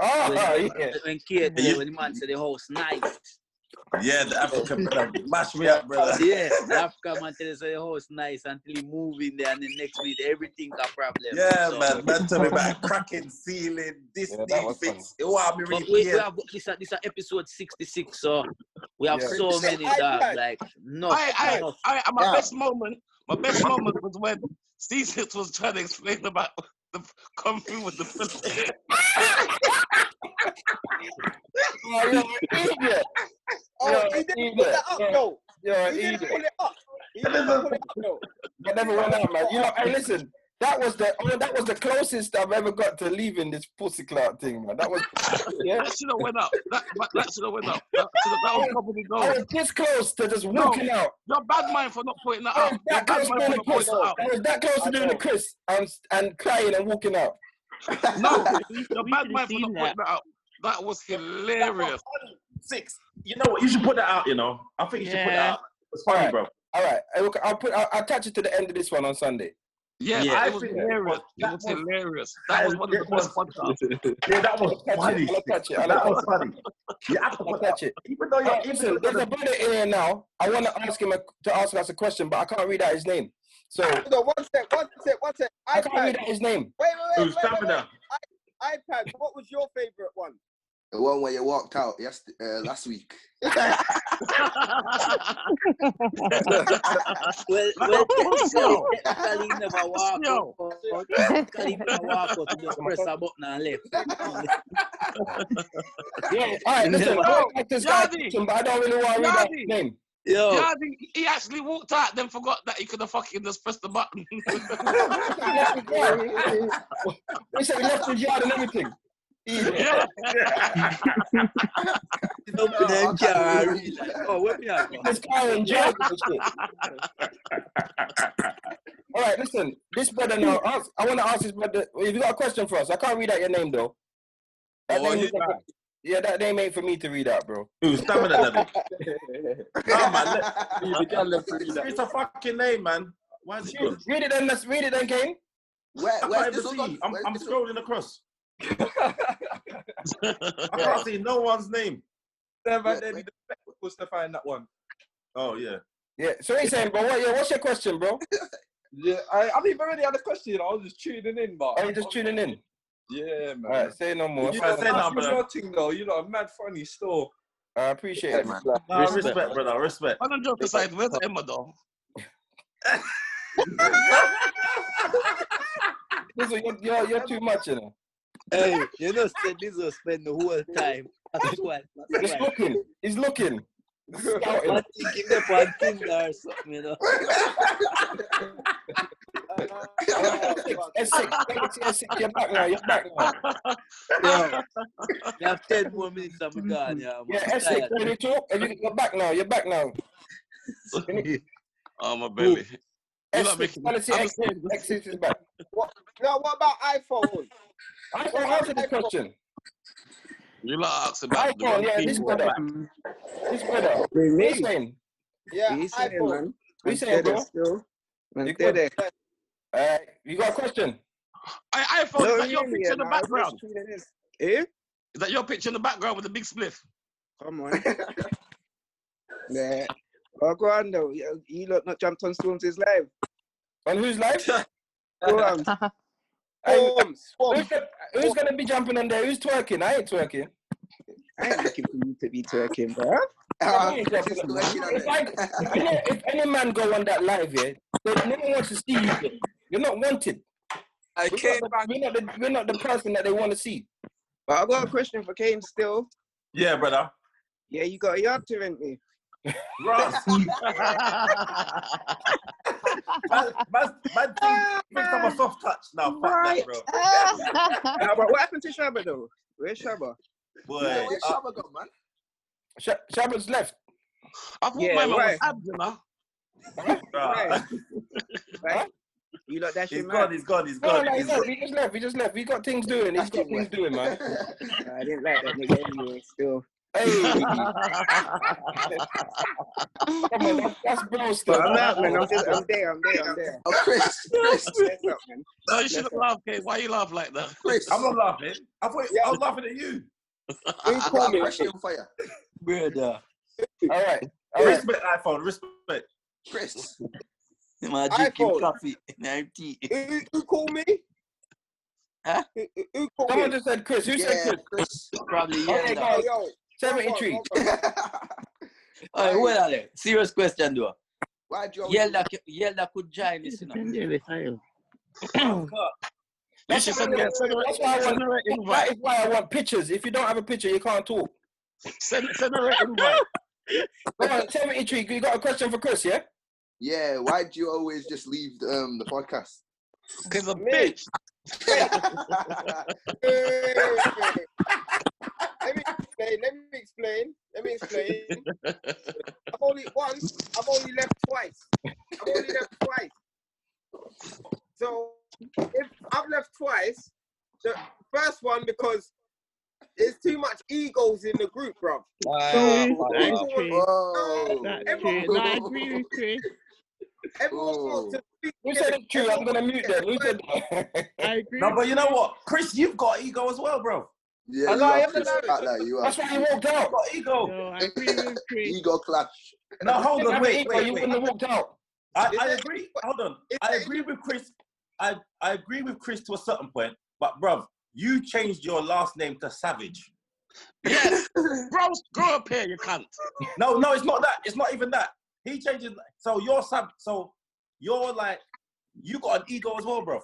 D: Oh,
E: when,
D: yeah.
E: when Kate
C: Yeah.
E: when the man said the house nice.
C: Yeah, the African brother. Mash me up, brother.
E: Yeah, the African man tell us the house nice until he move in there and then next week everything a problem.
C: Yeah,
E: So-
C: man. Man, tell me about cracking ceiling, this needs fix. It want me
E: But we, we
C: repaired.
E: have this. Are, this are episode sixty six. So we have
C: Yeah.
E: so many
F: I-
E: dog.
F: I-
E: Like no,
D: Oh,
F: I, I,
E: no.
F: I, and my
E: Yeah.
F: best moment, my best moment was when C6 was trying to explain about the kung fu with the Philippines.
D: Oh, you're an idiot.
I: Oh,
D: You're
I: he
D: an
I: didn't
D: idiot.
I: pull that up
D: You're-
I: though.
D: You're an
I: He didn't
D: idiot.
I: pull it up. He didn't pull it up though.
D: I never went out, man. You know, hey, listen, that was the oh, that was the closest I've ever got to leaving this pussy clout thing, man. That was yeah.
F: That should have went up. That, that, that should have went up. That, shoulda- that was probably gold.
D: I was this close to just
F: No,
D: walking out.
F: You're bad mind for not pointing that
D: I
F: out.
D: was
F: You're
D: that
F: bad
D: close to
F: mind
D: doing
F: for
D: the Chris.
F: not pointing that out.
D: I was that close to doing the Chris and and crying and walking out.
F: No,
D: we,
F: you're bad mind for not pointing that out. That was hilarious.
C: Six. You know what? You should put that out, you know. I think you should put that out. It's funny,
D: Alright,
C: bro.
D: Alright, I will- I'll put I'll, I'll attach it to the end of this one on Sunday.
F: Yeah,
C: Yeah.
F: it was hilarious. It was hilarious. That was one of the best podcasts.
C: Yeah, that was
D: I'll attach
C: funny.
D: it, I'll attach it, I'll
C: That was
D: attach it.
C: funny. You have to
D: I'll
C: put that
D: attach it.
C: Even though you're,
D: Alright,
C: even
D: listen,
C: though
D: there's
C: you're
D: a brother in here now. I want to ask him a, to ask us a question, but I can't read out his name. So
I: Hold on, one sec, one sec, one sec.
D: I can't
I: iPad.
D: read out his name.
I: Wait, wait, wait,
D: Who's
I: wait, wait, wait.
D: stamina?
I: I, iPad. What was your favorite one?
G: The one where you walked out yes, uh, last week.
E: well, well, technically, technically he never walk
F: Yo.
E: out. Technically he never walk out. He just press a button and left.
D: Yeah, all right, listen, I want to ask this guy a question, but I don't really want to read out his name.
E: Yo.
F: Yeah, he, he actually walked out, then forgot that he could have fucking just pressed the button.
D: He said he left his yard and everything.
F: yeah.
E: Jump in them car and reach. Oh, where me I go?
D: This guy enjoyed this shit. All right, listen, this brother now, ask, I want to ask this brother, if you got a question for us, I can't read out your name though. That
I: Oh,
D: name is not- yeah, that name ain't for me to read out, bro.
C: Who's stamina level?
D: Nah,
C: man,
D: You can't let me read that.
C: It's a fucking name, man. Why is it good?
D: Read it then, let's read it then, Kane.
G: Where,
C: I can't even see. I'm, I'm scrolling across. I can't see no one's name.
I: Never did the was to find that one.
C: Oh yeah.
D: Yeah. So he's saying, bro, what, yeah, what's your question, bro?
I: Yeah, I, I didn't really had a question. I was just tuning in, but
D: Are you just tuning in?
I: yeah, man.
D: All right, say no more.
I: You know, say nothing though. You know, mad funny still.
D: I appreciate it, man.
C: Nah, respect, brother. Respect.
F: On a joke aside, where's Emma though?
D: Listen, you're, you're, you're too much, you know.
E: Hey, you know, said this will spend the whole time. That's why. That's
D: He's
E: why.
D: looking. He's looking.
E: I think if they on Tinder or something, you know.
B: Uh,
D: That's sick. That's sick. You're back now. You're back now.
E: Yo, we have 10 more minutes and we're gone, yeah, man.
D: Yeah,
E: I'm
D: Essex,
E: tired.
D: when you talk, and you, you're back now. You're back now.
F: Oh my belly. You
D: Essex,
F: lot making-
D: quality
F: I'm-
D: Essex, Essex is back.
I: What? No, what about iPhone?
D: I want to answer this question.
F: You lot asked
D: I
F: about the
D: want,
F: wrong
D: yeah, this
F: people.
D: brother. This brother.
O: Wait,
D: What you
O: wait.
D: saying?
I: Yeah,
O: He's saying, man.
D: What you
O: I'm
D: saying,
O: dead
D: bro?
O: still. I'm
D: You
O: dead.
D: good? Uh, you got a question?
F: I, iPhone,
B: No,
F: is that your
B: really,
F: picture in
B: yeah,
F: the
B: nah, it
F: background?
B: looks it is. Eh?
F: Is that your picture in the background with the big spliff?
B: Come on. Yeah. Oh, go on though. You, you lot not jumped on Storms' live.
D: On whose live?
B: Storms.
D: Storms. Who's, the- who's gonna be jumping on there? Who's twerking? I ain't twerking.
B: I ain't looking for you to be twerking, bro.
D: I ain't jumping on- If I- if any- if any man go on that live here, they no one wants to see you. You're not wanted.
B: I
D: we're, not the, we're, not the, we're not the person that they want to see.
B: But I got a question for Kane still.
C: Yeah, brother.
B: Yeah, you got a yard to rent me.
C: Ross. man, man, man think, thinks I'm a soft touch. Now, fuck that, bro.
B: Nah, but what happened to Shabba though? Where's Shabba?
C: Boy, Yeah, where's
G: Shabba gone, man?
D: Shabba's left.
F: I thought
B: yeah,
F: my man
B: right.
F: was abs, you know.
B: Right. right. You look that
C: He's
B: shit,
C: gone, he's gone, he's
D: No,
C: gone.
D: no,
C: he's
D: he's
C: gone.
D: left. He just left. He just left. We got things doing. He's got things doing, man.
B: I didn't like that nigga anyway, still.
D: Come on, that's, that's bro still.
B: But I'm out,
D: Oh,
B: man. I'm, just, I'm there, I'm there, I'm there.
G: Oh, Chris,
B: Chris. up, man.
F: No, you shouldn't laugh, Kate. Why you laugh like that?
G: Chris.
C: I'm not laughing. I thought I was laughing at you.
G: I've got a question for you.
E: Brother.
D: All right.
C: Respect iPhone, respect.
G: Chris.
E: Man, I drink him
B: iPhone.
E: coffee and I'm tea.
B: Who, who called me?
E: Huh?
B: Who, who- who called
D: Someone
B: me?
D: just said Chris. Who said Chris?
E: Probably, yeah.
D: Okay,
E: dog.
B: Yo, yo.
D: guys. 73.
E: All right, well, Ale, serious question, though.
G: Why do you always
E: Yelda, c- Yelda could join this, you know.
F: You should send me a send her,
D: That's why I
F: send her an
D: want, that
F: invite.
D: is why I want pictures. If you don't have a picture, you can't talk.
F: Send, send her an invite.
D: Come on, 73. You got a question for Chris, yeah?
G: Yeah, why do you always just leave um, the podcast?
F: Because a bitch.
B: Hey, let me explain. Let me explain. Let me explain. I've only once. I've only left twice. I've only left twice. So if I've left twice, the first one because there's too much egos in the group, bro.
J: that's true.
G: Oh,
J: That's true. No, I agree with Chris.
B: Everyone wants to.
D: Who said it's true? I'm going to mute them. Who said
J: I agree.
C: No,
J: with
C: but you
J: Chris.
C: know what? Chris, you've got ego Oh, as well, bro.
G: yeah,
D: I
G: you
D: know, I
G: are
D: am
G: Chris.
D: allowed.
G: Like that, you are.
D: That's why he walked out.
C: You've got ego.
J: No, I agree with Chris.
G: Ego clash.
C: No, hold
D: If
C: on,
D: I'm
C: wait,
D: ego,
C: wait,
D: you
C: wait.
D: wouldn't have walked out.
C: I,
B: Is
C: I
B: it-
C: agree. Hold on.
B: is
C: I
B: it-
C: agree with Chris. I, I agree with Chris to a certain point, but bruv, you changed your last name to Savage.
F: Yes. Bro, grow up here, you cunt.
C: No, no, it's not that. It's not even that. He changes. So you're Sav. So you're like, you got an ego as well, bruv.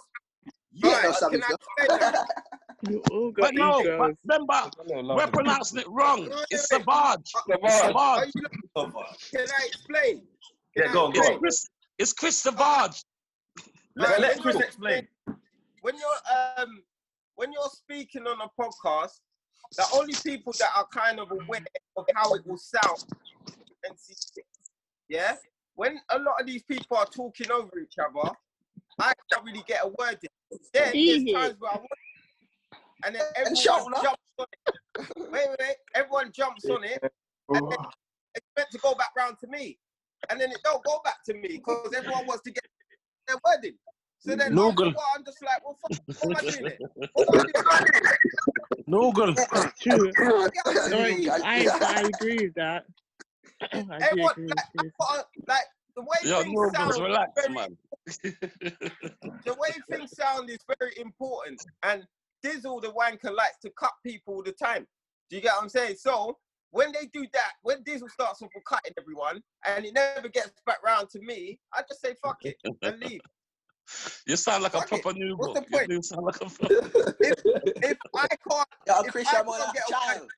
C: You,
G: Yeah,
B: Right,
G: that's
B: can
G: savage.
B: I
G: though.
B: explain that?
J: You all got
F: But no, but
J: egos.
F: remember, we're pronouncing it wrong. It's Savage. It's
D: Savage.
B: Are
F: Savage.
B: you,
C: Over.
B: can I explain? Can
C: Yeah,
B: I
C: go on, go
F: It's
C: on.
B: explain?
F: Chris. It's Chris Savage.
C: Let,
B: Right,
C: let
B: when
C: Chris
B: you're-
C: explain.
B: when you're um when you're speaking on a podcast, the only people that are kind of aware of how it will sound and see it, yeah. When a lot of these people are talking over each other, I can't really get a word in. Then there's
H: Easy.
B: times where I want, and then everyone
G: shout, no?
B: jumps on it. Wait, wait, wait, everyone jumps on it, and then it's meant to go back round to me, and then it don't go back to me because everyone wants to get their wedding. So then after a
P: Noogle,
B: while, I'm just like, well, fuck, what am I doing it? What am I doing here?
P: Noogle.
J: True.
B: Yeah,
J: No, I, I, I agree with that. I do
B: everyone like,
J: agree with Chris.
B: what a- like the way
F: Yo,
B: things sound.
F: Nobles, relax,
B: Very,
F: man.
B: the way things sound is very important, and Dizzle the wanker likes to cut people all the time. Do you get what I'm saying? So when they do that, when Dizzle starts off with cutting everyone, and it never gets back round to me, I just say fuck it and leave.
F: You sound like a
B: Fuck it.
F: proper new
B: What's the
F: book. You
B: point?
F: do sound like a
B: If I can't,
G: Yo,
B: if
G: Chris,
B: I
G: I'm on that
B: can't get a word,
G: child.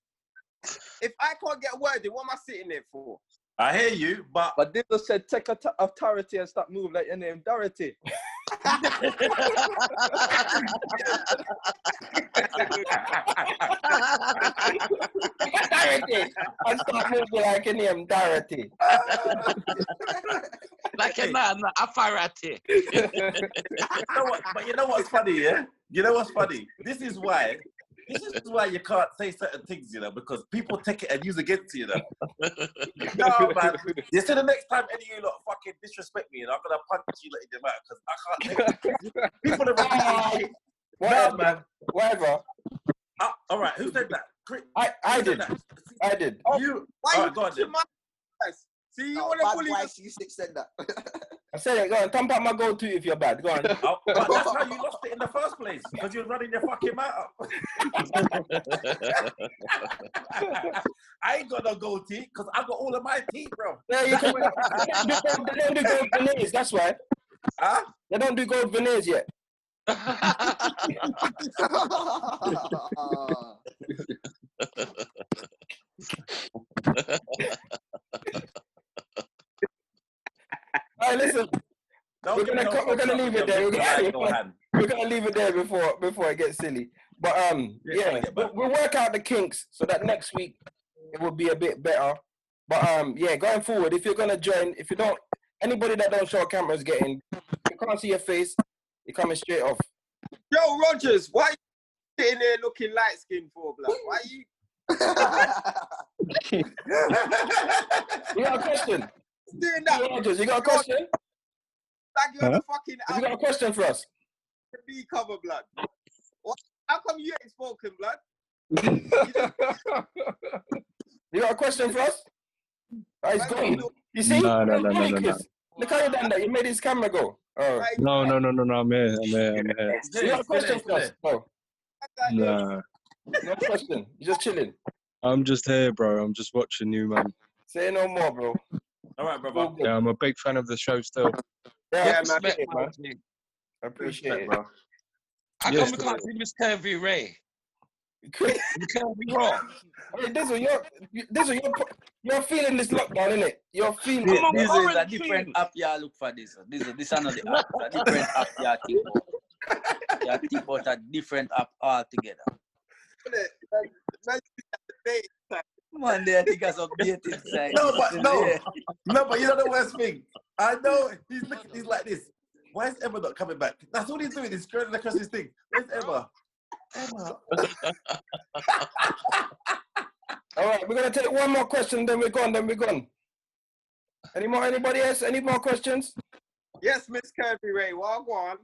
B: if I can't get a word, then what am I sitting there for?
C: I hear you, but
Q: But Dibble said, take a t- authority and stop move like your name, Dorothy.
D: Dorothy. I start moving like any I'm Dorothy.
F: like a man, a farati.
C: you know what, but you know what's funny, yeah? You know what's funny? This is why. This is why you can't say certain things, you know, because people take it and use against you, you know. No, man. You see, the next time any of you lot fucking disrespect me, and I'm gonna punch you lot in the mouth because I can't take it. People are
D: Ah,
C: repeating shit.
D: Whatever, Whatever.
C: Oh, all right, who said that?
D: I, I did. Oh. I did.
C: you.
I: Why
C: All
I: you
C: right, go on
I: pushing
C: then.
I: my ass? See, you want to bully us? You said that.
D: I said it. Go on. Thump up my goal too if you're bad. Go on.
C: But oh, that's how you lost it in the first place because you're running your fucking mouth. up. I ain't got no gold teeth because I got all of my teeth, bro.
D: Yeah, you can- they, don't, they don't do gold veneers. That's why.
C: Huh?
D: They don't do gold veneers yet. Hey, listen. we're
C: give me
D: gonna
C: no
D: cut- we're gonna
C: contract
D: leave
C: with
D: it there.
C: your
D: We're
C: big black
D: gonna,
C: hand.
D: we're gonna leave it there before before it gets silly. But um,
C: Yeah,
D: yeah, we'll, we'll work out the kinks so that next week it will be a bit better. But um, yeah, going forward, if you're gonna join, if you don't, anybody that don't show a camera is getting. You can't see your face. You're coming straight off.
I: Yo, Rogers, why you sitting there looking light skinned for, black? Why you?
D: You got a question?
I: Doing that.
D: Rogers, you got a question?
I: Like you're
D: Huh?
I: the fucking.
D: Have you got a question for us?
I: to be cover blood. What? How come you ain't spoken blood?
D: You got a question for us? Oh, he's gone. You see?
O: No, no, no, no, no, no.
D: Chris, Look how you done that. You made his camera go. Oh.
O: No, no, no, no, no. I'm here. I'm here. I'm here.
D: You got a question for us? No.
O: Nah,
D: No question. You're just chilling.
O: I'm just here, bro. I'm just watching you, man.
D: Say no more, bro.
C: All right, brother.
O: Yeah, I'm a big fan of the show still.
D: Yeah,
O: Yeah,
D: I appreciate it,
O: man.
D: man. I appreciate it,
O: bro.
F: How
O: Yes,
F: come we can't see Miss Curvy Ray?
D: You
F: can't be wrong.
D: Hey, this is your, this is your, you're feeling this lockdown, innit? You're feeling.
E: This, this is a different app. Yeah, look for this. This is this another app. A different app. Yeah, think about. Yeah, think about a different app altogether. Come on, there. I think that's updated. side.
C: No, but no, no, but you know the worst thing. I know he's looking. He's like this. Why is Emma not coming back? That's all he's doing. He's scrolling across his thing. Where's Emma? Emma.
D: All right, we're gonna take one more question, then we're gone. Then we're gone. Any more? Anybody else? Any more questions?
I: Yes, Miss Kirby Ray. Well, go on.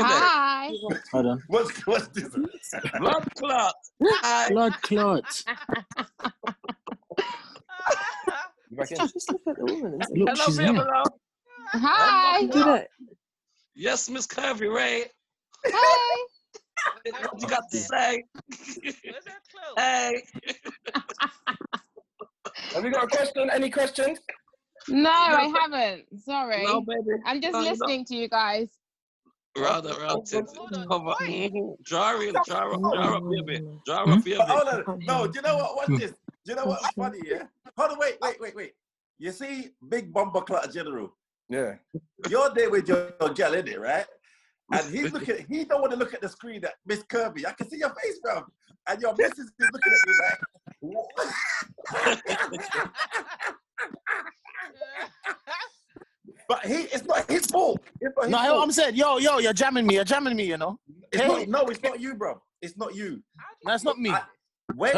J: Ah.
H: Hi.
R: Hold on.
C: What's what's this?
F: Blood clot.
O: Hmm.
R: Blood clot.
M: Just look at the woman. and say,
R: Look, she's here.
H: Hi.
M: Do that.
F: Yes, Miss Curvy Ray.
H: Hi.
F: What you got to say? hey.
D: Have you got a question? Any questions?
H: No, I haven't. Sorry.
F: No, baby.
H: I'm just
F: No, you don't.
H: listening to you guys.
F: Rather, rather. Cover. Mhm. Draw it, draw up, draw up, baby. Draw
C: Hmm?
F: up, baby.
C: But hold on. No, do you know what? What's this? Do you know what's funny? Yeah. Hold on. Wait, wait, wait, wait. You see, big bomber clutter general.
D: Yeah.
C: You're there with your, your girl in it, right? And he's looking. He don't want to look at the screen at Miss Kirby. I can see your face, bro. And your missus is looking at you like. "What?" but he, it's not his fault. It's not his
R: No, I-
C: fault.
R: I'm saying, yo, yo, you're jamming me. You're jamming me, you know?
C: It's
R: Hey.
C: not, no, it's not you, bro. It's not you.
R: That's not me.
M: Ah,
C: wait.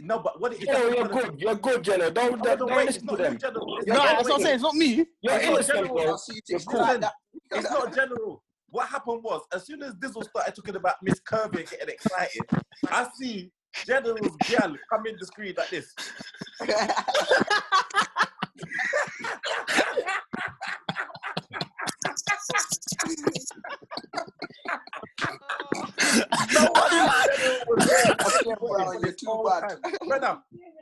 C: No, but what it is
D: Jenna,
C: that-
D: you're good. You're good, Jenna. Don't,
C: Hold
D: don't,
C: on,
D: don't
C: wait, it's
D: listen to
C: not
D: them.
C: you, Jenna. It's
D: You're
C: not you.
D: innocent.
R: saying, it's not me.
D: You're
C: It's not
D: innocent,
C: general.
D: bro. You're cool.
C: Listen, it's not general. What happened was, as soon as Dizzle started talking about Miss Kirby and getting excited, I see General's gal come in the screen like this. Nobody knew General was there. I swear to God, this whole time. Brother,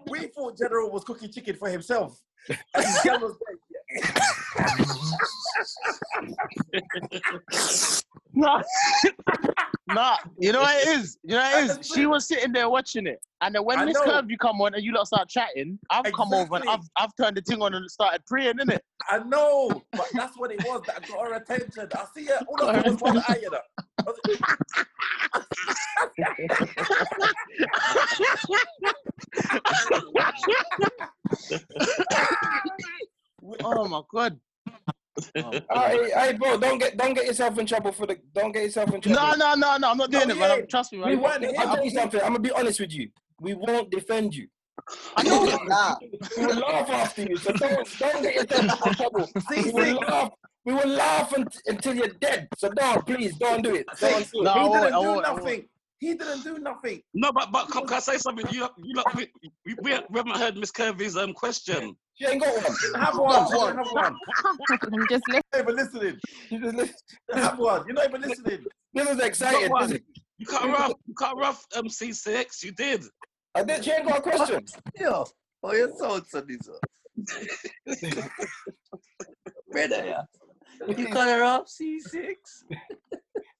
C: we thought General was cooking chicken for himself. And General's
R: No. no, you know what it is? You know what it is? She was sitting there watching it. And then when
C: I
R: Miss
C: know.
R: Curvy come on and you lot start chatting, I've come over and I've, I've turned the thing on and started praying, innit?
C: I know, but that's what it was that got her attention. I see her. All
R: Got
C: I
R: her
C: saw was one eye, you know.
R: oh my god.
D: Hey, hey, bro, don't get don't get yourself in trouble for the don't get yourself in trouble.
R: No, no, no, no, I'm not doing it, man. I'm- Trust me,
D: We
R: man.
D: won't. I'll tell you something. I'm gonna be honest with you. We won't defend you.
R: I know.
D: We will laugh after you. So don't, don't get yourself in trouble. we will laugh. We will laugh unt- until you're dead. So don't, please, don't do it. Don't do it.
C: No, I
D: He
C: won't,
D: didn't
C: I
D: do
C: won't, I
D: nothing.
C: won't. He didn't do nothing.
F: No, but but can, can I say something? You you look, we, we, we haven't heard Miss Kirby's um question.
D: She ain't got one. She didn't
C: have one. She didn't have one.
K: I'm just listening.
C: You're not even listening.
D: You just listen.
C: Have one. You're not even listening.
D: This is exciting.
F: Got
D: This
F: one.
D: is,
F: You can't rough. You can't rough um, C6. You did.
D: I did. She ain't got a question.
S: Yo, oh, you're so sunny, sir. Brother, yeah. You call her up, C6?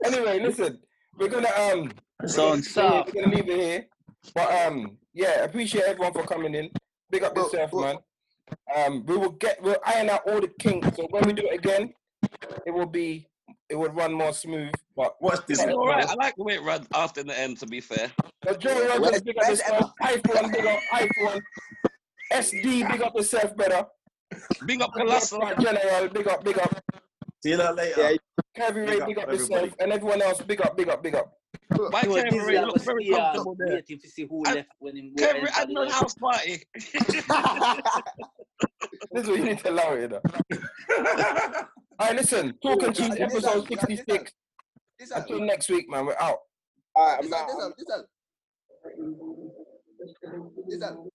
D: anyway, listen, we're gonna um
S: So
D: we're gonna,
S: stop.
D: we're gonna leave it here. But um yeah, appreciate everyone for coming in. Big up yourself, man. Um we will get we'll iron out all the kinks. So when we do it again, it will be it will run more smooth. But
C: what's
F: It's all right. I like the way it ran after in the end. To be fair.
D: Joe Rogan, big up yourself. iPhone, big up iPhone. SD, big up yourself better.
F: Big up
D: Colossal. General, big up, big up.
C: See you later.
D: Kevin
C: Big
D: Ray,
C: up
D: big up
C: everybody.
D: yourself. And everyone else, big up, big up, big up.
F: Why
E: Yo,
F: Kevin
E: Dizzy,
F: Ray
E: I
F: look
E: was
F: very
E: here
F: comfortable there?
E: waiting to see who
F: I-
E: left when him
F: Kevin Ray,
E: enter
F: I
E: the-
F: know the house party.
D: This is what you need to allow it. All right, listen, talking to you, episode 66. Until next week, man, we're out.
I: All right, I'm
G: Listen,
I: out.
G: listen, listen. Listen.